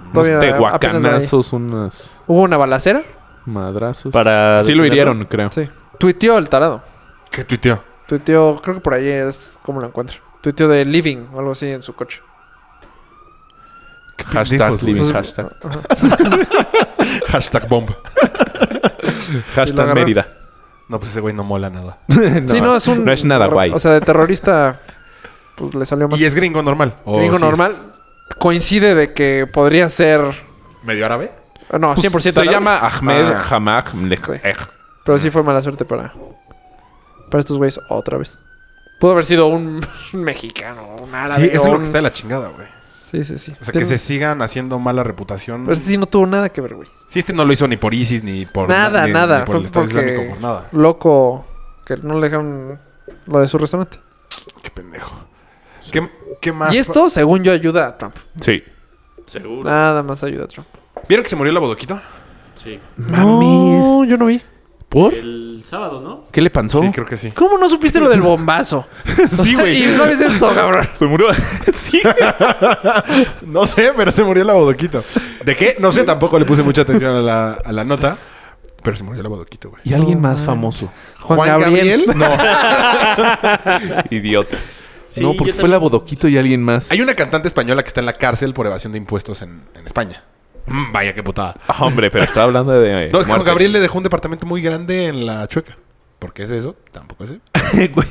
Speaker 3: Unos
Speaker 4: Todavía apenas van ahí.
Speaker 3: tehuacanazos, unas
Speaker 4: Hubo una balacera.
Speaker 3: madrazos.
Speaker 5: Para
Speaker 3: sí lo
Speaker 5: detenerlo.
Speaker 3: hirieron, creo.
Speaker 4: Sí. Tuiteó el tarado.
Speaker 1: ¿Qué tuiteó?
Speaker 4: Tuiteó, creo que por ahí es como lo encuentro. Tuiteó de living o algo así en su coche.
Speaker 1: ¿Qué pendejos,
Speaker 3: Hashtag
Speaker 1: güey.
Speaker 3: living hashtag.
Speaker 1: Hashtag bomb.
Speaker 4: Y lo
Speaker 3: Hashtag [LAUGHS]
Speaker 4: agarraron.
Speaker 3: Mérida.
Speaker 1: No, pues ese güey no mola nada.
Speaker 3: no,
Speaker 4: sí, no, es un.
Speaker 3: No es nada guay.
Speaker 4: O sea, de terrorista, pues le salió mal.
Speaker 1: [LAUGHS] ¿Y es gringo normal? ¿O
Speaker 4: Gringo
Speaker 1: sí es
Speaker 4: normal. Coincide de que podría ser.
Speaker 1: ¿Medio árabe?
Speaker 4: Ah, No, 100%
Speaker 3: Pues, se
Speaker 4: árabe,
Speaker 3: llama Ahmed
Speaker 1: Ah.
Speaker 3: Hamag Mlej-
Speaker 4: Sí.
Speaker 3: Ej.
Speaker 4: Pero sí fue mala suerte para. Para estos güeyes otra vez. Pudo haber sido un [LAUGHS] mexicano, un árabe.
Speaker 1: Sí, eso
Speaker 4: o
Speaker 1: es lo que
Speaker 4: un-
Speaker 1: está de la chingada, güey.
Speaker 4: Sí, sí, sí.
Speaker 1: O sea, que
Speaker 4: Tiene-
Speaker 1: se sigan haciendo mala reputación.
Speaker 4: Pero este sí no tuvo nada que ver, güey.
Speaker 1: Sí, este no lo hizo ni por ISIS, ni por...
Speaker 4: nada,
Speaker 1: ni- ni
Speaker 4: nada.
Speaker 1: por el
Speaker 4: Fue
Speaker 1: Estado
Speaker 4: porque
Speaker 1: Islámico, por nada.
Speaker 4: Loco que no le dejaron lo de su restaurante.
Speaker 1: Qué pendejo. ¿Qué, qué más?
Speaker 4: Y esto, según yo, ayuda a Trump.
Speaker 3: Sí.
Speaker 5: Seguro.
Speaker 4: Nada más ayuda a Trump.
Speaker 1: ¿Vieron que se murió la bodoquito?
Speaker 5: Sí.
Speaker 4: No, yo no vi.
Speaker 3: ¿Por?
Speaker 5: El sábado, ¿no?
Speaker 3: ¿Qué le pasó?
Speaker 1: Sí, creo que sí.
Speaker 4: ¿Cómo no supiste lo
Speaker 3: [LAUGHS]
Speaker 4: del bombazo?
Speaker 3: Sí, güey.
Speaker 4: [LAUGHS] ¿Y sabes esto, cabrón?
Speaker 3: Se murió. sí.
Speaker 1: No sé, pero se murió la bodoquito. ¿De qué? No sé, tampoco le puse mucha atención a la, a la nota. Pero se murió la bodoquito, güey.
Speaker 3: Y alguien más famoso.
Speaker 1: ¿Juan, Gabriel? No.
Speaker 3: [LAUGHS] Idiota.
Speaker 5: Sí,
Speaker 3: no,
Speaker 5: yo
Speaker 3: porque fue la bodoquito y alguien más.
Speaker 1: [LAUGHS] Hay una cantante española que está en la cárcel por evasión de impuestos en, en España. Mm, vaya qué putada.
Speaker 3: Ah, Hombre, pero estaba hablando de. eh,
Speaker 1: No, es que Juan
Speaker 3: muertes.
Speaker 1: Gabriel le dejó un departamento muy grande en la Chueca. ¿Por qué es eso? Tampoco sé.
Speaker 3: [LAUGHS] Güey.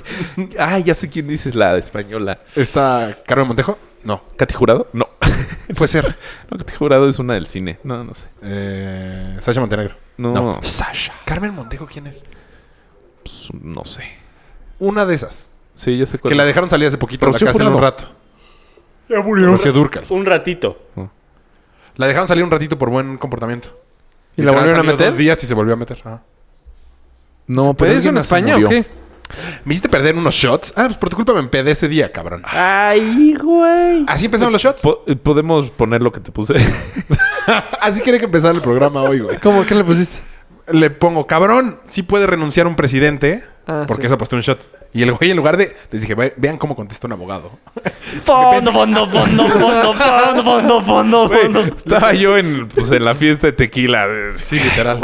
Speaker 3: ah, ya sé quién dices la española.
Speaker 1: ¿Está Carmen Montejo? No.
Speaker 3: ¿Cati Jurado? No. [LAUGHS]
Speaker 1: Puede ser. [LAUGHS]
Speaker 3: no, Cati Jurado es una del cine. No, no sé.
Speaker 1: Eh, Sasha Montenegro.
Speaker 3: No,
Speaker 1: No.
Speaker 3: no,
Speaker 1: Sasha. ¿Carmen Montejo quién es?
Speaker 3: pues, no sé.
Speaker 1: Una de esas.
Speaker 3: Sí, ya sé cuál
Speaker 1: Que la
Speaker 3: es.
Speaker 1: dejaron salir hace poquito de la
Speaker 3: Pues, Rocío
Speaker 1: cárcel un
Speaker 3: Jurado.
Speaker 1: rato. Ya murió. Rocío Durcal.
Speaker 9: Un ratito.
Speaker 1: La dejaron salir un ratito por buen comportamiento.
Speaker 4: ¿Y la
Speaker 1: Literal,
Speaker 4: volvieron a
Speaker 1: salió
Speaker 4: meter?
Speaker 1: dos días y se volvió a meter. Ajá.
Speaker 3: No,
Speaker 4: ¿Pero eso
Speaker 3: alguien
Speaker 4: en
Speaker 3: más se
Speaker 4: España o
Speaker 3: murió.
Speaker 4: qué?
Speaker 1: ¿Me hiciste perder unos shots? Ah, pues por tu culpa me empedé ese día, cabrón.
Speaker 9: Ay, güey.
Speaker 1: Así empezaron los shots.
Speaker 3: Po- eh, Podemos poner lo que te
Speaker 1: [LAUGHS]
Speaker 3: puse. [LAUGHS]
Speaker 1: Así quería que empezara el programa hoy, güey.
Speaker 4: ¿Cómo? ¿Qué le pusiste?
Speaker 1: Le pongo, cabrón, sí puede renunciar un presidente
Speaker 4: Ah,
Speaker 1: porque
Speaker 4: sí.
Speaker 1: eso apostó un shot. Y el güey, en lugar de. Les dije, "Ve- vean cómo contesta un abogado.
Speaker 9: Fondo, fondo, fondo, fondo, fondo, fondo, fondo, fondo.
Speaker 3: Estaba yo en, pues, en la fiesta de tequila. Sí, literal.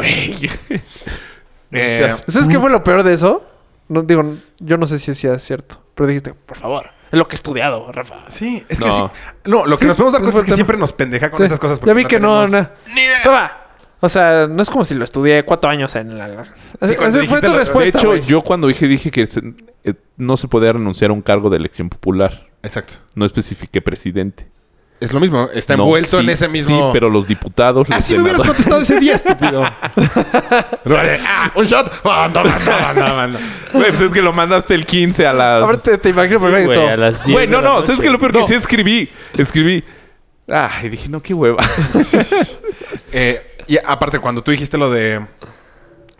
Speaker 1: Eh,
Speaker 4: ¿Sabes qué fue lo peor de eso? No, digo, yo no sé si sea cierto. Pero dijiste, por favor, es lo que he estudiado, Rafa.
Speaker 1: sí, es que
Speaker 3: No.
Speaker 1: sí. No, lo que nos podemos dar
Speaker 4: pues
Speaker 1: cuenta es que
Speaker 4: fue el tema.
Speaker 1: siempre nos pendeja con
Speaker 4: Sí.
Speaker 1: esas cosas.
Speaker 4: Ya vi que no,
Speaker 1: tenemos-
Speaker 4: no. Toma. O sea, no es como si lo estudié cuatro años en la... Esa-
Speaker 1: cuando
Speaker 4: esa fue
Speaker 1: dijiste
Speaker 4: tu
Speaker 1: lo-
Speaker 3: De
Speaker 4: respuesta,
Speaker 3: hecho,
Speaker 4: güey.
Speaker 3: yo cuando dije, dije que se- eh, no se podía renunciar a un cargo de elección popular.
Speaker 1: Exacto.
Speaker 3: No especifiqué presidente.
Speaker 1: Es lo mismo. Está
Speaker 3: No,
Speaker 1: envuelto
Speaker 3: sí,
Speaker 1: en ese mismo.
Speaker 3: Sí, pero los diputados, los
Speaker 1: Así Ah, me hubieras
Speaker 3: senadores-
Speaker 1: contestado
Speaker 3: [LAUGHS]
Speaker 1: ese día, estúpido. Vale, ah, un shot. Banda, banda, banda, banda.
Speaker 3: Güey, pues es que lo mandaste el 15 a las...
Speaker 4: Ahora te, te imagino perfecto.
Speaker 5: Güey, a las 10
Speaker 3: Güey,
Speaker 5: de
Speaker 3: no,
Speaker 5: la
Speaker 3: no.
Speaker 5: noche.
Speaker 3: ¿Sabes qué? Lo peor que sí escribí. Escribí. Ay, dije, no, qué hueva.
Speaker 1: Eh, y aparte, cuando tú dijiste lo de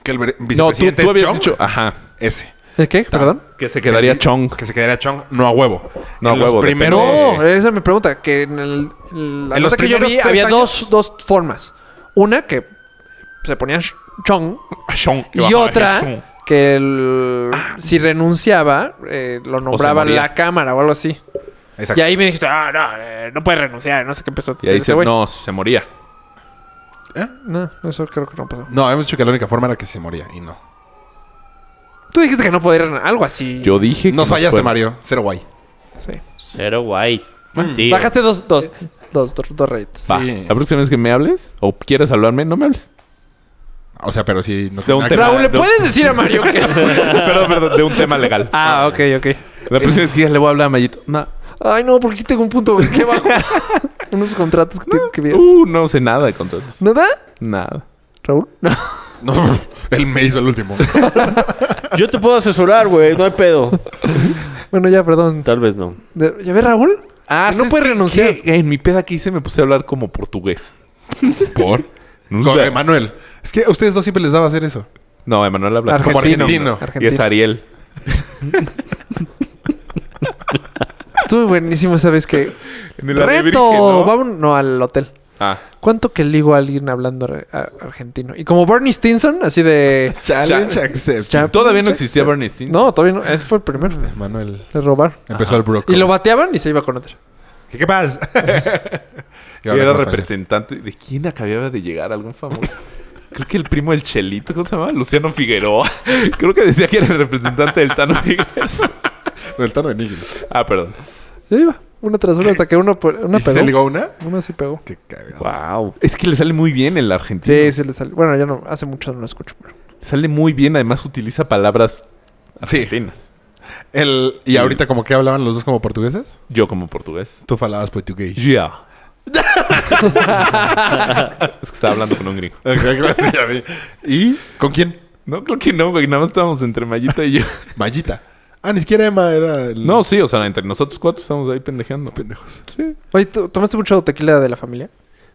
Speaker 1: que el vicepresidente
Speaker 3: [LAUGHS] No, tú, tú habías
Speaker 1: es Chong,
Speaker 3: dicho... Ajá.
Speaker 1: ese.
Speaker 4: ¿El qué? ¿Perdón?
Speaker 3: Que se quedaría Chong.
Speaker 1: Que se quedaría Chong, no a huevo.
Speaker 3: No a
Speaker 1: En
Speaker 3: huevo,
Speaker 1: Los
Speaker 3: depende.
Speaker 1: primeros...
Speaker 4: No, esa es mi pregunta. Que en el, la
Speaker 1: En los
Speaker 4: nota que yo
Speaker 1: primeros
Speaker 4: vi
Speaker 1: tres
Speaker 4: había
Speaker 1: años-
Speaker 4: dos, dos formas. Una que se ponía sh- chong
Speaker 3: Chong.
Speaker 4: y otra que el- si renunciaba eh, lo nombraba
Speaker 3: moría.
Speaker 4: la cámara o algo así.
Speaker 1: Exacto.
Speaker 4: Y ahí me dijiste, ah, no, eh, no puedes renunciar, no sé qué empezó a
Speaker 3: Y ahí
Speaker 4: decir este
Speaker 3: dice,
Speaker 4: güey.
Speaker 3: no, se moría.
Speaker 4: No, eso creo que no pasó.
Speaker 1: No, habíamos dicho que la única forma era que se moría y no.
Speaker 4: Tú dijiste que no podía renunciar, algo así.
Speaker 3: Yo dije
Speaker 1: Nos
Speaker 3: no
Speaker 1: fallaste,
Speaker 3: fuera.
Speaker 1: Mario. Cero guay.
Speaker 4: Sí.
Speaker 9: Cero guay. Tío.
Speaker 4: Bajaste dos, dos, dos, dos, dos rates.
Speaker 3: Va,
Speaker 1: Sí.
Speaker 3: La próxima vez que me hables o quieras hablarme, no me hables.
Speaker 1: O sea, pero si no
Speaker 3: De un
Speaker 1: nada
Speaker 3: tema.
Speaker 4: Raúl, ¿le
Speaker 3: no.
Speaker 4: puedes decir a Mario
Speaker 3: [LAUGHS]
Speaker 4: que...?
Speaker 3: [LAUGHS] perdón, perdón, de un tema legal.
Speaker 4: ah, ok, ok.
Speaker 3: La próxima vez que ya le voy a hablar a Mayito. No.
Speaker 4: Ay, no, porque sí tengo un punto qué bajo. Unos contratos que tengo que ver.
Speaker 3: Uh, no sé nada de contratos.
Speaker 4: ¿Nada?
Speaker 3: Nada.
Speaker 4: ¿Raúl? No.
Speaker 1: que- [LAUGHS] No, él me hizo
Speaker 3: [LAUGHS]
Speaker 1: el último.
Speaker 9: Yo te puedo asesorar, güey. No hay pedo.
Speaker 4: Bueno, ya, perdón.
Speaker 9: Tal vez no.
Speaker 4: De- ¿Ya ves, Raúl?
Speaker 3: Ah,
Speaker 4: no puedes renunciar.
Speaker 3: En mi peda que hice me puse a hablar como portugués.
Speaker 1: ¿Por?
Speaker 3: No,
Speaker 1: Con
Speaker 3: sé.
Speaker 1: Emanuel. Es que a ustedes dos siempre les daba hacer eso.
Speaker 3: No, Emanuel habla
Speaker 1: Como argentino.
Speaker 3: Y es Ariel.
Speaker 4: Estuvo buenísimo, ¿sabes qué?
Speaker 3: En el
Speaker 4: ¡Reto!
Speaker 3: Ave Virgen, ¿no?
Speaker 4: Vamos, no, al hotel.
Speaker 3: Ah,
Speaker 4: ¿Cuánto que ligo a alguien hablando ar- a- argentino? Y como Bernie Stinson,
Speaker 3: [LAUGHS]
Speaker 4: así de...
Speaker 1: Challenge accept.
Speaker 4: Cha-
Speaker 3: todavía no existía Bernie Stinson.
Speaker 4: No, todavía no. Ese fue el primero.
Speaker 1: Manuel.
Speaker 4: Le robar.
Speaker 1: Empezó el broco.
Speaker 4: Y lo bateaban y se iba con otro.
Speaker 1: ¿Qué, qué pasa? Y
Speaker 3: Y era
Speaker 1: ahora con España.
Speaker 3: representante. ¿De quién acababa de llegar? ¿Algún famoso? Creo que el primo del Chelito, ¿cómo se llamaba? Luciano Figueroa. [LAUGHS] Creo que decía que era el representante del Tano Figueroa.
Speaker 1: Del tono de Nigel.
Speaker 3: Ah, perdón.
Speaker 4: Se iba. Uno tras uno hasta que uno, por- uno
Speaker 1: ¿Y si se
Speaker 4: pegó.
Speaker 1: ligó una?
Speaker 4: Uno sí pegó.
Speaker 1: Qué cagado.
Speaker 9: Wow.
Speaker 3: Es que le sale muy bien el argentino.
Speaker 4: Sí, sí le salió. Bueno, ya no. Hace mucho no lo escucho. pero-
Speaker 3: Sale muy bien, además utiliza palabras
Speaker 1: Sí.
Speaker 3: argentinas.
Speaker 1: El, y ahorita como que hablaban los dos como portugueses.
Speaker 3: Yo como portugués.
Speaker 1: Tú falabas portugués.
Speaker 3: Yeah. [LAUGHS] es que estaba hablando con un gringo. [LAUGHS]
Speaker 1: Exacto, sí, ya vi. ¿Y con quién?
Speaker 3: No, creo que no, güey. Nada más estábamos entre Mayita y yo.
Speaker 1: Mallita. Ah, ni siquiera Emma era el...
Speaker 3: No, sí, o sea, entre nosotros cuatro estábamos ahí pendejeando.
Speaker 1: pendejos.
Speaker 3: Sí.
Speaker 4: Oye, ¿tú- ¿tomaste mucho tequila de la familia?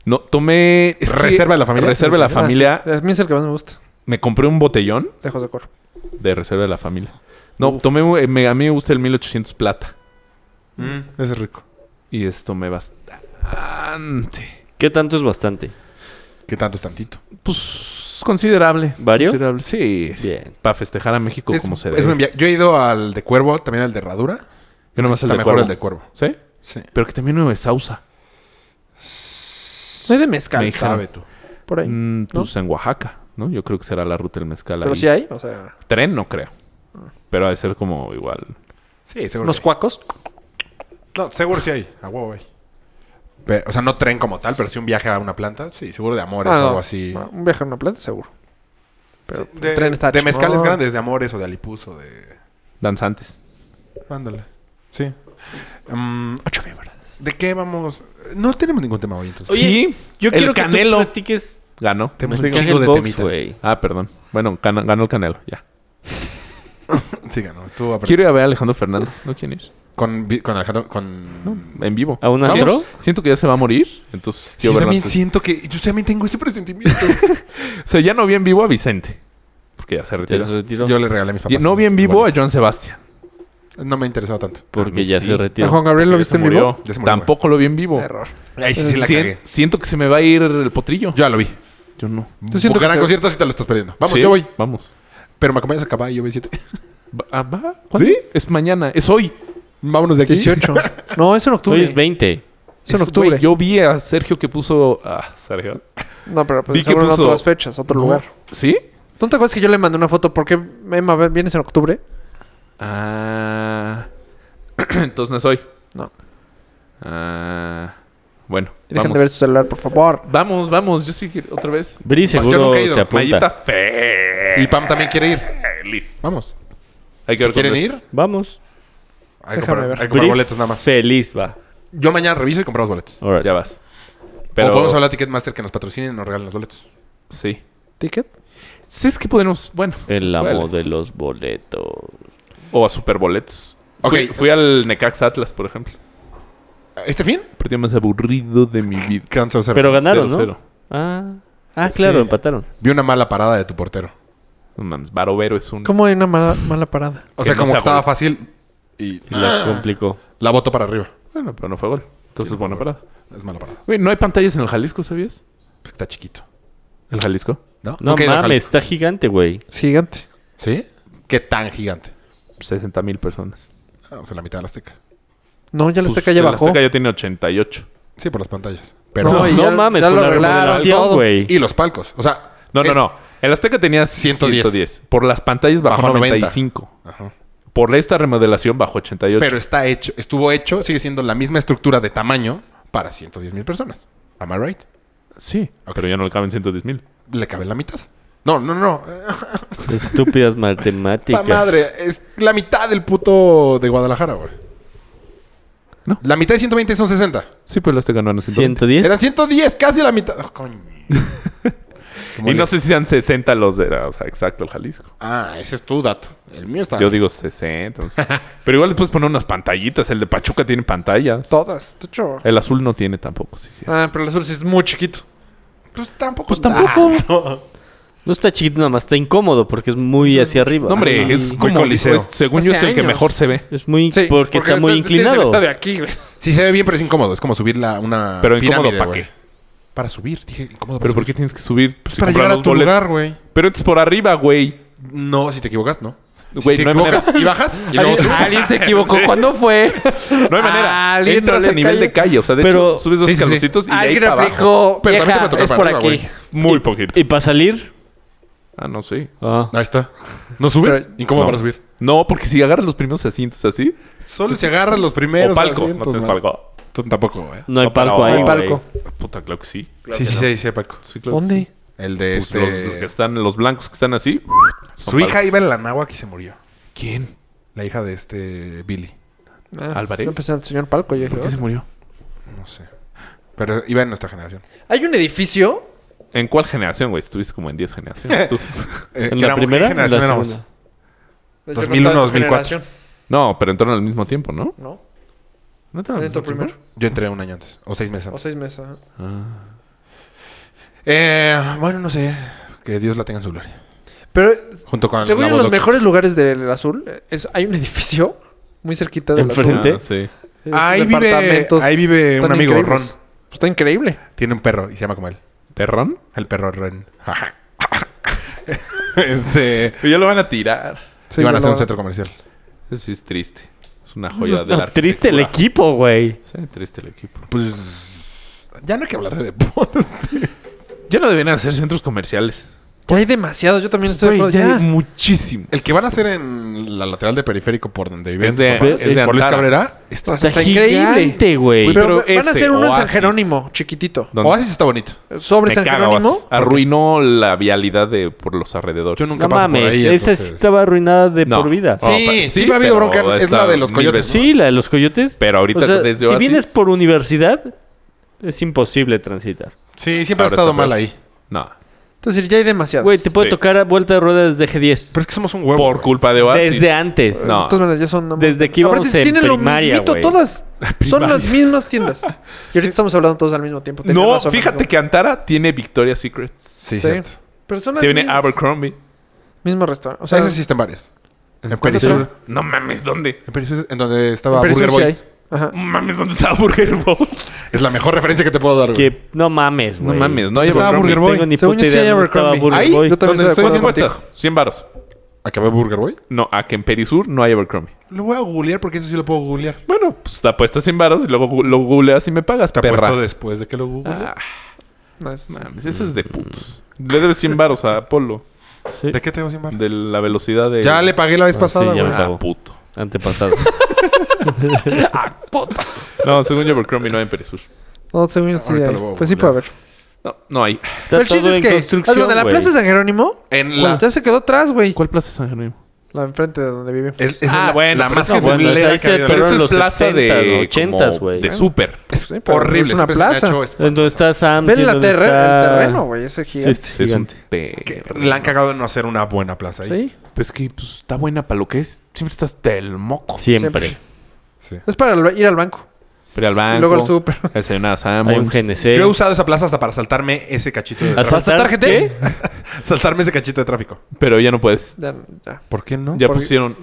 Speaker 3: No, tomé... es que-
Speaker 1: ¿Reserva de la familia?
Speaker 3: Reserva de la
Speaker 4: Ah,
Speaker 3: familia.
Speaker 4: sí. A mí es el que más me gusta.
Speaker 3: Me compré un botellón
Speaker 4: De José Corro.
Speaker 3: de reserva de la familia. No, tomé... eh, me- a mí me gusta el 1800 plata.
Speaker 1: Mm, ese es rico.
Speaker 3: Y esto tomé bastante.
Speaker 9: ¿Qué tanto es bastante?
Speaker 1: ¿Qué tanto es tantito?
Speaker 3: Pues... Considerable.
Speaker 9: ¿Vario?
Speaker 3: Considerable. Sí, sí.
Speaker 9: Bien.
Speaker 3: Para festejar a México
Speaker 1: Es-
Speaker 3: como se
Speaker 1: es
Speaker 3: debe.
Speaker 1: buen via- Yo he ido al de Cuervo, también al de Herradura.
Speaker 3: Yo nomás el
Speaker 1: Está
Speaker 3: de
Speaker 1: mejor
Speaker 3: cuervo.
Speaker 1: el de Cuervo.
Speaker 3: ¿Sí?
Speaker 1: Sí.
Speaker 3: Pero que también no es Sausa.
Speaker 4: No hay de mezcal
Speaker 3: Me-
Speaker 1: Sabe tú.
Speaker 4: por ahí.
Speaker 3: Mm, pues en Oaxaca. ¿no? Yo creo que será la ruta del mezcal
Speaker 4: Pero
Speaker 3: ahí.
Speaker 4: sí hay, o sea,
Speaker 3: Tren no creo. Pero ha de ser como igual.
Speaker 1: Sí, seguro.
Speaker 4: unos
Speaker 1: que-
Speaker 4: cuacos.
Speaker 1: No, seguro sí hay. A huevo hay. Pero, o sea, no tren como tal, pero sí un viaje a una planta. Sí, seguro de amores
Speaker 4: Ah,
Speaker 1: o
Speaker 4: no.
Speaker 1: algo así.
Speaker 4: Ah, Un viaje en una planta, seguro. Pero
Speaker 1: Sí, de,
Speaker 4: el tren está
Speaker 1: de mezcales
Speaker 4: chingón.
Speaker 1: grandes, de amores o de alipus o de...
Speaker 3: Danzantes.
Speaker 1: Ándale. Sí. Mm, ¿De qué vamos? No tenemos ningún tema hoy, entonces.
Speaker 3: sí.
Speaker 5: Yo
Speaker 3: el
Speaker 5: quiero
Speaker 3: Canelo
Speaker 5: que tú platiques.
Speaker 3: ganó.
Speaker 1: tenemos
Speaker 5: me
Speaker 1: un
Speaker 5: caga
Speaker 1: chingo
Speaker 5: el
Speaker 1: de
Speaker 5: box,
Speaker 1: temitas.
Speaker 5: güey.
Speaker 3: Ah, perdón. Bueno, ganó, ganó el Canelo, ya.
Speaker 1: Sí, ganó. Tú, a ver,
Speaker 3: Quiero ir a ver a Alejandro Fernández. ¿No quién es?
Speaker 1: con, vi- con Alejandro... Con...
Speaker 3: En vivo.
Speaker 5: ¿A un
Speaker 3: Vamos.
Speaker 5: antro?
Speaker 3: Siento que ya se va a morir. Entonces,
Speaker 1: Sí, yo
Speaker 3: quiero verlo
Speaker 1: también
Speaker 3: antes.
Speaker 1: siento que... Yo también tengo ese presentimiento.
Speaker 3: O sea, ya no vi en vivo a Vicente. Porque ya se
Speaker 5: Te
Speaker 3: retiró.
Speaker 5: retiro.
Speaker 1: yo le regalé a
Speaker 3: Y
Speaker 1: mis papás.
Speaker 3: No vi en
Speaker 1: un
Speaker 3: vivo a
Speaker 1: boleto.
Speaker 3: John Sebastián.
Speaker 1: No me interesaba tanto.
Speaker 3: A mí
Speaker 5: Porque ya
Speaker 3: sí.
Speaker 5: se
Speaker 4: ¿A
Speaker 5: retiró.
Speaker 4: Juan Gabriel lo
Speaker 3: Ya
Speaker 4: viste
Speaker 3: se
Speaker 4: en vivo?
Speaker 3: murió.
Speaker 1: Ya se murió,
Speaker 3: Tampoco lo vi en vivo.
Speaker 4: Error.
Speaker 1: Ahí sí, sí la
Speaker 3: Sien-
Speaker 1: cagué.
Speaker 3: siento que se me va a ir el potrillo.
Speaker 1: Yo ya lo vi.
Speaker 3: Yo no.
Speaker 1: Yo
Speaker 4: siento que
Speaker 1: gran
Speaker 4: se-
Speaker 1: concierto sí te lo estás perdiendo. Vamos,
Speaker 3: Sí,
Speaker 1: yo voy.
Speaker 3: Vamos.
Speaker 1: Pero me acompañas a caballo, yo voy siete. [LAUGHS]
Speaker 3: Va- ah, va. ¿Cuándo? Es mañana. Es hoy.
Speaker 1: Vámonos de aquí.
Speaker 4: 18. No, es en octubre.
Speaker 5: Hoy es 20.
Speaker 4: Es en
Speaker 3: Es-
Speaker 4: octubre.
Speaker 3: güey, yo vi a Sergio que puso. Ah, Sergio.
Speaker 4: No, pero
Speaker 3: Vi
Speaker 4: pues,
Speaker 3: que
Speaker 4: seguro en
Speaker 3: puso-
Speaker 4: otras fechas, otro lugar.
Speaker 3: ¿Sí?
Speaker 4: ¿Tú te acuerdas que yo le mandé una foto? porque Emma, ven, vienes en octubre?
Speaker 3: Ah. [CLEARS THROAT] Entonces no es hoy.
Speaker 4: No.
Speaker 3: Ah. Bueno.
Speaker 4: Dejen
Speaker 3: vamos.
Speaker 4: de ver su celular, por favor.
Speaker 3: Vamos, vamos. Yo sí quiero otra vez.
Speaker 5: Bri seguro
Speaker 1: nunca he ido.
Speaker 5: se apunta.
Speaker 3: Mayita fe.
Speaker 1: Y Pam también quiere ir.
Speaker 3: Liz.
Speaker 1: Vamos.
Speaker 3: Hay que
Speaker 1: Si
Speaker 3: ver
Speaker 1: quieren
Speaker 3: cuándo es.
Speaker 1: ir,
Speaker 5: Vamos.
Speaker 1: hay que
Speaker 4: Déjame
Speaker 1: comprar,
Speaker 4: ver.
Speaker 1: hay que comprar
Speaker 5: Bri
Speaker 1: boletos nada más.
Speaker 5: Feliz va.
Speaker 1: Yo mañana reviso y compramos boletos.
Speaker 5: Alright.
Speaker 3: Ya vas.
Speaker 1: O
Speaker 3: Pero.
Speaker 1: podemos hablar a Ticketmaster que nos patrocinen y nos regalen los boletos.
Speaker 3: Sí.
Speaker 4: ¿Ticket?
Speaker 3: Sí, es que podemos. Bueno.
Speaker 5: El amo
Speaker 3: Fuera.
Speaker 5: de los boletos.
Speaker 3: O a superboletos. Fui,
Speaker 1: Ok.
Speaker 3: fui al Necax Atlas, por ejemplo.
Speaker 1: ¿Este fin?
Speaker 3: Partido más aburrido de mi vida.
Speaker 1: Canso cero.
Speaker 5: Pero ganaron, ¿no?
Speaker 3: 0-0.
Speaker 5: Ah. Ah, claro, empataron.
Speaker 1: Vi una mala parada de tu portero.
Speaker 3: No mames, Barovero es un.
Speaker 4: ¿Cómo hay una mala, mala parada?
Speaker 1: O
Speaker 3: Que
Speaker 1: sea,
Speaker 3: no
Speaker 1: como
Speaker 3: sea
Speaker 1: que estaba
Speaker 3: gol.
Speaker 1: fácil y
Speaker 5: La complicó.
Speaker 1: la botó para arriba.
Speaker 3: Ah. Bueno, pero no fue gol. Entonces, buena parada.
Speaker 1: Es mala parada.
Speaker 3: Güey, no hay pantallas en el Jalisco, ¿sabías?
Speaker 1: Está chiquito.
Speaker 3: ¿El Jalisco?
Speaker 1: ¿No?
Speaker 5: No
Speaker 1: Nunca he ido a
Speaker 5: mames,
Speaker 1: Jalisco.
Speaker 5: está gigante, güey.
Speaker 4: Es gigante.
Speaker 1: ¿Sí? ¿Qué tan gigante?
Speaker 3: 60 mil personas.
Speaker 1: Ah, o sea, la mitad de la Azteca.
Speaker 4: No, ya la
Speaker 3: Pues,
Speaker 4: Azteca ya
Speaker 3: el
Speaker 4: bajó.
Speaker 3: Azteca ya tiene 88.
Speaker 1: Sí, por las pantallas. Pero...
Speaker 5: No,
Speaker 4: y ya-
Speaker 5: mames,
Speaker 4: ya
Speaker 5: fue
Speaker 4: lo
Speaker 5: una
Speaker 4: arreglaron,
Speaker 5: remodelación,
Speaker 4: todo.
Speaker 5: güey.
Speaker 1: Y los palcos. O sea...
Speaker 3: No, no,
Speaker 1: es-
Speaker 3: no. El Azteca tenía
Speaker 1: 110.
Speaker 3: 110. Por las pantallas bajó,
Speaker 1: Bajó 90.
Speaker 3: 95.
Speaker 1: Ajá.
Speaker 3: Por esta remodelación bajó 88.
Speaker 1: Pero está hecho, estuvo hecho, sigue siendo la misma estructura de tamaño para 110 mil personas. Am I right?
Speaker 3: Sí, pero ya no le caben 110 mil.
Speaker 1: Le cabe la mitad. No, no, no. [LAUGHS]
Speaker 5: [LAUGHS] Estúpidas
Speaker 1: La
Speaker 5: matemáticas.
Speaker 1: madre, es la mitad del puto de Guadalajara, güey.
Speaker 3: No.
Speaker 1: La mitad de 120 son 60.
Speaker 3: Sí, pues el Azteca ganó 110.
Speaker 5: 110.
Speaker 1: Eran 110, casi la mitad. Oh, coño. Qué
Speaker 3: [LAUGHS] Y no
Speaker 1: molesto.
Speaker 3: sé si sean 60 los de... O sea, exacto, el Jalisco.
Speaker 1: Ah, ese es tu dato. El mío está.
Speaker 3: Yo digo 60. no sé. Pero igual les puedes poner unas pantallitas. El de Pachuca tiene pantallas.
Speaker 4: Todas. De hecho.
Speaker 3: El azul no tiene tampoco, sí, sí.
Speaker 4: Ah, pero el azul sí es muy chiquito.
Speaker 1: Pues tampoco.
Speaker 3: Pues tampoco.
Speaker 5: No está chiquito nada más, está incómodo porque es muy hacia arriba.
Speaker 3: No, hombre,
Speaker 5: Ah,
Speaker 3: es
Speaker 1: Muy
Speaker 3: como...
Speaker 1: coliseo.
Speaker 3: es- según
Speaker 4: Hace
Speaker 3: yo es el que
Speaker 4: años.
Speaker 3: mejor se ve.
Speaker 5: Es muy
Speaker 4: Sí,
Speaker 5: porque, está muy
Speaker 4: tienes- tienes el
Speaker 5: inclinado.
Speaker 4: estadio aquí, güey.
Speaker 1: Sí, se ve bien, pero es incómodo. Es como subir la, una.
Speaker 3: Pero incómodo,
Speaker 1: Ah, pirámide,
Speaker 3: ¿para
Speaker 1: güey.
Speaker 3: qué?
Speaker 1: Para subir. Dije, incómodo.
Speaker 3: ¿Pero por
Speaker 1: subir.
Speaker 3: qué tienes que subir?
Speaker 1: Pues
Speaker 3: si
Speaker 1: para
Speaker 3: compras
Speaker 1: llegar a
Speaker 3: los
Speaker 1: tu
Speaker 3: boletos?
Speaker 1: lugar, güey.
Speaker 3: Pero es por arriba, güey.
Speaker 1: No, si te equivocas, no.
Speaker 3: Güey,
Speaker 1: si te
Speaker 3: no hay
Speaker 1: equivocas
Speaker 3: manera. [LAUGHS]
Speaker 1: y bajas y luego subes.
Speaker 4: Alguien se equivocó. ¿Cuándo fue?
Speaker 3: No hay manera.
Speaker 4: Ah, Alguien
Speaker 3: Entras
Speaker 4: no le
Speaker 3: a nivel de
Speaker 4: cayó.
Speaker 3: calle. O sea, de
Speaker 5: Pero-
Speaker 3: hecho, subes dos
Speaker 1: Sí, sí, sí.
Speaker 3: escaloncitos y de ahí
Speaker 4: Alguien
Speaker 3: para abajo.
Speaker 4: aplicó.
Speaker 1: Pero también
Speaker 4: vieja,
Speaker 1: me tocó
Speaker 4: es
Speaker 1: para
Speaker 4: por
Speaker 1: arriba,
Speaker 4: aquí.
Speaker 1: güey.
Speaker 3: Muy poquito.
Speaker 5: ¿Y para salir?
Speaker 3: Ah, no, sí.
Speaker 5: Ah.
Speaker 1: Ahí está. ¿No subes?
Speaker 4: Pero-
Speaker 1: incómodo
Speaker 3: No.
Speaker 1: para subir.
Speaker 3: No, porque si agarras los primeros asientos así...
Speaker 1: Solo si agarras los
Speaker 3: O
Speaker 1: primeros.
Speaker 3: palco. No
Speaker 1: asientos,
Speaker 3: tienes
Speaker 1: man.
Speaker 3: palco.
Speaker 1: Tú tampoco, eh. güey.
Speaker 5: No hay
Speaker 3: No, pero-
Speaker 5: palco ahí.
Speaker 3: Hay
Speaker 5: palco.
Speaker 4: palco.
Speaker 3: Puta, claro que sí.
Speaker 1: Sí, sí, sí, sí, palco.
Speaker 3: Sí, claro que sí.
Speaker 4: ¿Dónde?
Speaker 1: El de
Speaker 3: Pues los, los que
Speaker 1: este.
Speaker 3: están, los blancos que están así.
Speaker 1: Su hija iba en la náhuatl y se murió.
Speaker 3: ¿Quién?
Speaker 1: La hija de este Billy.
Speaker 4: Ah,
Speaker 3: Álvarez.
Speaker 4: Yo pensé en el señor Palco. Yo
Speaker 3: ¿Por qué
Speaker 4: dije,
Speaker 3: se murió?
Speaker 1: No sé. Pero iba en nuestra generación.
Speaker 4: Hay un edificio.
Speaker 3: ¿En cuál generación, güey? Estuviste como en 10 generaciones.
Speaker 1: [LAUGHS]
Speaker 3: tú.
Speaker 1: Eh,
Speaker 5: ¿En
Speaker 1: que
Speaker 5: la
Speaker 1: éramos-
Speaker 5: primera?
Speaker 1: ¿qué
Speaker 5: ¿En la
Speaker 1: generación éramos?
Speaker 5: segunda?
Speaker 4: Yo no
Speaker 1: 2001,
Speaker 4: estaba en tu
Speaker 1: 2004.
Speaker 4: generación,
Speaker 3: No, pero entraron al mismo tiempo, ¿no? Ah,
Speaker 4: ¿No?
Speaker 3: ¿No
Speaker 4: ¿No
Speaker 3: entraron al
Speaker 4: entró
Speaker 3: mismo tiempo?
Speaker 4: primero?
Speaker 1: Yo entré un año antes. O seis meses
Speaker 4: O
Speaker 1: antes.
Speaker 4: seis meses. ajá.
Speaker 1: Eh, bueno, no sé. Que Dios la tenga en su gloria.
Speaker 4: Pero
Speaker 1: Junto con
Speaker 4: Según
Speaker 1: la
Speaker 4: yo, los
Speaker 1: Bodoc.
Speaker 4: mejores lugares del Azul eh, es, hay un [LAUGHS] edificio muy cerquita del Azul.
Speaker 5: Enfrente.
Speaker 3: Ah, sí.
Speaker 4: Es
Speaker 1: Ahí vive-
Speaker 4: departamentos
Speaker 1: ahí vive un
Speaker 4: tan
Speaker 1: amigo,
Speaker 4: increíbles.
Speaker 1: Ron.
Speaker 4: Pues está increíble.
Speaker 1: Tiene un perro y se llama como él.
Speaker 3: ¿Terrón?
Speaker 1: El perro Ren. este.
Speaker 3: Pero ya lo van a tirar.
Speaker 1: iban a
Speaker 4: ya
Speaker 1: hacer
Speaker 4: lo-
Speaker 1: un centro comercial.
Speaker 3: Eso sí es triste. Es una
Speaker 5: Eso
Speaker 3: joya
Speaker 5: está
Speaker 3: de la
Speaker 5: [LAUGHS] triste el
Speaker 3: arquitectura.
Speaker 5: equipo, güey.
Speaker 3: Sí, triste el equipo.
Speaker 1: Pues. Ya no hay que hablar de deportes.
Speaker 3: Ya no deberían hacer centros comerciales.
Speaker 4: Ya hay demasiado. Yo también estoy de
Speaker 3: Güey,
Speaker 4: acuerdo.
Speaker 3: ya
Speaker 4: Ya.
Speaker 3: hay muchísimo.
Speaker 1: El que van a hacer en la lateral de periférico por donde este vives.
Speaker 3: Es de-
Speaker 1: por-
Speaker 3: es de
Speaker 1: por Luis
Speaker 3: Antara.
Speaker 1: Cabrera. Está,
Speaker 5: Está,
Speaker 4: Está
Speaker 5: increíble.
Speaker 4: increíble.
Speaker 5: güey.
Speaker 4: Pero,
Speaker 3: Pero
Speaker 4: van a
Speaker 3: ese,
Speaker 4: hacer uno en San
Speaker 3: Oasis.
Speaker 4: Jerónimo, chiquitito.
Speaker 3: ¿Dónde?
Speaker 1: Oasis está bonito.
Speaker 4: Sobre
Speaker 3: Me
Speaker 4: San
Speaker 3: caga
Speaker 4: Jerónimo.
Speaker 3: Oasis. Arruinó la vialidad de por los alrededores.
Speaker 1: Yo nunca
Speaker 5: No
Speaker 1: paso por
Speaker 5: mames,
Speaker 1: ahí,
Speaker 5: esa
Speaker 1: entonces.
Speaker 5: estaba arruinada de
Speaker 3: No. Oh.
Speaker 5: por vida.
Speaker 1: Sí, sí me ha habido
Speaker 3: pero
Speaker 1: bronca, es
Speaker 3: está
Speaker 1: la de los
Speaker 3: mil
Speaker 1: coyotes.
Speaker 3: veces-
Speaker 5: Sí, la de los coyotes.
Speaker 3: Pero ahorita
Speaker 5: O sea,
Speaker 3: desde
Speaker 5: si
Speaker 3: Oasis-
Speaker 5: vienes por universidad, es imposible transitar.
Speaker 1: Sí, siempre ha
Speaker 3: Ahora
Speaker 1: estado
Speaker 3: está
Speaker 1: mal
Speaker 3: peor.
Speaker 1: ahí.
Speaker 3: No.
Speaker 4: Entonces ya hay demasiado.
Speaker 5: Güey, te puede
Speaker 3: Sí.
Speaker 5: tocar a vuelta de ruedas desde G10.
Speaker 1: Pero es que somos un huevo.
Speaker 3: Por
Speaker 1: güey.
Speaker 3: culpa de Oasis.
Speaker 5: Desde antes.
Speaker 3: No.
Speaker 4: De todas maneras, ya son... no
Speaker 5: Desde
Speaker 4: mames.
Speaker 5: que íbamos
Speaker 4: Aparte,
Speaker 5: en
Speaker 4: tienen
Speaker 5: primaria,
Speaker 4: lo mismito
Speaker 5: güey.
Speaker 4: todas. Son las
Speaker 3: primaria.
Speaker 4: mismas tiendas. Y ahorita estamos hablando todos al mismo tiempo. Tenías
Speaker 3: No,
Speaker 4: razón,
Speaker 3: fíjate
Speaker 4: amigo.
Speaker 3: que Antara tiene Victoria's Secrets.
Speaker 4: Sí.
Speaker 1: Sí, cierto.
Speaker 4: Pero son las
Speaker 3: Tiene
Speaker 4: mismas.
Speaker 3: Abercrombie.
Speaker 4: Mismo restaurante. O
Speaker 1: O sea,
Speaker 4: sea,
Speaker 1: esas sí están varias. En
Speaker 4: ¿cuál
Speaker 1: Perisur.
Speaker 4: otro?
Speaker 3: No mames, ¿dónde?
Speaker 1: En Perisur, en donde estaba
Speaker 4: en Perisur
Speaker 1: Burger
Speaker 4: sí
Speaker 1: Boy.
Speaker 4: hay. Ajá.
Speaker 3: No mames, ¿dónde está Burger Boy?
Speaker 1: Es la mejor referencia que te puedo dar, güey.
Speaker 5: Que no mames,
Speaker 3: No
Speaker 5: güey.
Speaker 3: mames, no hay
Speaker 1: Estaba
Speaker 3: Abercrombie.
Speaker 1: Burger Boy.
Speaker 5: No tengo ni
Speaker 4: Según
Speaker 5: puta
Speaker 4: yo sí
Speaker 5: idea
Speaker 4: hay
Speaker 5: dónde estaba
Speaker 4: Abercrombie.
Speaker 5: Burger
Speaker 1: Ahí,
Speaker 5: Boy.
Speaker 4: Yo también
Speaker 1: ¿Dónde
Speaker 4: estoy de
Speaker 1: estoy?
Speaker 4: acuerdo
Speaker 1: ¿Cuántas?
Speaker 4: contigo.
Speaker 3: 100 varos.
Speaker 1: ¿Acabé Burger Boy?
Speaker 3: No, a que en Perisur no hay Abercrombie.
Speaker 1: Lo voy a googlear porque eso sí lo puedo googlear.
Speaker 3: Bueno, pues te apuestas 100 varos y luego gu- lo googleas y me pagas,
Speaker 1: Te
Speaker 3: perra.
Speaker 1: apuesto después de que lo google.
Speaker 3: Ah,
Speaker 4: No, es-
Speaker 3: mames, eso es de putos. Le debes 100 varos a Apolo
Speaker 5: Sí,
Speaker 1: ¿De qué te vas a
Speaker 3: de la velocidad de...
Speaker 1: Ya le pagué la vez
Speaker 5: Ah,
Speaker 1: pasada,
Speaker 5: sí, ya
Speaker 1: güey.
Speaker 5: me
Speaker 3: Ah,
Speaker 5: pagó.
Speaker 3: puto.
Speaker 4: [LAUGHS]
Speaker 5: Antepasado.
Speaker 3: No, según yo Abercrombie no hay en Perisur.
Speaker 4: No, según yo sí
Speaker 1: Ahorita
Speaker 4: hay.
Speaker 1: lo voy a
Speaker 4: Pues sí puede
Speaker 1: googlear.
Speaker 3: No,
Speaker 4: haber.
Speaker 3: no hay.
Speaker 5: Está
Speaker 4: Pero el
Speaker 5: todo
Speaker 4: chiste
Speaker 5: en
Speaker 4: es que... haz
Speaker 5: construcción,
Speaker 4: cuenta, la
Speaker 5: güey.
Speaker 4: Plaza San Jerónimo...
Speaker 1: En la...
Speaker 4: Cuando ya se quedó atrás, güey.
Speaker 3: ¿Cuál plaza es San Jerónimo?
Speaker 4: La enfrente de donde vive.
Speaker 1: Es, es
Speaker 3: Ah,
Speaker 1: la,
Speaker 3: bueno,
Speaker 1: la
Speaker 3: pero
Speaker 1: más
Speaker 3: eso,
Speaker 1: que
Speaker 3: bueno,
Speaker 1: se
Speaker 5: o sea, ahí se
Speaker 1: le
Speaker 5: Pero
Speaker 3: Pero
Speaker 5: en
Speaker 3: eso
Speaker 5: los
Speaker 3: es plaza
Speaker 5: 70s,
Speaker 3: de...
Speaker 5: 80s,
Speaker 3: como
Speaker 5: güey.
Speaker 3: De súper.
Speaker 1: Es
Speaker 4: pero
Speaker 1: horrible.
Speaker 4: es una
Speaker 1: siempre se me ha
Speaker 4: plaza.
Speaker 1: hecho esp-
Speaker 5: Donde está Sam.
Speaker 4: Ven la terre- el terreno, güey. Ese
Speaker 5: Sí,
Speaker 4: gigante.
Speaker 5: es
Speaker 3: Sí, es un
Speaker 5: gigante.
Speaker 3: te-
Speaker 1: que la han cagado en no hacer una buena plaza ahí.
Speaker 4: Sí.
Speaker 3: Pues que pues, está buena para lo que es. Siempre estás del moco.
Speaker 5: Siempre.
Speaker 4: Es para el- ir al banco.
Speaker 3: Pero al banco.
Speaker 4: Y luego al súper.
Speaker 3: Desayunar a Samuels.
Speaker 5: Hay un GNC.
Speaker 1: Yo he usado esa plaza hasta para saltarme ese cachito de tráfico.
Speaker 5: ¿Asaltar
Speaker 4: tarjete?
Speaker 5: qué?
Speaker 1: Saltarme ese cachito de tráfico.
Speaker 3: Pero ya no puedes.
Speaker 4: Ya, ya.
Speaker 1: ¿Por qué no?
Speaker 3: Ya
Speaker 4: Porque-
Speaker 3: pusieron...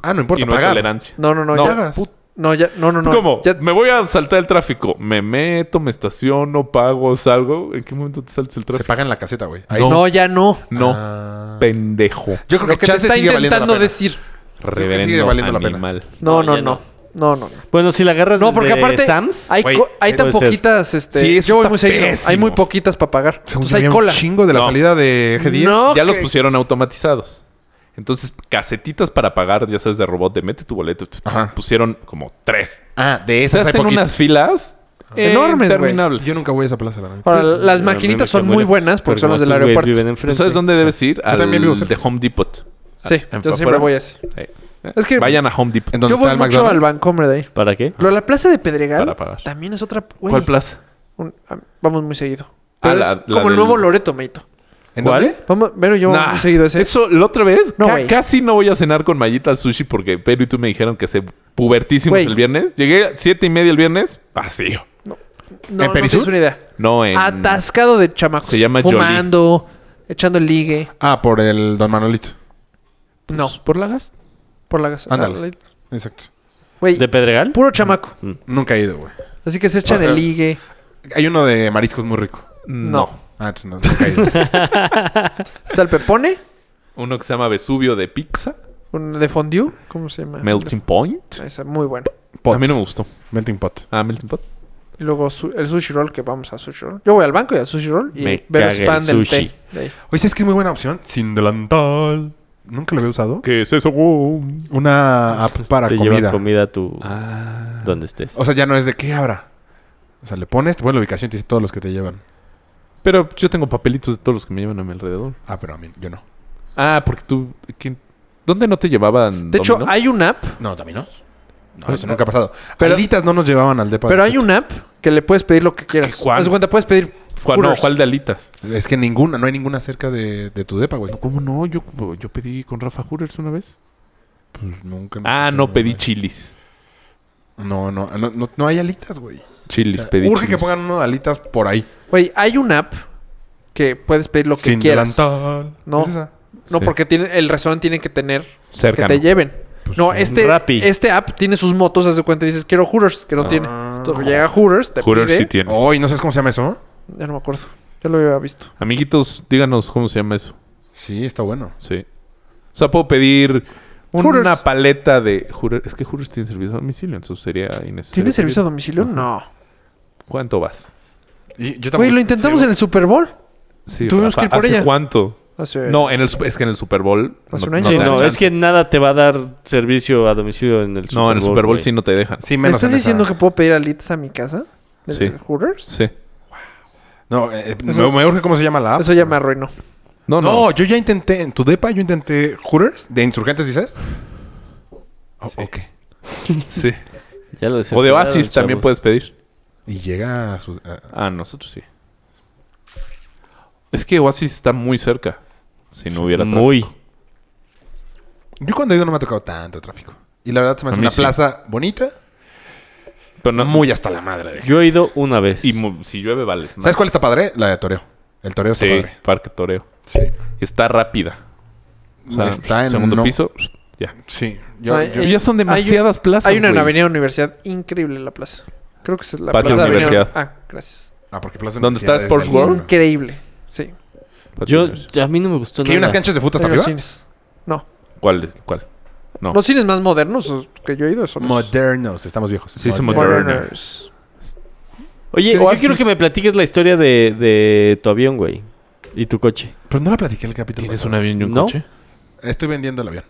Speaker 1: Ah, no importa,
Speaker 3: Y no hay
Speaker 1: pagar.
Speaker 3: tolerancia.
Speaker 4: No, no, no.
Speaker 3: No.
Speaker 4: ya. Put- No, ya. No, no, no.
Speaker 3: ¿Cómo?
Speaker 4: Ya-
Speaker 3: Me voy a saltar el tráfico. Me meto, me estaciono, pago, salgo. ¿En qué momento te saltas el
Speaker 1: Se
Speaker 3: tráfico?
Speaker 1: paga en la caseta, güey. Ahí.
Speaker 4: No, ya no.
Speaker 3: No,
Speaker 1: Ah.
Speaker 3: pendejo.
Speaker 1: Yo creo
Speaker 4: Lo
Speaker 1: que,
Speaker 4: que te
Speaker 1: chance
Speaker 4: está
Speaker 1: sigue valiendo la
Speaker 4: intentando
Speaker 1: pena.
Speaker 4: decir.
Speaker 3: Reverendo
Speaker 1: sigue valiendo la pena.
Speaker 3: animal.
Speaker 4: No,
Speaker 5: No,
Speaker 4: no,
Speaker 5: ya
Speaker 4: no. No, no, no.
Speaker 5: Bueno, si la agarras
Speaker 4: No, porque
Speaker 5: desde
Speaker 4: aparte
Speaker 5: Sam's.
Speaker 4: hay,
Speaker 1: Güey,
Speaker 4: co- hay tan
Speaker 5: puede ser.
Speaker 4: poquitas, este...
Speaker 3: Sí, eso
Speaker 4: yo voy
Speaker 3: está
Speaker 4: muy seguido.
Speaker 3: pésimo.
Speaker 4: Hay muy poquitas para pagar.
Speaker 1: Según
Speaker 4: Entonces hay
Speaker 1: había
Speaker 4: cola.
Speaker 1: un chingo de la
Speaker 3: No.
Speaker 1: salida de G10.
Speaker 4: No,
Speaker 3: Ya los
Speaker 4: que-
Speaker 3: pusieron automatizados. Entonces, casetitas para pagar, ya sabes, de robot, de mete tu boleto. tu, tu, tu,
Speaker 1: Ajá.
Speaker 3: Pusieron como tres.
Speaker 1: Ah, de
Speaker 3: Se hacen unas filas
Speaker 4: Enormes, güey.
Speaker 3: interminables.
Speaker 1: Ah. Yo nunca voy a esa plaza, la neta.
Speaker 4: Ahora, las
Speaker 5: A mí me
Speaker 4: maquinitas son
Speaker 5: cae
Speaker 4: muy buenas porque
Speaker 5: Pero
Speaker 4: son las
Speaker 5: como
Speaker 4: del
Speaker 5: estos güeyes
Speaker 4: aeropuerto.
Speaker 5: viven
Speaker 3: ¿Tú
Speaker 5: enfrente.
Speaker 3: sabes dónde debes ir? Al
Speaker 1: también vivo cerca.
Speaker 3: de Home Depot. Ah,
Speaker 4: Sí,
Speaker 3: En-
Speaker 4: yo siempre
Speaker 3: afuera.
Speaker 4: voy así.
Speaker 3: Eh, eh.
Speaker 4: Es que-
Speaker 3: Vayan a Home Depot.
Speaker 1: ¿En dónde
Speaker 4: Yo
Speaker 1: está
Speaker 4: voy
Speaker 1: el
Speaker 4: mucho al
Speaker 1: McDonald's?
Speaker 4: banco, hombre, de ahí.
Speaker 5: ¿Para qué?
Speaker 4: Pero la plaza de Pedregal
Speaker 3: Para pagar.
Speaker 4: también es otra, güey.
Speaker 3: ¿Cuál plaza?
Speaker 4: Un- ah, vamos muy seguido.
Speaker 3: Ah,
Speaker 4: Pero
Speaker 3: la-
Speaker 4: es
Speaker 3: la
Speaker 4: como el
Speaker 3: del-
Speaker 4: nuevo Loreto, Meito.
Speaker 1: ¿En
Speaker 5: ¿Cuál?
Speaker 1: dónde?
Speaker 4: Vamos, pero yo vamos
Speaker 3: Nah,
Speaker 4: muy seguido ese.
Speaker 3: Eso, la otra vez,
Speaker 4: No,
Speaker 3: ca-
Speaker 4: güey.
Speaker 3: casi no voy a cenar con Mayita al sushi porque Pedro y tú me dijeron que se pubertísimos
Speaker 4: Güey.
Speaker 3: el viernes. Llegué a siete y media el viernes, vacío.
Speaker 4: no,
Speaker 1: ¿en
Speaker 4: no
Speaker 1: Perisur?
Speaker 4: tienes una idea.
Speaker 3: No en...
Speaker 4: Atascado de chamacos.
Speaker 3: Se llama
Speaker 4: Fumando, echando ligue.
Speaker 1: Ah, por el Don Manolito.
Speaker 4: No,
Speaker 3: ¿Por la gas?
Speaker 4: por la gasolina.
Speaker 1: Pues, Ándale. Exacto.
Speaker 4: Güey,
Speaker 5: ¿De Pedregal?
Speaker 4: puro chamaco.
Speaker 1: Nunca he ido, güey.
Speaker 4: Así que se echan
Speaker 1: O sea-
Speaker 4: el ligue.
Speaker 1: Hay uno de mariscos muy rico.
Speaker 4: No.
Speaker 1: Ah, entonces no, nunca he ido. [LAUGHS]
Speaker 4: Está el Pepone,
Speaker 3: Uno que se llama Vesubio de pizza.
Speaker 4: un de fondue. ¿Cómo se llama?
Speaker 3: Melting Point.
Speaker 4: Esa, muy bueno.
Speaker 1: Pot.
Speaker 3: A mí no me gustó.
Speaker 1: Melting pot.
Speaker 3: Ah, Melting Pot.
Speaker 4: Y luego su- el sushi roll, que vamos a sushi roll. Yo voy al banco y al sushi roll. Y
Speaker 5: Me
Speaker 4: Vero es
Speaker 5: caga el
Speaker 4: fan del
Speaker 5: sushi.
Speaker 4: té. de ahí.
Speaker 1: Oye, ¿sabes que es muy buena opción? Sin delantal. Nunca lo había usado.
Speaker 3: ¿Qué es eso?
Speaker 1: Una app para
Speaker 5: Te
Speaker 1: comida.
Speaker 5: llevan comida a tu...
Speaker 3: Ah.
Speaker 5: Donde estés.
Speaker 1: O sea, ya no es de qué habrá. O sea, le pones, te pones la ubicación y te dice todos los que te llevan.
Speaker 3: Pero yo tengo papelitos de todos los que me llevan a mi alrededor.
Speaker 1: Ah, pero a mí, yo no.
Speaker 3: Ah, porque tú... ¿quién- ¿Dónde no te llevaban?
Speaker 4: De hecho,
Speaker 3: Domino?
Speaker 4: hay una app,
Speaker 1: No, dominos. No, eso nunca ha pasado. Pero,
Speaker 4: Pero-
Speaker 1: no nos llevaban al depa.
Speaker 4: pero
Speaker 1: de
Speaker 4: hay una app que le puedes pedir lo que quieras.
Speaker 3: ¿Cuál?
Speaker 4: Haz de cuenta, puedes pedir.
Speaker 3: ¿Cuál, no,
Speaker 4: Hooters.
Speaker 3: ¿cuál de alitas?
Speaker 1: Chetos. Es que ninguna, no hay ninguna cerca de, de tu depa, güey.
Speaker 3: ¿Cómo no? Yo, yo pedí con Rafa Hooters una vez.
Speaker 1: Pues nunca.
Speaker 3: Ah,
Speaker 1: sé,
Speaker 3: no,
Speaker 1: güey.
Speaker 3: pedí chilis.
Speaker 1: No, no, no, no, no hay alitas, güey.
Speaker 3: Chilis,
Speaker 1: O sea,
Speaker 3: pedí
Speaker 1: urge que
Speaker 3: chilis.
Speaker 1: pongan uno de alitas por ahí.
Speaker 4: Güey, hay una app que puedes pedir lo que
Speaker 1: Sin
Speaker 4: quieras.
Speaker 1: delantal.
Speaker 4: No.
Speaker 1: ¿Es esa?
Speaker 4: No,
Speaker 3: Sí.
Speaker 4: porque tiene, el restaurante tiene que tener
Speaker 3: Cercano.
Speaker 4: que te lleven.
Speaker 1: Pues
Speaker 4: no, este,
Speaker 5: Rappi.
Speaker 4: este app tiene sus motos, haz de cuenta y dices, quiero Hooters, que no tiene. Entonces llega Hooters, te
Speaker 3: Hooters
Speaker 4: pide.
Speaker 3: sí tiene.
Speaker 1: Oh, ¿y no sabes cómo se llama eso?
Speaker 4: Ya no me acuerdo. Ya lo había visto.
Speaker 3: Amiguitos, díganos cómo se llama eso.
Speaker 1: Sí, está bueno.
Speaker 3: Sí. O sea, puedo pedir una
Speaker 4: Hooters.
Speaker 3: paleta de... Hooters. Es que Hooters tiene servicio a domicilio, entonces sería innecesario.
Speaker 4: ¿Tiene
Speaker 3: pedir.
Speaker 4: servicio a domicilio? No.
Speaker 3: ¿Cuánto vas?
Speaker 1: Y yo tampoco-
Speaker 4: Güey, lo intentamos
Speaker 1: sí,
Speaker 4: en el Super Bowl.
Speaker 3: Sí,
Speaker 4: Tuvimos que ir por
Speaker 3: ¿hace
Speaker 4: ella.
Speaker 3: cuánto?
Speaker 4: Hace-
Speaker 3: No, en el, su- es que en el Super Bowl.
Speaker 4: Hace
Speaker 3: no-
Speaker 4: un año.
Speaker 3: te
Speaker 5: Eh. Sí,
Speaker 3: dan
Speaker 5: no,
Speaker 3: chance.
Speaker 5: es que nada te va a dar servicio a domicilio en el Super Bowl.
Speaker 3: No, en el Super Bowl
Speaker 5: güey.
Speaker 3: sí no te dejan.
Speaker 1: Sí,
Speaker 4: ¿Me
Speaker 1: menos.
Speaker 4: estás
Speaker 1: en esa-
Speaker 4: diciendo que puedo pedir alitas a mi casa? ¿De
Speaker 3: Sí.
Speaker 4: Hooters?
Speaker 3: Sí.
Speaker 1: No, eh,
Speaker 4: Eso-
Speaker 1: me, me urge cómo se llama la app.
Speaker 4: Eso ya me arruinó.
Speaker 3: No, no.
Speaker 1: no, yo ya intenté, en tu depa yo intenté Hooters, de Insurgentes, dices. Oh,
Speaker 5: [LAUGHS]
Speaker 1: Ok.
Speaker 3: Sí.
Speaker 5: Ya lo
Speaker 3: O de
Speaker 5: desesperaron,
Speaker 3: Oasis también
Speaker 5: chavos.
Speaker 3: puedes pedir.
Speaker 1: Y llega a sus... a-
Speaker 3: Ah, nosotros sí. Es que Oasis está muy cerca. Si no hubiera tráfico.
Speaker 5: Muy.
Speaker 1: Yo cuando he ido no me ha tocado tanto tráfico. Y la verdad se me
Speaker 3: A
Speaker 1: hace
Speaker 3: mí
Speaker 1: una
Speaker 3: sí.
Speaker 1: plaza bonita,
Speaker 3: Pero no-
Speaker 1: muy hasta la madre. de-
Speaker 5: Yo he ido una vez.
Speaker 3: Y mu- si llueve, vales. más.
Speaker 1: ¿Sabes cuál está padre? La de Toreo. El Toreo está
Speaker 3: Sí,
Speaker 1: padre.
Speaker 3: Parque Toreo.
Speaker 1: Sí.
Speaker 3: Está rápida. O sea,
Speaker 1: está en
Speaker 3: segundo
Speaker 1: no- Eh,
Speaker 3: piso. Ya.
Speaker 1: Sí. Yo,
Speaker 4: Ay,
Speaker 1: yo-
Speaker 4: ay,
Speaker 3: ya son
Speaker 4: hay un-
Speaker 3: demasiadas plazas.
Speaker 4: Hay una en
Speaker 3: güey.
Speaker 4: Avenida Universidad increíble en la plaza. Creo que es la
Speaker 3: Patio
Speaker 4: plaza de Avenida-
Speaker 3: Universidad.
Speaker 4: Ah, gracias.
Speaker 1: Ah, porque Plaza
Speaker 3: ¿Dónde está
Speaker 1: Universidad es
Speaker 3: Sports
Speaker 1: de ahí,
Speaker 3: World?
Speaker 1: ¿no?
Speaker 4: Increíble. Sí.
Speaker 5: Yo,
Speaker 3: Patio-
Speaker 5: a mí no me gustó
Speaker 1: ¿Que hay unas
Speaker 5: nada.
Speaker 1: canchas de fútbol
Speaker 4: Hay unos
Speaker 1: arriba?
Speaker 4: cines. No.
Speaker 3: ¿Cuál? es- ¿Cuál? No.
Speaker 4: Los cines más modernos o- que yo he ido son los
Speaker 1: Modernos, estamos viejos.
Speaker 3: Sí, se
Speaker 1: Modernos.
Speaker 3: modernos.
Speaker 4: Moderners.
Speaker 5: Oye,
Speaker 4: ¿Qué
Speaker 5: yo
Speaker 4: haces?
Speaker 5: quiero que me platiques la historia de, de tu avión, güey. Y tu coche.
Speaker 1: Pero no la platiqué el capítulo.
Speaker 3: ¿Tienes
Speaker 1: pasado.
Speaker 3: un avión y un
Speaker 5: ¿No?
Speaker 3: coche?
Speaker 1: Estoy vendiendo el avión.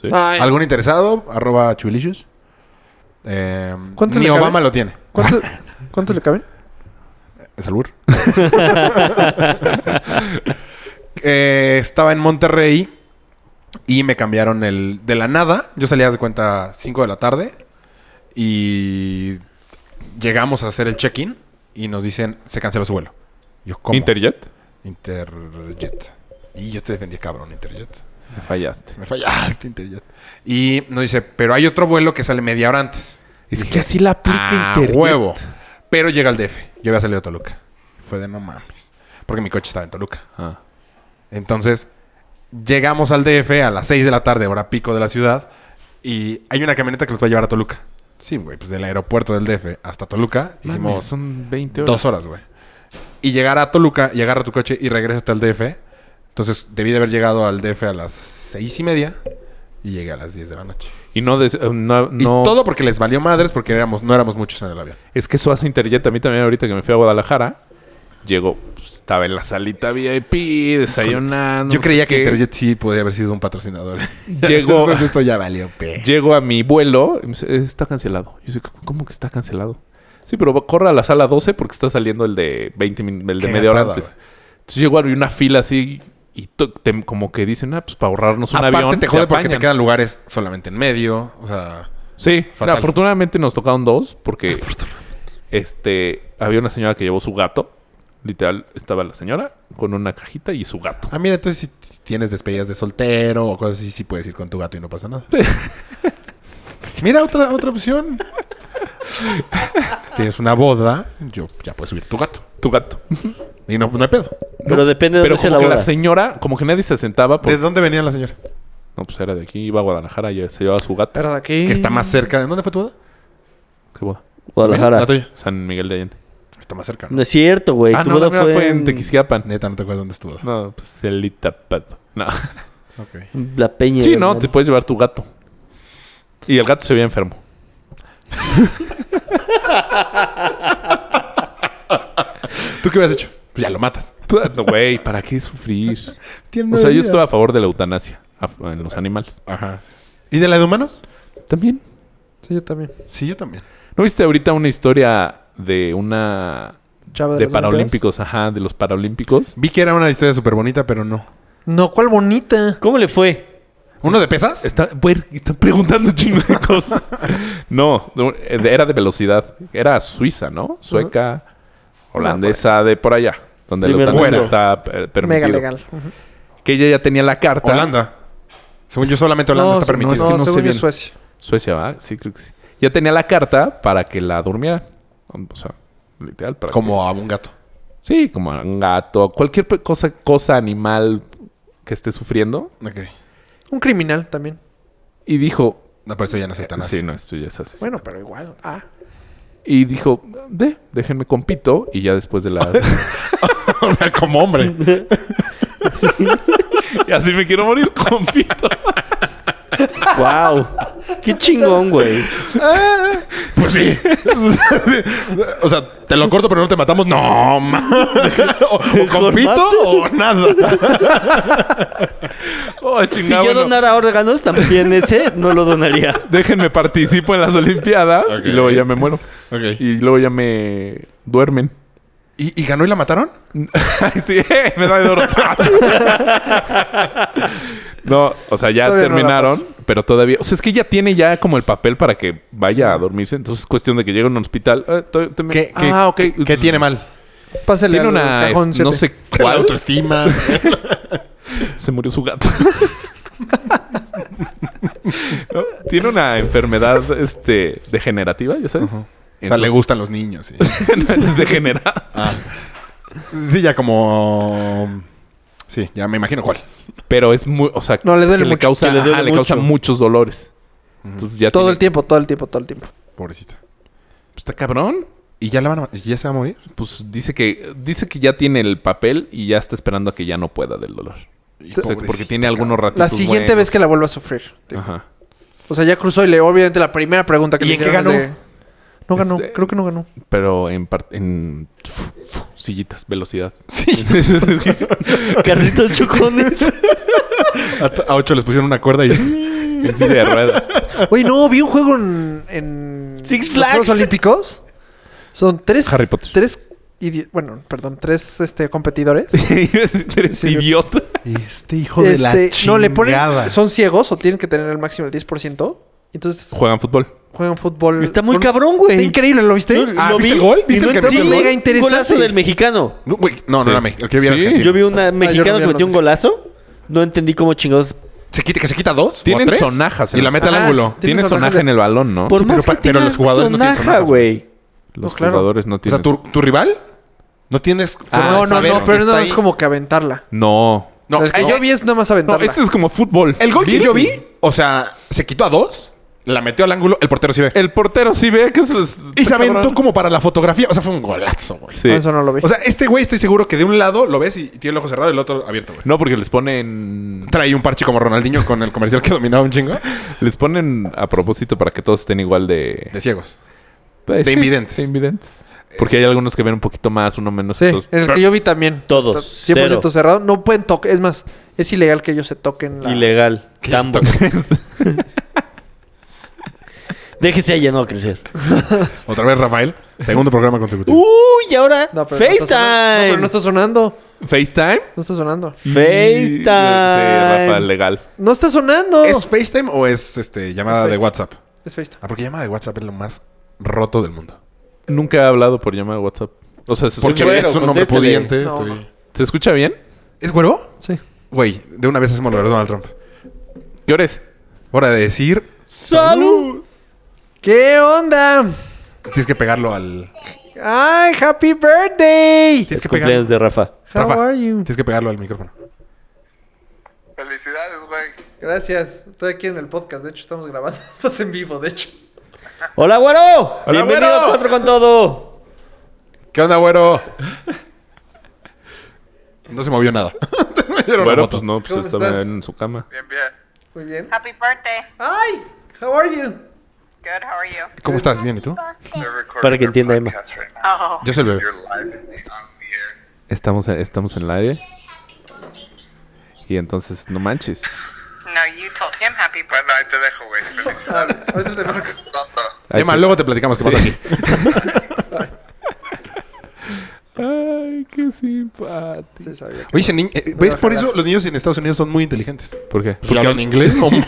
Speaker 3: Sí.
Speaker 4: Ay,
Speaker 1: ¿Algún interesado? Arroba Chubilicious. Eh,
Speaker 4: ¿Cuánto
Speaker 1: ni
Speaker 4: le cabe?
Speaker 1: Obama lo tiene.
Speaker 4: ¿cuánto- cuánto le caben?
Speaker 1: Es albur. [LAUGHS] Eh, estaba en Monterrey y me cambiaron el de la nada. Yo salía haz de cuenta 5 de la tarde y llegamos a hacer el check-in y nos dicen se canceló su vuelo. Yo ¿cómo?
Speaker 3: ¿Interjet?
Speaker 1: Interjet. Y yo te defendí, cabrón, Interjet.
Speaker 3: Me fallaste.
Speaker 1: Me fallaste, Interjet. Y nos dice, pero hay otro vuelo que sale media hora antes.
Speaker 3: Es que así la aplica
Speaker 1: Ah, huevo. Pero llega al DF. Yo había salido a Toluca. Fue de no mames. Porque mi coche estaba en Toluca.
Speaker 3: Ah.
Speaker 1: Entonces, llegamos al DF a las 6 de la tarde, hora pico de la ciudad, y hay una camioneta que los va a llevar a Toluca. Sí, güey, pues del aeropuerto del DF hasta Toluca
Speaker 3: Mames,
Speaker 1: hicimos
Speaker 3: son 20 horas.
Speaker 1: dos horas, güey. Y llegar a Toluca y agarra tu coche y regresate al DF. Entonces, debí de haber llegado al DF a las seis y media y llegué a las 10 de la noche.
Speaker 3: Y no... des- eh, no, no-
Speaker 1: Y todo porque les valió madres porque éramos, no éramos muchos en el avión.
Speaker 3: Es que eso hace Interjet. A mí también ahorita que me fui a Guadalajara, llegó... pues, Estaba en la salita VIP, desayunando.
Speaker 1: Yo
Speaker 3: no
Speaker 1: creía
Speaker 3: sé
Speaker 1: que
Speaker 3: qué.
Speaker 1: Interjet sí podía haber sido un patrocinador.
Speaker 3: [LAUGHS] Llegó-
Speaker 1: Después de esto ya valió pe.
Speaker 3: Llego a mi vuelo y me dice, "Eh, está cancelado. Yo digo, ¿cómo que está cancelado? Sí, pero corre a la sala 12 porque está saliendo el de 20 min- el de
Speaker 1: Qué
Speaker 3: media hora
Speaker 1: gatada,
Speaker 3: antes.
Speaker 1: güey.
Speaker 3: Entonces llego a una fila así y to- te- como que dicen, ah, pues para ahorrarnos un
Speaker 1: Aparte
Speaker 3: avión.
Speaker 1: te jode porque te
Speaker 3: apañan".
Speaker 1: quedan lugares solamente en medio. O sea,
Speaker 3: Sí,
Speaker 1: Fatal.
Speaker 3: afortunadamente nos tocaron dos porque este había una señora que llevó su gato. Literal, estaba la señora con una cajita y su gato.
Speaker 1: ah, mira, entonces si si tienes despedidas de soltero o cosas así, sí puedes ir con tu gato y no pasa nada. [LAUGHS] mira, otra, otra opción. tienes una boda, yo ya puedes subir tu gato.
Speaker 3: Tu gato.
Speaker 1: Y no, no hay pedo.
Speaker 5: Pero depende de
Speaker 3: Pero
Speaker 5: dónde sea
Speaker 3: como
Speaker 5: la
Speaker 3: que
Speaker 5: boda.
Speaker 3: la señora, como que nadie se sentaba. por-
Speaker 1: ¿De dónde venía la señora?
Speaker 3: No, pues era de aquí, iba a Guadalajara y se llevaba su gato.
Speaker 4: Era de aquí.
Speaker 1: Que está más cerca. ¿De dónde fue tu boda?
Speaker 3: Qué boda.
Speaker 1: La
Speaker 5: Guadalajara.
Speaker 1: tuya.
Speaker 3: San Miguel de Allende.
Speaker 1: Está más cerca. ¿no?
Speaker 5: No es cierto, güey.
Speaker 3: ah,
Speaker 5: tu
Speaker 3: no,
Speaker 5: boda
Speaker 3: la mía
Speaker 5: fue,
Speaker 3: fue en
Speaker 5: en
Speaker 3: Tequisquiapan.
Speaker 1: Neta, no te acuerdas dónde es tu boda.
Speaker 3: No, pues el Itapato. [LAUGHS] No.
Speaker 1: Ok.
Speaker 5: La Peña.
Speaker 3: Sí, no,
Speaker 5: ¿verdad?
Speaker 3: te puedes llevar tu gato. Y el gato se veía enfermo.
Speaker 1: ¿Tú qué habías hecho? Pues ya lo matas.
Speaker 3: No, [LAUGHS] Güey, ¿para qué [LAUGHS] sufrir? O sea, yo estoy a favor de la eutanasia a- en los animales.
Speaker 1: Ajá. ¿Y de la de humanos?
Speaker 3: También.
Speaker 4: Sí, yo también.
Speaker 1: Sí, yo también.
Speaker 3: ¿No viste ahorita una historia de una...
Speaker 4: Chava
Speaker 3: de
Speaker 4: de las Olimpiadas.
Speaker 3: Paralímpicos, ajá, de los Paralímpicos.
Speaker 1: Vi que era una historia súper bonita, pero no.
Speaker 4: No, ¿cuál bonita?
Speaker 5: ¿Cómo le fue?
Speaker 1: ¿Uno de pesas?
Speaker 3: Está, güey, están preguntando un chingo de cosas. [LAUGHS] no, no, eh, era de velocidad. Era suiza, ¿no? Sueca, holandesa, de por allá. Donde la
Speaker 5: Primer
Speaker 3: eutanasia
Speaker 1: mundo.
Speaker 3: está eh, permitido.
Speaker 4: Mega legal.
Speaker 3: Que ella ya tenía la carta.
Speaker 1: Holanda. Según yo, solamente Holanda
Speaker 4: no,
Speaker 1: está
Speaker 4: se-
Speaker 1: permitido.
Speaker 3: es que
Speaker 4: No,
Speaker 3: no sé
Speaker 4: según yo
Speaker 3: bien.
Speaker 4: Suecia.
Speaker 3: Suecia, ¿va? Sí, creo que sí. Ya tenía la carta para que la durmieran. O sea, literal. Para
Speaker 1: Como a un gato.
Speaker 3: que- sí, como a un gato. Cualquier pe- cosa, cosa animal que esté sufriendo.
Speaker 1: Ok.
Speaker 4: Un criminal también.
Speaker 3: Y dijo...
Speaker 1: No, pero eso ya no es eutanasia.
Speaker 3: Sí, no, esto ya es así.
Speaker 4: Bueno, pero igual. Ah.
Speaker 3: Y dijo, de, déjenme compito. Y ya después de la...
Speaker 1: [LAUGHS]
Speaker 3: [LAUGHS]
Speaker 1: o sea, como hombre.
Speaker 3: y así me quiero morir, compito.
Speaker 5: ¡Wow! ¡Qué chingón, güey!
Speaker 1: Pues sí. [LAUGHS] o sea, te lo corto, pero no te matamos. No, ma. [LAUGHS] o, o compito o nada.
Speaker 3: Oh,
Speaker 5: Si yo donara órganos, también ese no lo donaría.
Speaker 3: Déjenme participo en las Olimpiadas
Speaker 1: [LAUGHS] Ok.
Speaker 3: y luego ya me muero. Y luego ya me duermen. [LAUGHS]
Speaker 1: ¿Y, y ganó y la mataron?
Speaker 3: Ay, sí, [LAUGHS] me da de oro. no, o sea, ya
Speaker 4: Todavía no la
Speaker 3: terminaron, pero todavía. O sea, es que ya tiene ya como el papel para que vaya a dormirse. Entonces es cuestión de que llegue a un hospital. Eh, to- to-
Speaker 1: ¿Qué, qué-
Speaker 3: ah, ok.
Speaker 1: qué- qué tiene mal?
Speaker 4: Pásale
Speaker 3: Tiene
Speaker 4: al
Speaker 3: una.
Speaker 4: cajón
Speaker 3: No
Speaker 4: siete.
Speaker 3: sé [LAUGHS]
Speaker 1: La
Speaker 3: cuál.
Speaker 1: autoestima.
Speaker 3: Se murió su gato. [LAUGHS] ¿No? Tiene una enfermedad este, degenerativa, ya sabes.
Speaker 1: o sea, le
Speaker 3: Entonces-
Speaker 1: gustan los niños. Sí,
Speaker 3: [LAUGHS] No, es degenerada.
Speaker 1: [LAUGHS] Sí, ya como... um, Sí, ya me imagino cuál.
Speaker 3: Pero es muy. O sea,
Speaker 4: No, le duele
Speaker 3: que
Speaker 4: mucho.
Speaker 3: causa,
Speaker 5: Que le
Speaker 3: ajá,
Speaker 5: duele
Speaker 3: le causa
Speaker 5: mucho.
Speaker 3: muchos dolores. Entonces, ya
Speaker 4: Todo
Speaker 3: tiene- Pues,
Speaker 4: el tiempo, todo el tiempo, todo el tiempo.
Speaker 1: Pobrecita.
Speaker 3: Está cabrón.
Speaker 1: ¿Y ya, la van a- y ya se va a morir?
Speaker 3: Pues dice que dice que ya tiene el papel y ya está esperando a que ya no pueda del dolor. O sea, porque tiene algunos ratitos.
Speaker 4: La siguiente
Speaker 3: buenos.
Speaker 4: vez que la vuelva a sufrir. tío.
Speaker 3: Ajá.
Speaker 4: O sea, ya cruzó y le obviamente la primera pregunta que
Speaker 1: ¿Y
Speaker 4: le
Speaker 1: en qué
Speaker 4: hicieron
Speaker 1: ganó?
Speaker 4: es de- No ganó,
Speaker 3: Este-
Speaker 4: creo que no ganó.
Speaker 3: Pero en par- en sillitas, velocidad.
Speaker 5: ¿eh? Carritos chocones.
Speaker 1: A, a ocho les pusieron una cuerda y...
Speaker 3: en silla de ruedas.
Speaker 4: Oye, no, vi un juego en, en
Speaker 5: Six
Speaker 4: los
Speaker 5: Flags.
Speaker 4: Juegos Olímpicos. Son tres.
Speaker 3: Harry Potter.
Speaker 4: Tres. idi- Bueno, perdón, tres este,
Speaker 1: [LAUGHS]
Speaker 4: competidores.
Speaker 5: [LAUGHS]
Speaker 3: Eres
Speaker 4: Sí,
Speaker 3: idiota.
Speaker 1: Este hijo de la
Speaker 4: Este, no, le ponen.
Speaker 1: chingada.
Speaker 4: Son ciegos o tienen que tener el máximo el 10%. Entonces
Speaker 3: Juegan fútbol.
Speaker 4: juegan fútbol.
Speaker 5: Está muy
Speaker 4: con-
Speaker 5: cabrón,
Speaker 4: Está
Speaker 5: güey.
Speaker 4: increíble, ¿lo viste?
Speaker 5: Yo-
Speaker 1: Ah,
Speaker 5: lo
Speaker 1: ¿viste
Speaker 5: vi
Speaker 1: el gol?
Speaker 5: y
Speaker 1: ¿Viste
Speaker 5: no
Speaker 1: el que metió el
Speaker 5: entendí.
Speaker 4: gol?
Speaker 5: Un Golazo del mexicano.
Speaker 1: No, güey, no,
Speaker 3: Sí.
Speaker 1: no era México. El que viera
Speaker 3: Sí.
Speaker 1: Argentina.
Speaker 5: Yo vi un
Speaker 4: yo no
Speaker 5: mexicano
Speaker 4: vi
Speaker 5: que
Speaker 4: al
Speaker 5: metió
Speaker 4: mexicano.
Speaker 5: un golazo. No entendí cómo chingados.
Speaker 1: ¿Se quita, ¿Que se quita dos? ¿O
Speaker 3: Tienen
Speaker 1: tres?
Speaker 3: sonajas en
Speaker 1: Y la
Speaker 3: las-
Speaker 1: mete al
Speaker 4: Ajá.
Speaker 1: ángulo.
Speaker 4: Tiene
Speaker 3: Tiene
Speaker 4: sonajas
Speaker 3: sonaje
Speaker 4: de-
Speaker 3: en el balón, ¿no?
Speaker 5: Por
Speaker 1: Sí,
Speaker 5: más
Speaker 1: pero
Speaker 5: que
Speaker 1: pa- pero
Speaker 5: tengan
Speaker 1: los jugadores no tienen
Speaker 5: sonaja,
Speaker 1: sonajas.
Speaker 5: güey.
Speaker 3: Los
Speaker 4: claro.
Speaker 3: jugadores no
Speaker 1: O sea,
Speaker 3: tienen.
Speaker 1: ¿tu, tu rival? ¿No tienes... forma de
Speaker 4: no, no,
Speaker 1: saber
Speaker 4: no, pero
Speaker 1: que
Speaker 4: no
Speaker 1: está
Speaker 4: es
Speaker 1: ahí?
Speaker 4: como que aventarla.
Speaker 3: No.
Speaker 1: No,
Speaker 4: el que
Speaker 1: no.
Speaker 4: yo vi pues es nada más
Speaker 3: No,
Speaker 4: aventarla.
Speaker 3: este es como fútbol.
Speaker 1: El gol que yo vi, o sea, se quitó a dos, la metió al ángulo, el portero sí ve.
Speaker 3: El portero sí ve que eso es.
Speaker 1: Y se aventó
Speaker 3: cabrón.
Speaker 1: como para la fotografía. O sea, fue un golazo, güey.
Speaker 3: Sí.
Speaker 4: No, Ah, eso no lo vi.
Speaker 1: O sea, este güey estoy seguro que de un lado lo ves y tiene el ojo cerrado y el otro abierto, güey.
Speaker 3: No, porque les ponen.
Speaker 1: Trae un parche como Ronaldinho con el comercial que dominaba un chingo.
Speaker 3: Les ponen a propósito para que todos estén igual de.
Speaker 1: De ciegos.
Speaker 3: Pues, sí,
Speaker 1: De invidentes.
Speaker 3: de invidentes. Porque hay algunos que ven un poquito más, uno menos.
Speaker 4: sí,
Speaker 3: entonces-
Speaker 4: en el que yo vi también.
Speaker 5: Todos,
Speaker 4: Está 100%
Speaker 5: cero.
Speaker 4: cerrado. No pueden tocar. Es más, es ilegal que ellos se toquen la...
Speaker 5: Ilegal.
Speaker 1: ¿Qué es
Speaker 5: Tambo.
Speaker 1: esto?
Speaker 5: Déjese allá, no va a crecer.
Speaker 1: Otra vez Rafael. Segundo programa consecutivo.
Speaker 5: Uy, y ahora
Speaker 4: No, pero no está sonando. No,
Speaker 5: FaceTime.
Speaker 4: pero
Speaker 3: FaceTime.
Speaker 4: no está sonando. No está sonando.
Speaker 5: FaceTime.
Speaker 3: Sí, Rafa, legal.
Speaker 4: No está sonando.
Speaker 1: ¿Es FaceTime o es este llamada
Speaker 4: Es
Speaker 1: de WhatsApp?
Speaker 4: Es FaceTime.
Speaker 1: Ah, porque llamada de WhatsApp es lo más roto del mundo.
Speaker 3: Nunca he hablado por llamada de WhatsApp. O sea, ¿se
Speaker 1: Porque [LAUGHS]
Speaker 3: escucha, bien?
Speaker 1: es un hombre
Speaker 5: contéstale.
Speaker 1: pudiente.
Speaker 4: No,
Speaker 1: estoy-
Speaker 4: no.
Speaker 3: ¿Se escucha bien?
Speaker 1: ¿Es güero?
Speaker 4: Sí.
Speaker 1: Güey, de una vez hacemos lo de Donald Trump.
Speaker 3: ¿Qué hora es?
Speaker 1: Hora de decir,
Speaker 5: ¡Salud!
Speaker 4: ¿Qué onda?
Speaker 1: tienes que pegarlo al.
Speaker 4: ¡Ay, happy birthday!
Speaker 1: Tienes
Speaker 5: Es
Speaker 1: que pegarlo.
Speaker 5: cumpleaños de Rafa.
Speaker 4: How
Speaker 1: Rafa.
Speaker 4: are you?
Speaker 1: Tienes que pegarlo al micrófono.
Speaker 8: Felicidades, güey.
Speaker 4: Gracias. Estoy aquí en el podcast. De hecho, estamos grabando. [LAUGHS] Estás en vivo, de hecho.
Speaker 5: ¡Hola, güero! Bienvenido
Speaker 3: güero!
Speaker 5: a Cuatro con Todo.
Speaker 1: ¿Qué onda, güero? No se movió nada. se movió una
Speaker 3: Bueno,
Speaker 1: foto.
Speaker 3: pues no, pues
Speaker 4: ¿Cómo
Speaker 3: está
Speaker 4: estás?
Speaker 3: en su cama.
Speaker 8: Bien, bien.
Speaker 4: Muy bien.
Speaker 10: Happy birthday.
Speaker 4: ¡Ay! How are you?
Speaker 10: Good, how are you?
Speaker 1: ¿Cómo estás? ¿Bien? ¿Y tú?
Speaker 5: Para que entienda, Emma.
Speaker 10: Oh.
Speaker 1: Yo soy el bebé.
Speaker 3: Estamos, estamos en el aire. Y entonces, no manches.
Speaker 10: No, you told him happy birthday.
Speaker 8: Bueno, ahí te dejo, güey. Felicidades.
Speaker 4: [LAUGHS] Ahorita te marco.
Speaker 3: Ay,
Speaker 1: Emma,
Speaker 3: qué-
Speaker 1: luego te platicamos qué
Speaker 3: Sí.
Speaker 1: pasa aquí.
Speaker 3: Ay, qué simpático.
Speaker 4: Sí, sabía que-
Speaker 1: Oye, ese niño- eh, ¿ves? Por eso los niños en Estados Unidos son muy inteligentes. [LAUGHS]
Speaker 3: ¿Por qué?
Speaker 1: Porque hablan
Speaker 3: [LAUGHS]
Speaker 1: inglés, no mames.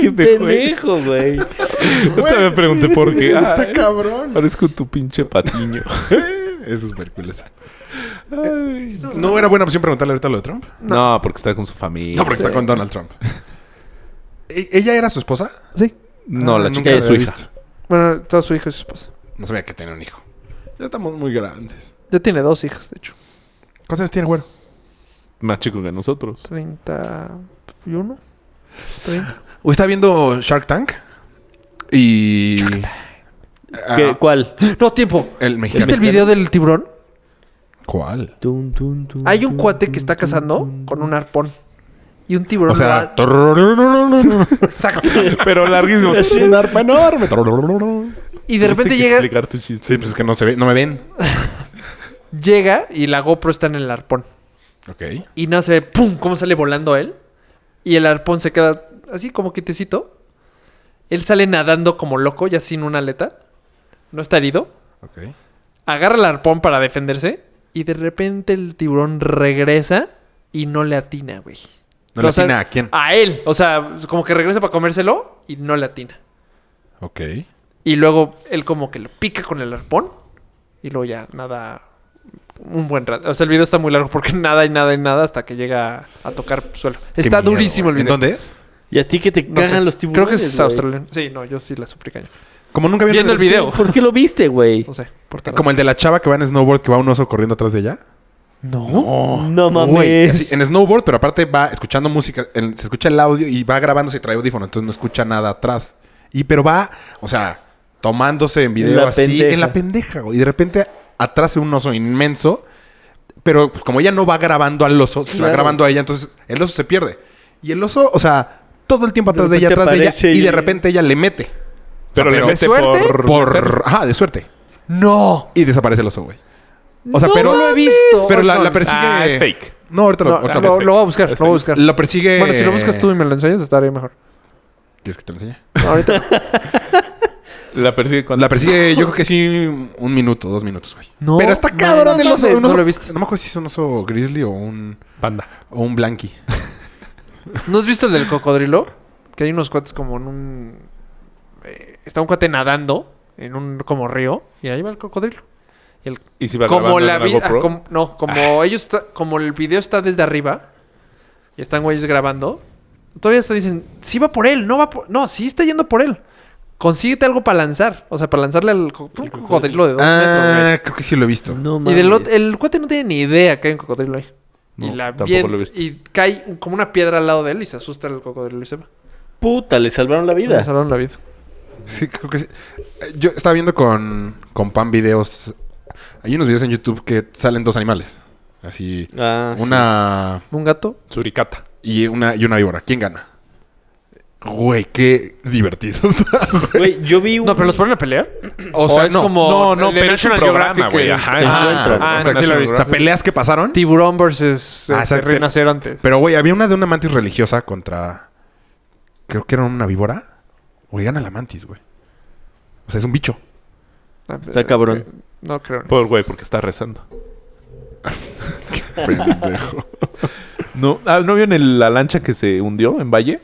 Speaker 5: ¡Qué pendejo, güey!
Speaker 3: Ahorita me pregunté por qué.
Speaker 1: Está
Speaker 3: Ay,
Speaker 1: cabrón.
Speaker 3: Parezco tu pinche patiño.
Speaker 1: Eso es percules.
Speaker 3: Ay.
Speaker 1: ¿No era buena opción preguntarle ahorita lo de Trump?
Speaker 3: No. porque está con su familia.
Speaker 1: No, porque está con Donald Trump. [LAUGHS] ¿E- ¿Ella era su esposa?
Speaker 4: Sí.
Speaker 3: No, la
Speaker 1: Ah,
Speaker 3: chica
Speaker 1: nunca
Speaker 5: es
Speaker 1: la
Speaker 5: su
Speaker 1: había
Speaker 5: hija.
Speaker 1: visto.
Speaker 4: Bueno, todo su hijo y su esposa.
Speaker 1: No sabía que tenía un hijo. Ya estamos muy grandes.
Speaker 4: Ya tiene dos hijas, de hecho.
Speaker 1: ¿Cuántos años tiene, güero?
Speaker 3: más chico que nosotros.
Speaker 4: 31. 30.
Speaker 1: Hoy estaba viendo Shark Tank y... Ah,
Speaker 5: ¿Qué- ¿Cuál?
Speaker 4: [LAUGHS] No, tiempo.
Speaker 1: el mexicano.
Speaker 4: ¿Viste el video del tiburón?
Speaker 1: ¿Cuál?
Speaker 5: Tum, tum, tum,
Speaker 4: Hay un
Speaker 5: tum,
Speaker 4: cuate
Speaker 5: tum,
Speaker 4: que está
Speaker 5: tum,
Speaker 4: cazando
Speaker 5: tum,
Speaker 4: con un arpón. Y un tiburón.
Speaker 1: O [LAUGHS] sea,
Speaker 4: lo
Speaker 1: es
Speaker 4: ha- exacto.
Speaker 3: Pero
Speaker 5: [LAUGHS]
Speaker 3: larguísimo.
Speaker 1: un arpa enorme.
Speaker 4: Y de repente llega,
Speaker 3: explicar tu chiste.
Speaker 1: Sí, pues es que no se ve, no me ven.
Speaker 4: llega y la GoPro está en el arpón.
Speaker 1: Ok.
Speaker 4: Y no se ve, ¡pum!, cómo sale volando él. Y el arpón se queda así como quietecito. Él sale nadando como loco, ya sin una aleta. No está herido.
Speaker 1: Ok.
Speaker 4: Agarra el arpón para defenderse. Y de repente el tiburón regresa y no le atina, güey.
Speaker 1: ¿No le
Speaker 4: O sea,
Speaker 1: atina a quién?
Speaker 4: A él. O sea, como que regresa para comérselo y no le atina.
Speaker 1: Ok.
Speaker 4: Y luego él como que lo pica con el arpón. Y luego ya nada. Un buen rato. O sea, el video está muy largo porque [LAUGHS] nada y nada y nada hasta que llega a tocar suelo.
Speaker 1: Qué
Speaker 4: Está
Speaker 1: miedo,
Speaker 4: durísimo el
Speaker 1: güey.
Speaker 4: video.
Speaker 1: ¿En dónde es?
Speaker 5: Y a ti que te
Speaker 4: No
Speaker 5: cagan
Speaker 4: sé.
Speaker 5: los tiburones.
Speaker 4: Creo que es
Speaker 5: güey.
Speaker 4: australiano. Sí, no, yo sí la sufrí cañón.
Speaker 1: Como nunca vieron
Speaker 4: Viendo el video.
Speaker 5: ¿Por qué lo viste, güey?
Speaker 4: [LAUGHS] No sé, por tarde.
Speaker 1: Como el de la chava que va en snowboard que va un oso corriendo atrás de ella. Oh,
Speaker 5: No
Speaker 1: Güey,
Speaker 5: mames.
Speaker 1: así, en snowboard, pero aparte va escuchando música, el- se escucha el audio y va grabando si trae audífono, entonces no escucha nada atrás. Y pero va, o sea, tomándose en video
Speaker 5: la
Speaker 1: así
Speaker 5: pendeja.
Speaker 1: en la pendeja, güey. Y de repente atrás se ve un oso inmenso, pero pues, como ella no va grabando al oso, se va
Speaker 5: Claro.
Speaker 1: grabando a ella, entonces el oso se pierde. Y el oso, o sea, todo el tiempo atrás de, ella,
Speaker 5: repente
Speaker 1: atrás de ella,
Speaker 5: aparece
Speaker 1: y de
Speaker 5: y-
Speaker 1: repente ella le mete. O sea,
Speaker 3: Pero le mete
Speaker 4: suerte,
Speaker 3: por...
Speaker 1: por... Ajá, de suerte. ¡No! Y desaparece el oso, güey. O sea, pero...
Speaker 4: no lo he visto.
Speaker 1: Pero la, la
Speaker 4: Oye,
Speaker 1: persigue...
Speaker 3: Ah, es fake.
Speaker 1: No, ahorita lo...
Speaker 4: No,
Speaker 1: ahorita lo-
Speaker 4: lo, lo voy a buscar, lo voy a buscar.
Speaker 1: lo persigue.
Speaker 4: Bueno, si lo buscas tú y me lo enseñas, estaría mejor.
Speaker 1: ¿Quieres que te lo enseñe? [LAUGHS]
Speaker 4: Ahorita.
Speaker 3: La persigue cuando...
Speaker 1: La persigue, yo creo que sí, un minuto, dos minutos, güey.
Speaker 4: No,
Speaker 1: Pero está
Speaker 4: no,
Speaker 1: cabrón
Speaker 4: no,
Speaker 1: el oso.
Speaker 4: no,
Speaker 1: un
Speaker 4: no
Speaker 1: oso-
Speaker 4: lo he visto.
Speaker 1: No me acuerdo si es un oso grizzly o un,
Speaker 3: Panda.
Speaker 1: o un blanqui.
Speaker 4: ¿No has visto el del cocodrilo? Que hay unos cuates como en un. eh, está un cuate nadando en un como río y ahí va el cocodrilo. Y el
Speaker 3: Y si va
Speaker 4: como
Speaker 3: grabando
Speaker 4: la
Speaker 3: en
Speaker 4: vi- ah,
Speaker 3: GoPro.
Speaker 4: como- no, como ellos ta- como el video está desde arriba y están güeyes grabando, todavía hasta dicen, sí va por él, no va por no, sí está yendo por él. Consíguete algo para lanzar, o sea, para lanzarle al co- un cocodrilo de dos metros.
Speaker 1: Ah, creo que sí lo he visto.
Speaker 5: No
Speaker 4: güey.
Speaker 5: mames.
Speaker 4: Y del ot- el cuate no tiene ni idea que hay un cocodrilo ahí. y
Speaker 3: No,
Speaker 4: la
Speaker 3: tampoco
Speaker 4: bien-
Speaker 3: lo he visto.
Speaker 4: y cae como una piedra al lado de él y se asusta el cocodrilo y se va.
Speaker 5: Puta, le salvaron la
Speaker 4: Le
Speaker 5: vida.
Speaker 4: salvaron la vida.
Speaker 1: Sí, creo que sí. Eh, Yo estaba viendo con, con Pan videos. Hay unos videos en YouTube que salen dos animales. Así.
Speaker 5: Ah, sí.
Speaker 1: una.
Speaker 4: Un gato.
Speaker 3: Suricata.
Speaker 1: Y una y una víbora. ¿Quién gana? Güey, qué divertido. [LAUGHS] está.
Speaker 5: Güey, yo vi un...
Speaker 4: No, pero los ponen a pelear.
Speaker 1: o
Speaker 4: es como
Speaker 3: No, no,
Speaker 4: el de
Speaker 3: pero es un
Speaker 4: National
Speaker 3: programa,
Speaker 4: Geographic,
Speaker 3: güey.
Speaker 4: el-
Speaker 3: Ajá.
Speaker 5: se
Speaker 3: ajá.
Speaker 5: encuentran.
Speaker 4: Ah,
Speaker 1: o
Speaker 4: ese
Speaker 1: sea,
Speaker 4: sí lo he
Speaker 1: o
Speaker 4: visto.
Speaker 1: sea, peleas que pasaron.
Speaker 4: Tiburón versus
Speaker 1: Ah,
Speaker 4: este,
Speaker 1: exacto.
Speaker 4: rinocerontes.
Speaker 1: Pero, güey, había una de una mantis religiosa contra. Creo que era una víbora. Güey, gana la mantis, güey. O sea, es un bicho.
Speaker 4: Ah, pero
Speaker 5: Está
Speaker 4: es
Speaker 5: cabrón.
Speaker 4: que No creo. en
Speaker 3: Por Pues,
Speaker 4: eso.
Speaker 3: güey, porque está [LAUGHS] rezando.
Speaker 1: Pendejo.
Speaker 3: No, ah, ¿no vieron el- la lancha que se hundió en Valle?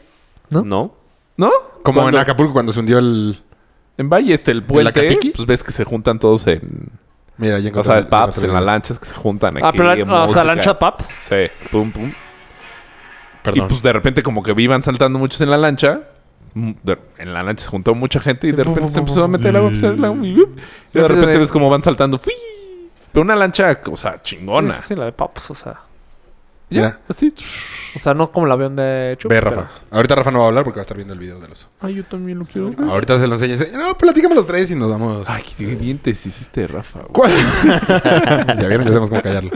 Speaker 4: ¿No?
Speaker 3: No.
Speaker 4: ¿No?
Speaker 1: Como
Speaker 5: ¿Cuándo?
Speaker 1: en Acapulco cuando se hundió el.
Speaker 3: En Valle este el puente,
Speaker 1: Acatiqui?
Speaker 3: pues ves que se juntan todos en,
Speaker 1: Mira, ya
Speaker 3: no
Speaker 1: encontré
Speaker 3: sabes,
Speaker 1: el-
Speaker 3: paps,
Speaker 1: el-
Speaker 3: en las lanchas que se juntan
Speaker 4: Ah,
Speaker 3: aquí,
Speaker 4: pero la-
Speaker 3: en
Speaker 4: no, o sea,
Speaker 3: música.
Speaker 4: lancha Paps.
Speaker 3: Sí, pum pum.
Speaker 1: Perdón.
Speaker 3: Y pues de repente como que iban saltando muchos en la lancha. Mm, de- En la lancha se juntó mucha gente y de repente se empezó a meter el agua. pues, el agua, y y de repente ves como van saltando. ¡fui! Pero una lancha, o sea, chingona.
Speaker 4: Sí, sí, la de Paps, o sea.
Speaker 1: Mira,
Speaker 3: Así.
Speaker 4: O sea, no como el avión de Chup.
Speaker 1: ve, Rafa. Ahorita Rafa no va a hablar porque va a estar viendo el video del oso.
Speaker 3: Ay, yo también lo quiero.
Speaker 1: Ahorita se lo enseña. y dice, No, platícame los tres y nos vamos.
Speaker 3: Mm. Ay, qué dientes hiciste, Rafa. güey. [LAUGHS]
Speaker 1: ¿Cuál? ya vieron, ya sabemos cómo callarlo.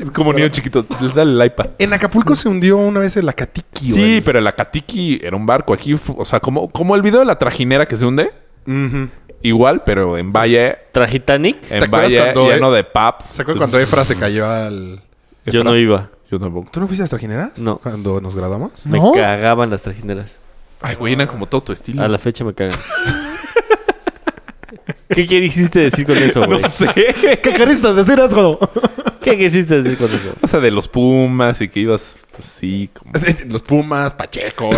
Speaker 3: Es como niño chiquito. Les dale el iPad.
Speaker 1: En Acapulco se hundió una vez el Acatiqui,
Speaker 3: Sí, pero el Acatiqui era un barco. Aquí, fu- o sea, como, como el video de la trajinera que se hunde. Igual, pero en Valle...
Speaker 5: ¿Trajitanic?
Speaker 1: ¿Te
Speaker 3: En
Speaker 1: acuerdas
Speaker 3: Valle
Speaker 1: cuando,
Speaker 3: lleno de paps.
Speaker 1: ¿Se acuerdan cuando Efra se cayó al.
Speaker 5: Yo no iba.
Speaker 3: Yo tampoco.
Speaker 1: ¿Tú no fuiste a las trajineras?
Speaker 5: No.
Speaker 1: Cuando nos graduamos.
Speaker 5: Me
Speaker 4: ¿No?
Speaker 5: cagaban las trajineras.
Speaker 3: Ay, güey, eran como todo tu estilo.
Speaker 5: A la fecha me cagan. ¿Qué quisiste decir con eso, güey?
Speaker 3: No sé.
Speaker 1: ¡Cacaristas de Cerazgo!
Speaker 5: ¿Qué quisiste decir con eso?
Speaker 3: O sea, de los Pumas y que ibas, pues sí, como
Speaker 1: [LAUGHS] Los
Speaker 3: [LAUGHS]
Speaker 1: Pumas, Pachecos.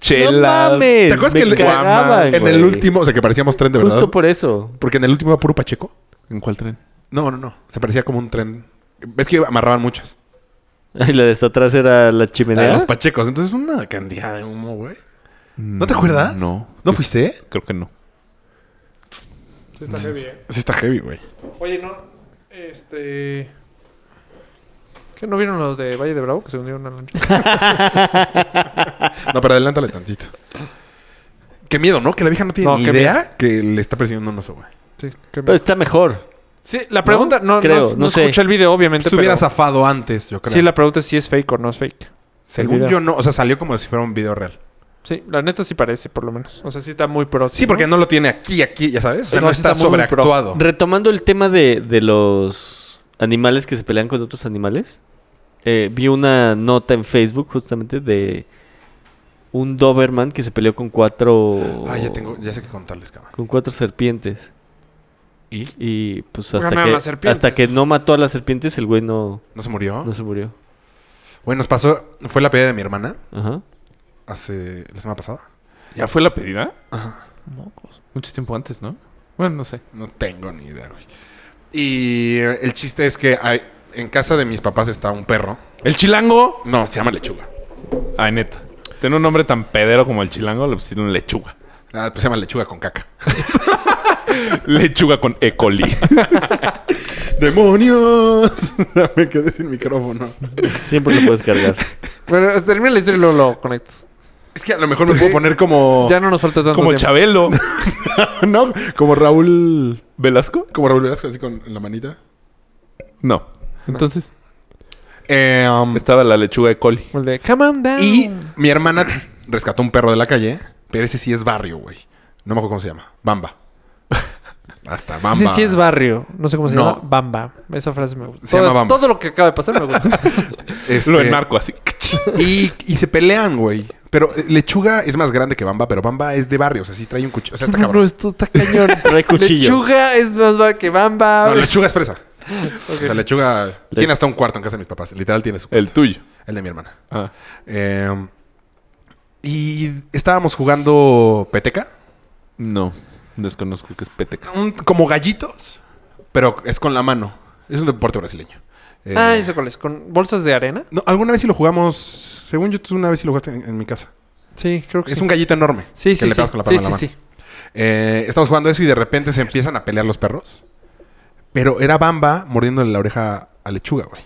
Speaker 3: chelas.
Speaker 1: ¿Te acuerdas
Speaker 5: me
Speaker 1: que le-
Speaker 5: cagaban,
Speaker 1: en el
Speaker 5: güey.
Speaker 1: último, o sea, que parecíamos tren de verdad.
Speaker 5: Justo por eso.
Speaker 1: Porque en el último era puro Pacheco.
Speaker 3: ¿En cuál tren?
Speaker 1: No, no, no. Se parecía como un tren. Ves que amarraban muchas.
Speaker 5: Y la de hasta atrás era la
Speaker 1: Ah,
Speaker 5: chimenea.
Speaker 1: Los Pachecos. Entonces, una cantidad de humo, güey. ¿No te acuerdas?
Speaker 3: No.
Speaker 1: ¿No fuiste?
Speaker 3: Creo que no.
Speaker 4: Sí, está heavy, ¿eh?
Speaker 1: Sí, está heavy, güey.
Speaker 4: Oye, no. Este. ¿Qué no vieron los de Valle de Bravo que se hundieron a la lancha?
Speaker 1: No, pero adelántale tantito. Qué miedo, ¿no? Que la vieja no tiene
Speaker 4: No,
Speaker 1: ni
Speaker 4: qué
Speaker 1: idea que le está persiguiendo un oso, güey.
Speaker 4: Sí, qué
Speaker 5: Pero
Speaker 4: miedo.
Speaker 5: está mejor.
Speaker 4: Sí, la pregunta, no, no-
Speaker 5: Creo,
Speaker 4: no,
Speaker 5: Pues, no sé.
Speaker 4: escuché el video, obviamente.
Speaker 1: Se hubiera
Speaker 4: pero
Speaker 1: zafado antes, yo creo.
Speaker 4: sí, la pregunta es si es fake o no es fake. el
Speaker 1: Según
Speaker 4: video.
Speaker 1: yo no, o sea, salió como si fuera un video real.
Speaker 4: Sí, la neta sí parece, por lo menos. O sea, sí está muy pro.
Speaker 1: Sí, porque no lo tiene aquí, aquí, ya sabes. O sea,
Speaker 4: No,
Speaker 1: no,
Speaker 4: sí está
Speaker 1: está,
Speaker 4: muy pro.
Speaker 1: sobreactuado.
Speaker 5: Retomando el tema de, de los animales que se pelean con otros animales, eh, vi una nota en Facebook justamente de un Doberman que se peleó con cuatro.
Speaker 1: Ah, ya tengo, ya sé qué contarles, cabrón.
Speaker 5: Con cuatro serpientes.
Speaker 1: ¿Y?
Speaker 5: pues hasta
Speaker 4: Ganaron
Speaker 5: que,
Speaker 4: las serpientes.
Speaker 5: hasta que no mató a las serpientes, el güey no,
Speaker 1: ¿No se murió?
Speaker 5: no se murió.
Speaker 1: Bueno, nos pasó, fue la pelea de mi hermana
Speaker 5: Ajá.
Speaker 1: hace la semana pasada.
Speaker 3: ¿Ya fue la pedida? Mocos. Mucho tiempo antes, ¿no? Bueno, no sé.
Speaker 1: No tengo ni idea, güey. Y eh, el chiste es que hay- en casa de mis papás está un perro.
Speaker 3: ¿El chilango?
Speaker 1: No, se llama lechuga.
Speaker 3: Ay, neta. Tiene un nombre tan pedero como el chilango, le pusieron lechuga. [LAUGHS]
Speaker 1: Ah, pues se llama lechuga con caca. [LAUGHS]
Speaker 3: Lechuga con E. coli.
Speaker 1: ¡Demonios! [LAUGHS] Me quedé sin micrófono.
Speaker 5: Siempre lo puedes
Speaker 1: [LAUGHS]
Speaker 5: cargar.
Speaker 4: Bueno, termina la historia y luego lo conectas.
Speaker 1: Es que a lo mejor me puedo poner como.
Speaker 4: [LAUGHS] Ya no nos falta tanto
Speaker 3: como
Speaker 4: tiempo.
Speaker 3: Chabelo.
Speaker 1: [LAUGHS] ¿No? Como Raúl.
Speaker 3: ¿Velasco?
Speaker 1: Como Raúl Velasco, así con la manita.
Speaker 3: No. Entonces,
Speaker 1: Eh, um,
Speaker 3: estaba la lechuga E. coli.
Speaker 4: El de Come on down.
Speaker 1: y mi hermana rescató un perro de la calle, pero ese sí es barrio, güey. No me acuerdo cómo se llama.
Speaker 4: [LAUGHS]
Speaker 1: Bamba. Hasta Bamba.
Speaker 4: Ese sí es barrio. No sé cómo se
Speaker 1: No.
Speaker 4: llama. Bamba. Esa frase me gusta.
Speaker 1: Se
Speaker 4: todo,
Speaker 1: llama Bamba.
Speaker 4: todo lo que acaba de pasar me gusta.
Speaker 1: Este,
Speaker 3: Lo enmarco así. [LAUGHS]
Speaker 1: Y, y se pelean, güey. Pero eh, Lechuga es más grande que Bamba, pero Bamba es de barrio. O sea, sí trae un cuchillo. O
Speaker 4: [LAUGHS]
Speaker 1: sea, [LAUGHS] está
Speaker 4: no,
Speaker 1: cabrón.
Speaker 4: esto está cañón.
Speaker 1: [LAUGHS]
Speaker 5: Trae cuchillo.
Speaker 4: Lechuga es más va que Bamba.
Speaker 1: No, Lechuga
Speaker 4: [LAUGHS]
Speaker 1: es fresa. O sea, Lechuga tiene hasta un cuarto en casa de mis papás. Literal tiene su cuarto.
Speaker 3: El tuyo.
Speaker 1: El de mi hermana.
Speaker 3: Ah.
Speaker 1: Eh, y estábamos jugando peteca.
Speaker 3: No. Desconozco que es peteca.
Speaker 1: un- como gallitos, pero es con la mano. Es un deporte brasileño. Eh,
Speaker 4: Ah, eso cuál es. ¿Con bolsas de arena?
Speaker 1: no, alguna vez sí lo jugamos. Según yo, tú una vez sí lo jugaste en, en mi casa.
Speaker 4: Sí, creo que
Speaker 1: Es
Speaker 4: sí.
Speaker 1: un gallito enorme.
Speaker 4: Sí,
Speaker 1: que
Speaker 4: sí,
Speaker 1: le
Speaker 4: sí.
Speaker 1: pegas con la
Speaker 4: sí,
Speaker 1: palma de
Speaker 4: sí,
Speaker 1: la
Speaker 4: sí.
Speaker 1: mano. Eh, estamos jugando eso y de repente se empiezan a pelear los perros. Pero era Bamba mordiéndole la oreja a Lechuga, güey.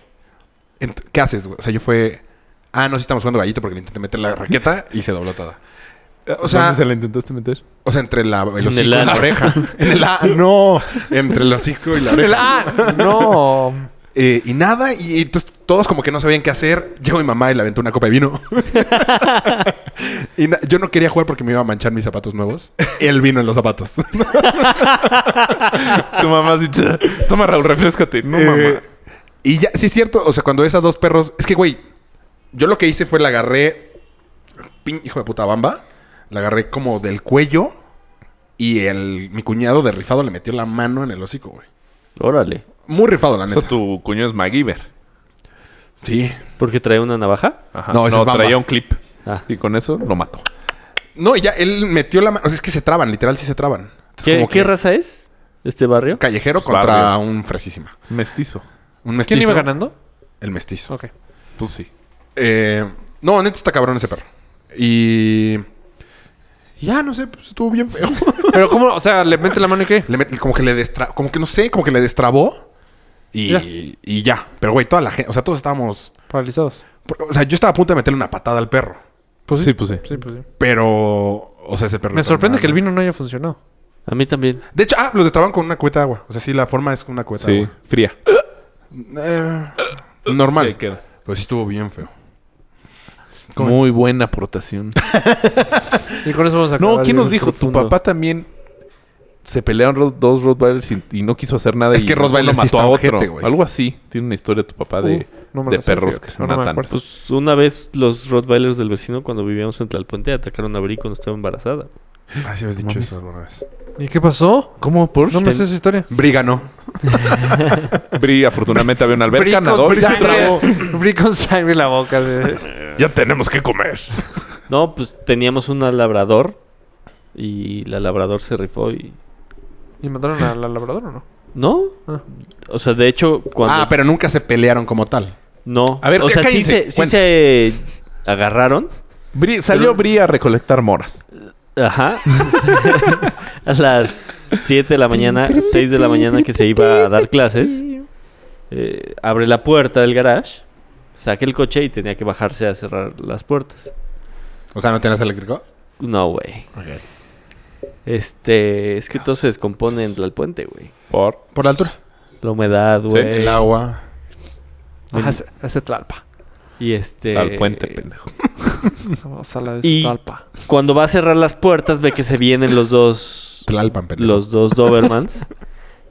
Speaker 1: Ent- ¿Qué haces, güey? O sea, yo fue. Ah, no, sí estamos jugando gallito porque le intenté meter la raqueta y se dobló toda. O sea,
Speaker 3: ¿Dónde se la intentaste meter?
Speaker 1: O sea, entre la, el
Speaker 5: En
Speaker 1: hocico
Speaker 5: el
Speaker 1: y la
Speaker 5: ano.
Speaker 1: oreja. En el A, no. Entre el hocico y la oreja.
Speaker 4: El- ah, no.
Speaker 1: Eh, y nada, y, y entonces todos como que no sabían qué hacer. Llegó mi mamá y le aventó una copa de vino. [LAUGHS] y na- yo no quería jugar porque me iba a manchar mis zapatos nuevos. El vino en los zapatos.
Speaker 3: Tu mamá dice, toma Raúl, refrescate. No,
Speaker 1: Eh,
Speaker 3: mamá.
Speaker 1: y ya, sí es cierto, o sea, cuando ves a dos perros, es que güey, yo lo que hice fue la agarré, pin- hijo de puta bamba, la agarré como del cuello y el, mi cuñado de rifado le metió la mano en el hocico, güey.
Speaker 5: Órale.
Speaker 1: Muy rifado, la
Speaker 3: O
Speaker 1: neta.
Speaker 3: sea, tu cuño es MacGyver.
Speaker 1: Sí.
Speaker 5: Porque trae una navaja.
Speaker 3: Ajá.
Speaker 1: No,
Speaker 3: No,
Speaker 1: ese es Bamba.
Speaker 3: traía un clip.
Speaker 5: Ah.
Speaker 3: Y con eso lo mató.
Speaker 1: No, y ya él metió la mano, o sea, es que se traban, literal, sí se traban. Entonces,
Speaker 5: ¿Qué,
Speaker 1: como
Speaker 5: qué
Speaker 1: que-
Speaker 5: raza es? ¿Este barrio?
Speaker 1: Callejero
Speaker 3: Pues,
Speaker 1: contra
Speaker 3: barrio.
Speaker 1: un fresísima.
Speaker 3: Mestizo.
Speaker 1: Un mestizo.
Speaker 4: ¿Quién iba ganando?
Speaker 1: El mestizo.
Speaker 4: Ok.
Speaker 3: Pues sí.
Speaker 1: Eh, no, neta está cabrón ese perro. Y. Ya, no sé, pues, estuvo bien feo.
Speaker 4: Pero cómo, o sea, le mete la mano y qué?
Speaker 1: Le met- como que le destra... Como que no sé, como que le destrabó. Y
Speaker 4: Ya.
Speaker 1: y ya. Pero, güey, toda la gente. O sea, todos estábamos.
Speaker 4: Paralizados.
Speaker 1: O sea, yo estaba a punto de meterle una patada al perro.
Speaker 3: Pues sí, pues sí.
Speaker 4: Sí, pues sí.
Speaker 1: Pero. O sea, ese perro.
Speaker 4: Me sorprende que el
Speaker 1: vino
Speaker 4: vino no haya funcionado.
Speaker 5: A mí también.
Speaker 1: De hecho, ah, los destraban con una cubeta de agua. O sea, sí, la forma es con una cubeta de
Speaker 3: Sí,
Speaker 1: agua.
Speaker 3: fría.
Speaker 1: Eh, normal.
Speaker 3: Ahí queda.
Speaker 1: Pero sí estuvo bien feo.
Speaker 3: Muy buena aportación.
Speaker 4: Y con eso vamos a acabar
Speaker 3: No,
Speaker 4: el
Speaker 3: ¿quién nos
Speaker 4: video.
Speaker 3: dijo?
Speaker 5: profundo.
Speaker 3: Tu papá también se pelearon ro- dos Rottweilers y, y no quiso hacer nada.
Speaker 1: Es
Speaker 3: y
Speaker 1: que
Speaker 3: uno
Speaker 1: Rottweilers sí
Speaker 3: mató a
Speaker 1: está
Speaker 3: otro.
Speaker 1: ojete, güey.
Speaker 3: Algo así. Tiene una historia tu papá de,
Speaker 4: Uh, no me
Speaker 3: de
Speaker 4: la sé,
Speaker 3: perros
Speaker 4: fíjate.
Speaker 3: que se
Speaker 4: No, no me
Speaker 3: matan.
Speaker 4: acuerdo.
Speaker 5: Pues una vez los Rottweilers del vecino, cuando vivíamos en Tlalpuente, atacaron a Bri cuando estaba embarazada.
Speaker 1: Ah, sí habías dicho eso alguna vez.
Speaker 4: ¿Y qué pasó?
Speaker 3: ¿Cómo? ¿Por?
Speaker 4: No me sé esa historia.
Speaker 1: Brígano.
Speaker 3: Bri, afortunadamente había un alberca, nadó.
Speaker 4: Bri
Speaker 3: y se
Speaker 4: con [LAUGHS]
Speaker 3: trabó.
Speaker 4: sangre- Bri con sangre en la boca. de-
Speaker 3: Ya tenemos que comer.
Speaker 5: No, pues teníamos una labrador y la labrador se rifó y...
Speaker 4: ¿Y mataron a la labradora o no?
Speaker 5: ¿No?
Speaker 4: Ah.
Speaker 5: O sea, de hecho, cuando...
Speaker 1: Ah, pero nunca se pelearon como tal.
Speaker 5: No.
Speaker 3: A ver,
Speaker 5: o sea, sí
Speaker 3: cállense,
Speaker 5: se, sí
Speaker 3: cuenta.
Speaker 5: se agarraron.
Speaker 3: Bri- salió Bri a recolectar moras.
Speaker 5: Ajá. [LAUGHS] a las 7 de la mañana, 6 de la mañana que se iba a dar clases, eh, abre la puerta del garage, saca el coche y tenía que bajarse a cerrar las puertas.
Speaker 1: O sea, ¿no tenías eléctrico?
Speaker 5: No, güey. Este, es que todo se descompone en el puente, güey.
Speaker 3: Por.
Speaker 1: Por la altura.
Speaker 9: La humedad,
Speaker 3: Sí.
Speaker 9: güey.
Speaker 6: El agua.
Speaker 4: Ajá, ese-
Speaker 3: [LAUGHS]
Speaker 4: ese Tlalpa.
Speaker 9: Y este.
Speaker 3: Al puente, pendejo.
Speaker 4: Vamos a la de
Speaker 9: Y-
Speaker 4: Tlalpa.
Speaker 9: Cuando va a cerrar las puertas, ve que se vienen los dos.
Speaker 6: Tlalpan, pendejo.
Speaker 9: Los dos Dobermans.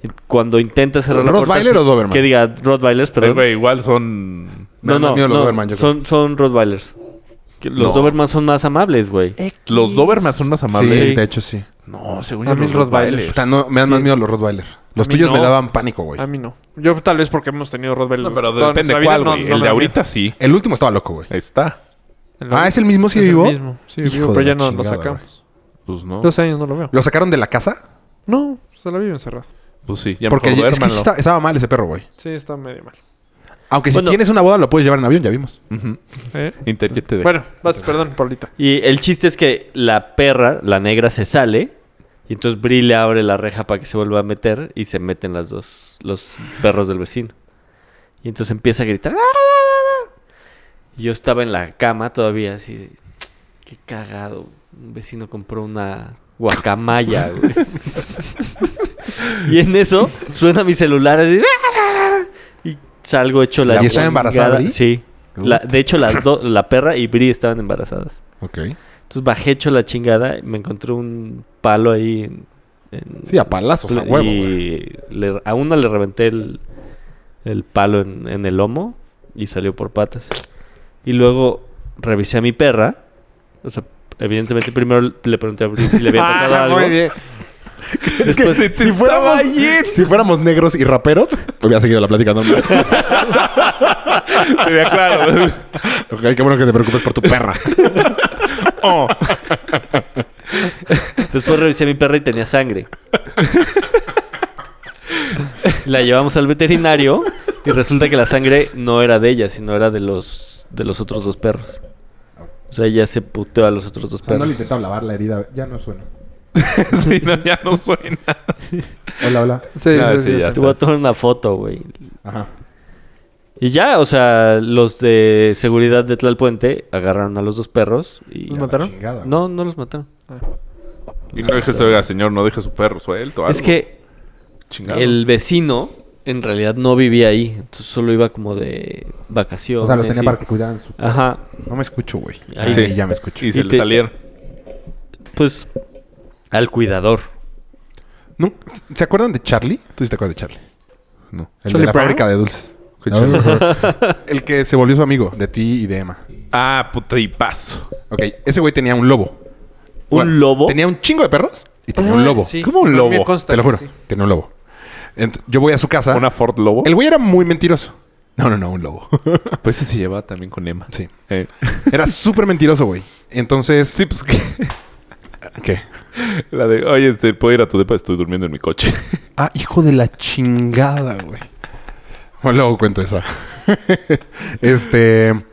Speaker 9: Y Cuando intenta cerrar la puerta.
Speaker 6: ¿Rottweiler
Speaker 9: sí-
Speaker 6: o Doberman?
Speaker 9: Que diga Rottweilers,
Speaker 3: Pero,
Speaker 9: perdón.
Speaker 3: güey, igual son...
Speaker 6: Me
Speaker 9: No,
Speaker 6: dan
Speaker 9: no,
Speaker 6: miedo los
Speaker 9: no,
Speaker 6: Doberman, yo creo.
Speaker 9: son, son Rottweilers. Que Los
Speaker 3: No.
Speaker 9: Dobermans son más amables, güey.
Speaker 3: Los Doberman son más amables.
Speaker 6: Sí,
Speaker 9: Sí.
Speaker 6: de hecho sí.
Speaker 3: No, según
Speaker 4: A
Speaker 3: yo
Speaker 4: mí
Speaker 3: los
Speaker 4: los
Speaker 3: Rottweilers.
Speaker 6: Puta, no, me dan más miedo los Rottweiler. Los
Speaker 4: A mí
Speaker 6: tuyos me
Speaker 4: no.
Speaker 6: daban pánico, güey.
Speaker 4: A mí no. Yo tal vez porque hemos tenido Rottweiler.
Speaker 3: No, pero
Speaker 4: toda
Speaker 3: depende
Speaker 4: nuestra
Speaker 3: cuál,
Speaker 4: vida, no-
Speaker 3: güey.
Speaker 4: no
Speaker 3: el
Speaker 4: me
Speaker 3: de
Speaker 4: da
Speaker 3: ahorita sí.
Speaker 6: El último estaba loco, güey.
Speaker 3: Ahí está.
Speaker 4: miedo.
Speaker 6: Ah, ¿es el mismo si
Speaker 4: Es el
Speaker 6: vivo?
Speaker 4: mismo. Sí,
Speaker 6: Hijo
Speaker 4: vivo,
Speaker 6: de
Speaker 4: pero
Speaker 6: la
Speaker 4: ya no
Speaker 6: chingada,
Speaker 4: lo sacamos.
Speaker 3: Pues no.
Speaker 4: Yo hace años no lo veo.
Speaker 6: ¿Lo sacaron de la casa?
Speaker 4: No, se la vive encerrado.
Speaker 3: Pues sí, ya
Speaker 6: Porque
Speaker 3: mejor
Speaker 6: es que sí
Speaker 3: duérmanlo.
Speaker 6: está- estaba mal ese perro, güey.
Speaker 4: Sí, está medio mal.
Speaker 6: Aunque si
Speaker 9: Bueno.
Speaker 6: tienes una boda lo puedes llevar en avión, ya vimos.
Speaker 3: Ujú.
Speaker 4: ¿Eh?
Speaker 3: Interjet te deja.
Speaker 4: Bueno, vas, perdón, Paulita.
Speaker 9: Y el chiste es que la perra, la negra, se sale. Y entonces Bri le abre la reja para que se vuelva a meter. Y se meten las dos, los perros del vecino. Y entonces empieza a gritar. "¡Ah, ah, ah, ah!". Y yo estaba en la cama todavía así. de, Qué cagado. Un vecino compró una guacamaya, güey". [LAUGHS] y en eso suena mi celular así. "Ah, ah, ah", Y salgo hecho la...
Speaker 6: ¿Y estaba embarazada
Speaker 9: chingada.
Speaker 6: Bri?
Speaker 9: Sí. La- de hecho, las dos, la perra y Bri estaban embarazadas.
Speaker 6: Ok.
Speaker 9: Entonces bajé hecho la chingada, me encontré un palo ahí en, en-
Speaker 6: Sí, a palazos, a huevo, güey.
Speaker 9: y le- a una le reventé el, el palo en, en el lomo y salió por patas. Y luego revisé a mi perra. O sea, evidentemente primero le pregunté a Bri si le
Speaker 6: [LAUGHS]
Speaker 9: había pasado
Speaker 4: Ah, [LAUGHS]
Speaker 9: algo.
Speaker 4: muy bien.
Speaker 6: Es que si, si fuéramos, [LAUGHS] si fuéramos negros y raperos, hubiera seguido la plática. ¿no? ok,
Speaker 3: [LAUGHS] Sería claro.
Speaker 6: qué bueno que te preocupes por tu [LAUGHS] perra.
Speaker 3: Oh.
Speaker 9: Después revisé a mi perra y tenía sangre. La llevamos al veterinario y resulta que la sangre no era de ella, sino era de los de los otros dos perros. O sea, ella se puteó a los otros dos
Speaker 6: O sea, no
Speaker 9: perros.
Speaker 6: le intentaba lavar la herida. Ya no suena.
Speaker 3: [LAUGHS] sí, no, ya no suena.
Speaker 6: Hola, hola.
Speaker 4: Sí,
Speaker 3: Ah,
Speaker 4: sí, sí,
Speaker 3: sí, ya
Speaker 4: sí.
Speaker 9: Te voy a tomar una foto, güey.
Speaker 6: Ajá.
Speaker 9: Y ya, o sea, los de seguridad de Tlalpuente agarraron a los dos perros y...
Speaker 4: ¿Los mataron?
Speaker 6: Chingada, güey.
Speaker 9: No, no los mataron.
Speaker 3: Y no dejes, oiga, señor, no deje su perro suelto.
Speaker 9: Es
Speaker 3: algo.
Speaker 9: que
Speaker 3: Chingado.
Speaker 9: el vecino en realidad no vivía ahí. Entonces solo iba como de vacaciones.
Speaker 6: O sea, los tenía
Speaker 9: y-
Speaker 6: para que cuidaran su casa.
Speaker 9: eh, Ajá.
Speaker 6: No me escucho, güey.
Speaker 9: Ahí.
Speaker 6: Sí,
Speaker 3: Sí.
Speaker 6: ya me escucho.
Speaker 3: Y se
Speaker 9: y
Speaker 3: le
Speaker 9: te-
Speaker 3: salieron.
Speaker 9: Pues al cuidador.
Speaker 6: No, ¿Se acuerdan de Charlie? Tú sí te acuerdas de Charlie.
Speaker 3: No.
Speaker 6: El
Speaker 4: ¿Charlie
Speaker 6: de la
Speaker 4: Brown?
Speaker 6: fábrica de dulces.
Speaker 3: ¿Qué
Speaker 6: No, el que se volvió su amigo, de ti y de Emma.
Speaker 3: Ah, puta y paso.
Speaker 6: Ok, ese güey tenía un lobo.
Speaker 9: ¿Un
Speaker 6: Bueno,
Speaker 9: lobo?
Speaker 6: Tenía un chingo de perros y tenía un lobo.
Speaker 4: Sí.
Speaker 3: ¿Cómo un
Speaker 4: Me- me
Speaker 3: lobo?
Speaker 4: consta
Speaker 6: Te lo
Speaker 4: que
Speaker 6: juro,
Speaker 4: sí.
Speaker 6: tenía un lobo. Ent- yo voy a su casa.
Speaker 3: ¿Una Ford Lobo?
Speaker 6: Ah. El güey era muy mentiroso. No, no, no, un lobo.
Speaker 3: Pues ese se llevaba también con Emma.
Speaker 6: sí.
Speaker 3: Eh,
Speaker 6: Era súper mentiroso, güey. Entonces.
Speaker 3: sí, pues que...
Speaker 6: ¿Qué?
Speaker 3: La de, oye, este, puedo ir a tu depa, estoy durmiendo en mi coche.
Speaker 6: Ah, hijo de la chingada, güey. Bueno, luego cuento esa. este.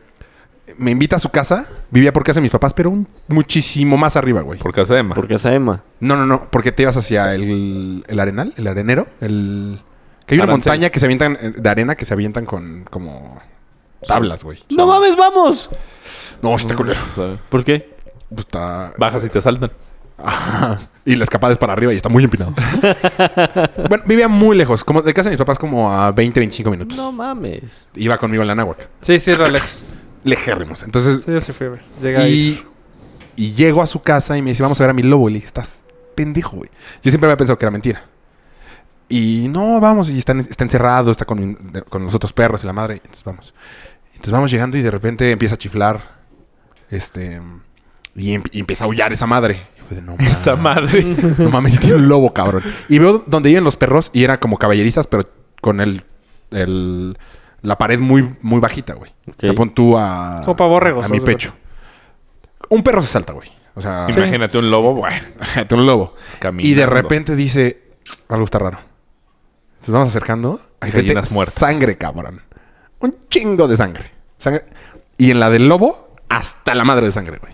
Speaker 6: Me invita a su casa. Vivía por casa de mis papás, pero un muchísimo más arriba, güey.
Speaker 3: [LAUGHS] Por casa de Emma.
Speaker 9: Por casa de Emma.
Speaker 6: No, no, no, porque te ibas hacia el, el arenal, el arenero, el... Que hay una
Speaker 3: Arancel.
Speaker 6: montaña que se avientan, eh, de arena que se avientan con como tablas, güey.
Speaker 9: ¡No mames, vamos!
Speaker 6: No, está culero.
Speaker 3: pues,
Speaker 6: Pues
Speaker 3: O sea,
Speaker 9: ¿Por qué?
Speaker 6: Está...
Speaker 3: Bajas y te saltan.
Speaker 6: Ajá. Y la escapada es para arriba y está muy empinado. bueno, vivía muy lejos, como de casa de mis papás como a 20, 25 minutos.
Speaker 9: No mames.
Speaker 6: Iba conmigo en la náhuac.
Speaker 4: Sí, sí, era lejos.
Speaker 6: Lejérrimos. Entonces,
Speaker 4: Sí, yo sí fui a ver. Llegué ahí.
Speaker 6: y, y llego a su casa y me dice, vamos a ver a mi lobo. Y le dije, estás pendejo, güey. Yo siempre había pensado que era mentira. Y no, vamos. Y está, en- está encerrado, está con, de- con los otros perros y la madre. Entonces vamos. Entonces vamos llegando y de repente empieza a chiflar. Este... Y, em- y empieza a aullar esa madre. Y fue de, no mames.
Speaker 3: [LAUGHS] Esa madre.
Speaker 6: No mames, si tiene un lobo, cabrón. Y veo donde iban los perros y eran como caballerizas, pero con el... el la pared muy, muy bajita, güey.
Speaker 9: Ok.
Speaker 6: Te pon tú a...
Speaker 4: Como para borregos,
Speaker 6: A mi
Speaker 4: haz de
Speaker 6: pecho. Un perro se salta, güey. O
Speaker 3: Ah.
Speaker 6: sea... [LAUGHS]
Speaker 3: Imagínate un lobo, bueno, pues,
Speaker 6: Tiene un lobo.
Speaker 3: caminando.
Speaker 6: Y de repente dice, algo está raro. Entonces vamos acercando. De
Speaker 3: Hay
Speaker 6: repente,
Speaker 3: gallinas muertas.
Speaker 6: sangre, cabrón. Un chingo de sangre. Sangre. Y en la del lobo, hasta la madre de sangre, güey.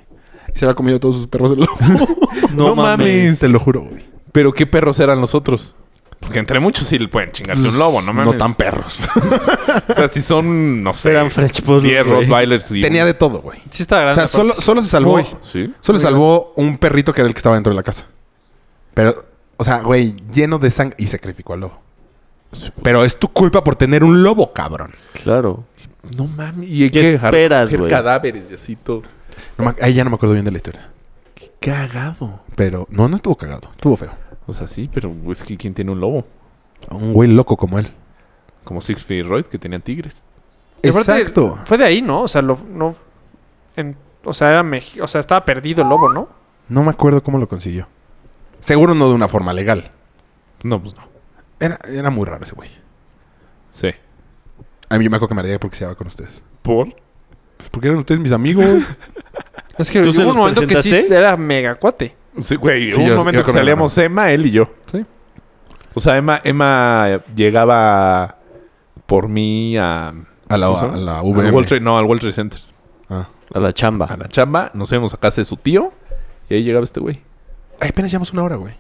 Speaker 6: Y se había comido todos sus perros el [LAUGHS] lobo.
Speaker 9: No, mames.
Speaker 6: Te lo juro, güey.
Speaker 3: Pero ¿qué perros eran los otros? Porque entre muchos sí le pueden chingarse un lobo, no mames.
Speaker 6: Pues, No tan perros.
Speaker 3: [LAUGHS] O sea, si son, no sé.
Speaker 9: Eran French Bulldogs,
Speaker 3: 10
Speaker 9: güey.
Speaker 3: Rottweilers y...
Speaker 6: Tenía de todo, güey.
Speaker 4: Sí, está
Speaker 6: O
Speaker 4: grande.
Speaker 6: sea, solo, solo se salvó.
Speaker 3: Sí.
Speaker 6: Solo se salvó un perrito que era el que estaba dentro de la casa. Pero, o sea, güey, lleno de sangre. Y sacrificó al lobo. Pero es tu culpa por tener un lobo, cabrón.
Speaker 9: Claro.
Speaker 3: No mames. ¿Y hay
Speaker 9: ¿Qué
Speaker 3: que dejar
Speaker 9: esperas,
Speaker 3: hacer
Speaker 9: güey?
Speaker 3: cadáveres y así todo.
Speaker 6: No me- ahí ya no me acuerdo bien de la historia.
Speaker 3: Qué cagado.
Speaker 6: Pero no, no estuvo cagado. Estuvo feo.
Speaker 3: O sea, sí, pero es que ¿quién tiene un lobo?
Speaker 6: Un güey loco como él.
Speaker 3: Como Siegfried y Roy, que tenían tigres.
Speaker 4: Y aparte,
Speaker 6: Exacto.
Speaker 4: Fue de ahí, ¿no? O sea, lo, no. en- o sea, era Mex- o sea, estaba perdido el lobo, ¿no?
Speaker 6: No me acuerdo cómo lo consiguió. Seguro no de una forma legal.
Speaker 3: No, pues no.
Speaker 6: Era, era muy raro ese güey.
Speaker 3: Sí.
Speaker 6: A mí yo me acuerdo que me ardía porque se iba con ustedes.
Speaker 3: ¿Por?
Speaker 6: Pues porque eran ustedes mis amigos.
Speaker 4: Es que
Speaker 9: ¿Tú se
Speaker 4: hubo
Speaker 9: los
Speaker 4: un momento que sí
Speaker 9: presentaste?
Speaker 4: era mega cuate.
Speaker 3: Sí, güey.
Speaker 6: Sí,
Speaker 3: hubo un
Speaker 6: yo-
Speaker 3: momento
Speaker 6: yo
Speaker 3: que
Speaker 6: creo que
Speaker 3: salíamos Emma, él y yo.
Speaker 4: Sí.
Speaker 3: O sea, Emma, Emma llegaba por mí a...
Speaker 6: A la,
Speaker 3: ¿cómo se
Speaker 6: a
Speaker 3: llama?
Speaker 6: la
Speaker 3: Al
Speaker 6: VM.
Speaker 3: World Trade- no, al World Trade Center.
Speaker 6: Ah.
Speaker 9: A la chamba.
Speaker 3: A la chamba, nos íbamos a casa de su tío y ahí llegaba este güey.
Speaker 6: Ay, apenas llevamos una hora, güey.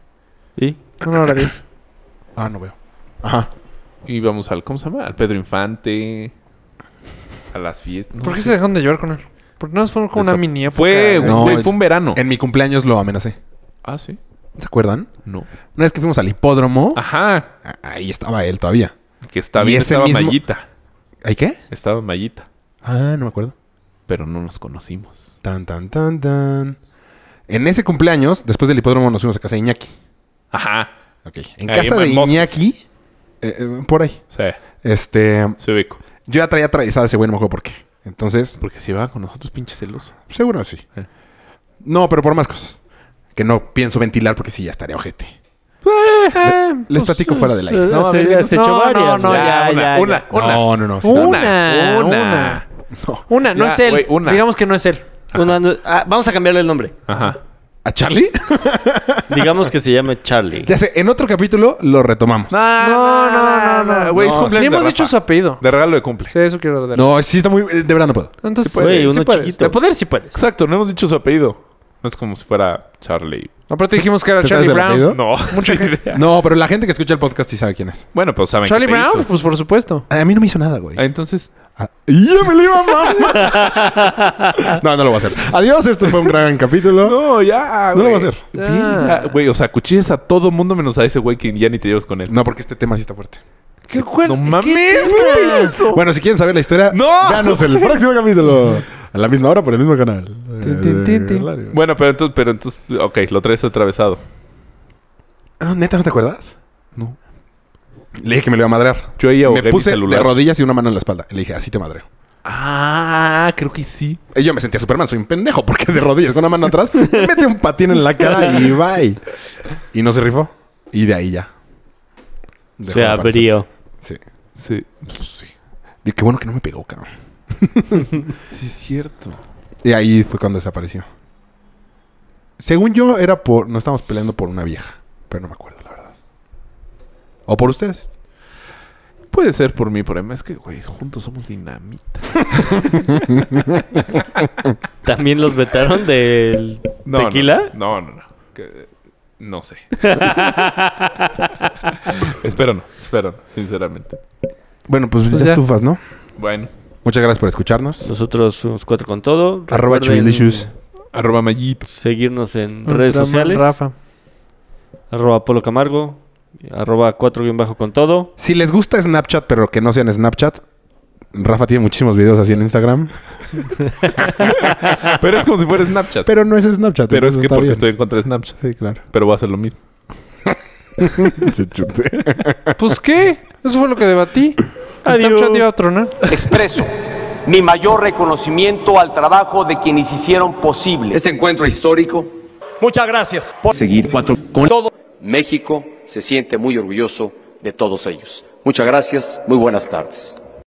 Speaker 9: ¿Sí?
Speaker 4: Una hora diez.
Speaker 6: Ah, no veo. Ajá.
Speaker 3: Íbamos al, ¿cómo se llama? Al Pedro Infante, a las fiestas. no
Speaker 4: ¿Por qué
Speaker 3: sé.
Speaker 4: se dejaron de llevar con él? Porque no fue como una
Speaker 3: Eso-
Speaker 4: mini época. [LAUGHS]
Speaker 3: Fue,
Speaker 6: No,
Speaker 3: güey,
Speaker 6: es-
Speaker 3: fue un verano.
Speaker 6: En mi cumpleaños lo amenacé.
Speaker 3: Ah, sí.
Speaker 6: ¿Se acuerdan?
Speaker 3: No.
Speaker 6: Una vez que fuimos al hipódromo,
Speaker 3: Ah. Ajá.
Speaker 6: a- ahí estaba él todavía.
Speaker 3: Que estaba,
Speaker 6: Y
Speaker 3: bien,
Speaker 6: ese
Speaker 3: estaba
Speaker 6: mismo-
Speaker 3: Mayita.
Speaker 6: ¿Ay qué?
Speaker 3: Estaba Mayita.
Speaker 6: Ah, no me acuerdo.
Speaker 3: Pero no nos conocimos.
Speaker 6: Tan, tan, tan, tan. En ese cumpleaños, después del hipódromo, nos fuimos a casa de Iñaki.
Speaker 3: Ajá.
Speaker 6: Ok. En
Speaker 3: Ahí
Speaker 6: casa
Speaker 3: en
Speaker 6: de
Speaker 3: Moscos.
Speaker 6: Iñaki, eh, eh, por ahí.
Speaker 3: Sí.
Speaker 6: Este,
Speaker 3: Se ubico.
Speaker 6: yo ya traía atravesado Ah, ese güey, no me acuerdo por qué. Entonces,
Speaker 3: Porque se llevaba con nosotros pinche celoso.
Speaker 6: seguro sí.
Speaker 3: Eh.
Speaker 6: No, pero por más cosas. Que no pienso ventilar porque sí, ya estaría ojete. Les platico fuera del aire.
Speaker 9: No, se, se echó
Speaker 4: no,
Speaker 9: varias.
Speaker 4: no,
Speaker 9: güey.
Speaker 4: ya,
Speaker 3: una,
Speaker 4: ya,
Speaker 3: una, una.
Speaker 6: No, no, no. sí está-
Speaker 4: Una,
Speaker 3: Una,
Speaker 4: una.
Speaker 3: una.
Speaker 6: No.
Speaker 4: Una, no
Speaker 3: Ya,
Speaker 4: es él.
Speaker 3: güey, una.
Speaker 4: Digamos que no es él.
Speaker 9: Una- no- ah, vamos a cambiarle el nombre.
Speaker 3: Ajá.
Speaker 6: ¿A Charlie? [LAUGHS]
Speaker 9: Digamos que se llame Charlie.
Speaker 6: ya sé, en otro capítulo lo retomamos. No,
Speaker 4: No, no, no, no.
Speaker 3: Güey, es
Speaker 4: No,
Speaker 3: cumpleaños
Speaker 4: sí
Speaker 3: de
Speaker 4: hemos
Speaker 3: Rafa.
Speaker 4: dicho su apellido.
Speaker 3: De regalo de cumple.
Speaker 4: Sí, eso quiero ordenar.
Speaker 6: sí está muy... De verdad no puedo.
Speaker 4: Entonces,
Speaker 9: puede,
Speaker 4: puedes,
Speaker 9: uno
Speaker 4: puedes.
Speaker 9: chiquito.
Speaker 4: De poder sí puedes.
Speaker 3: Exacto, no hemos dicho su apellido. No es como si fuera Charlie.
Speaker 4: Aparte dijimos que era
Speaker 6: ¿Te
Speaker 4: Charlie
Speaker 6: sabes el
Speaker 4: Brown.
Speaker 6: apellido?
Speaker 3: No, [LAUGHS] mucha idea.
Speaker 6: No, pero la gente que escucha el podcast sí sabe quién es.
Speaker 3: Bueno, pues saben
Speaker 4: Charlie
Speaker 3: que te
Speaker 4: Brown,
Speaker 3: hizo.
Speaker 4: pues por supuento.
Speaker 6: A mí no me hizo nada, güey.
Speaker 3: Ah, Entonces,
Speaker 6: Ah, ¡Ya me lo iba a mamar! [LAUGHS] No, no lo voy a hacer. Adiós, esto fue un gran capítulo. No,
Speaker 3: no, ya.
Speaker 6: lo voy a
Speaker 3: güey.
Speaker 6: hacer.
Speaker 4: Ah,
Speaker 3: Ya, Ah. Güey, o sea, cuchillas a todo mundo menos a ese güey que ya ni te llevas con él.
Speaker 6: No, porque este tema sí está fuerte.
Speaker 4: ¿Qué, cuál-
Speaker 3: No
Speaker 4: qué-
Speaker 3: mames,
Speaker 4: qué-
Speaker 6: Bueno, si quieren saber la historia,
Speaker 3: ¡No!
Speaker 6: veanos el próximo capítulo. A la misma hora por el mismo canal.
Speaker 4: tin, tin, tin.
Speaker 6: Bueno,
Speaker 3: Bueno, pero entonces, pero entonces, ok, lo traes atravesado.
Speaker 6: ah, ¿Neta no te acuerdas?
Speaker 3: No.
Speaker 6: Le dije que me lo iba a madrear.
Speaker 3: Yo ahí ahogué
Speaker 6: Me puse
Speaker 3: mi celular.
Speaker 6: de rodillas y una mano en la espalda. Le dije, así te madreo.
Speaker 3: Ah, creo que sí.
Speaker 6: Y yo me sentía Superman, soy un pendejo, porque de rodillas con una mano atrás, [LAUGHS] mete un patín en la cara y bye. Y no se rifó. Y de ahí ya. Dejó
Speaker 9: se
Speaker 6: de aparecer.
Speaker 9: abrió.
Speaker 6: Sí.
Speaker 3: Sí. Pues sí.
Speaker 6: Y qué bueno que no me pegó, cabrón.
Speaker 3: Sí, es cierto.
Speaker 6: Y ahí fue cuando desapareció. Según yo, era por. No estábamos peleando por una vieja. Pero no me acuerdo, la verdad. O por ustedes.
Speaker 3: Puede ser por mí, por Emma. Es que, güey, juntos somos dinamita.
Speaker 9: También los vetaron
Speaker 5: [LAUGHS]
Speaker 9: del
Speaker 3: No, no,
Speaker 9: tequila.
Speaker 3: No, no, no. Que- no sé. [LAUGHS] espero no, espero no, sinceramente.
Speaker 6: Bueno, pues, ya,
Speaker 4: ya.
Speaker 6: estufas, ¿no?
Speaker 3: Bueno,
Speaker 6: Muchas gracias por escucharnos.
Speaker 9: Pues Nosotros fuimos cuatro con todo.
Speaker 6: Arroba
Speaker 9: Recuerden
Speaker 6: Chubilicious.
Speaker 3: arroba Mayito.
Speaker 9: Seguirnos en
Speaker 4: Ultraman
Speaker 9: redes sociales.
Speaker 4: Rafa.
Speaker 9: Arroba Polo Camargo. Arroba cuatro guión bajo con todo.
Speaker 6: [LAUGHS] Si les gusta Snapchat, pero que no sean Snapchat. Rafa tiene muchísimos videos así en Instagram.
Speaker 3: Pero es como si fuera Snapchat. Pero,
Speaker 6: Pero no es Snapchat.
Speaker 3: es
Speaker 6: entonces
Speaker 3: que
Speaker 6: está
Speaker 3: porque
Speaker 6: bien.
Speaker 3: estoy en contra de Snapchat.
Speaker 6: Sí, claro.
Speaker 3: Pero voy a hacer lo mismo.
Speaker 6: Se chute.
Speaker 4: Pues qué, eso fue lo que debatí. [LAUGHS] Snapchat iba a tronar.
Speaker 1: Expreso mi mayor reconocimiento al trabajo de quienes hicieron posible este encuentro histórico.
Speaker 11: Muchas gracias. Por
Speaker 1: Seguir con todo. México se siente muy orgulloso de todos ellos. Muchas gracias, muy buenas tardes.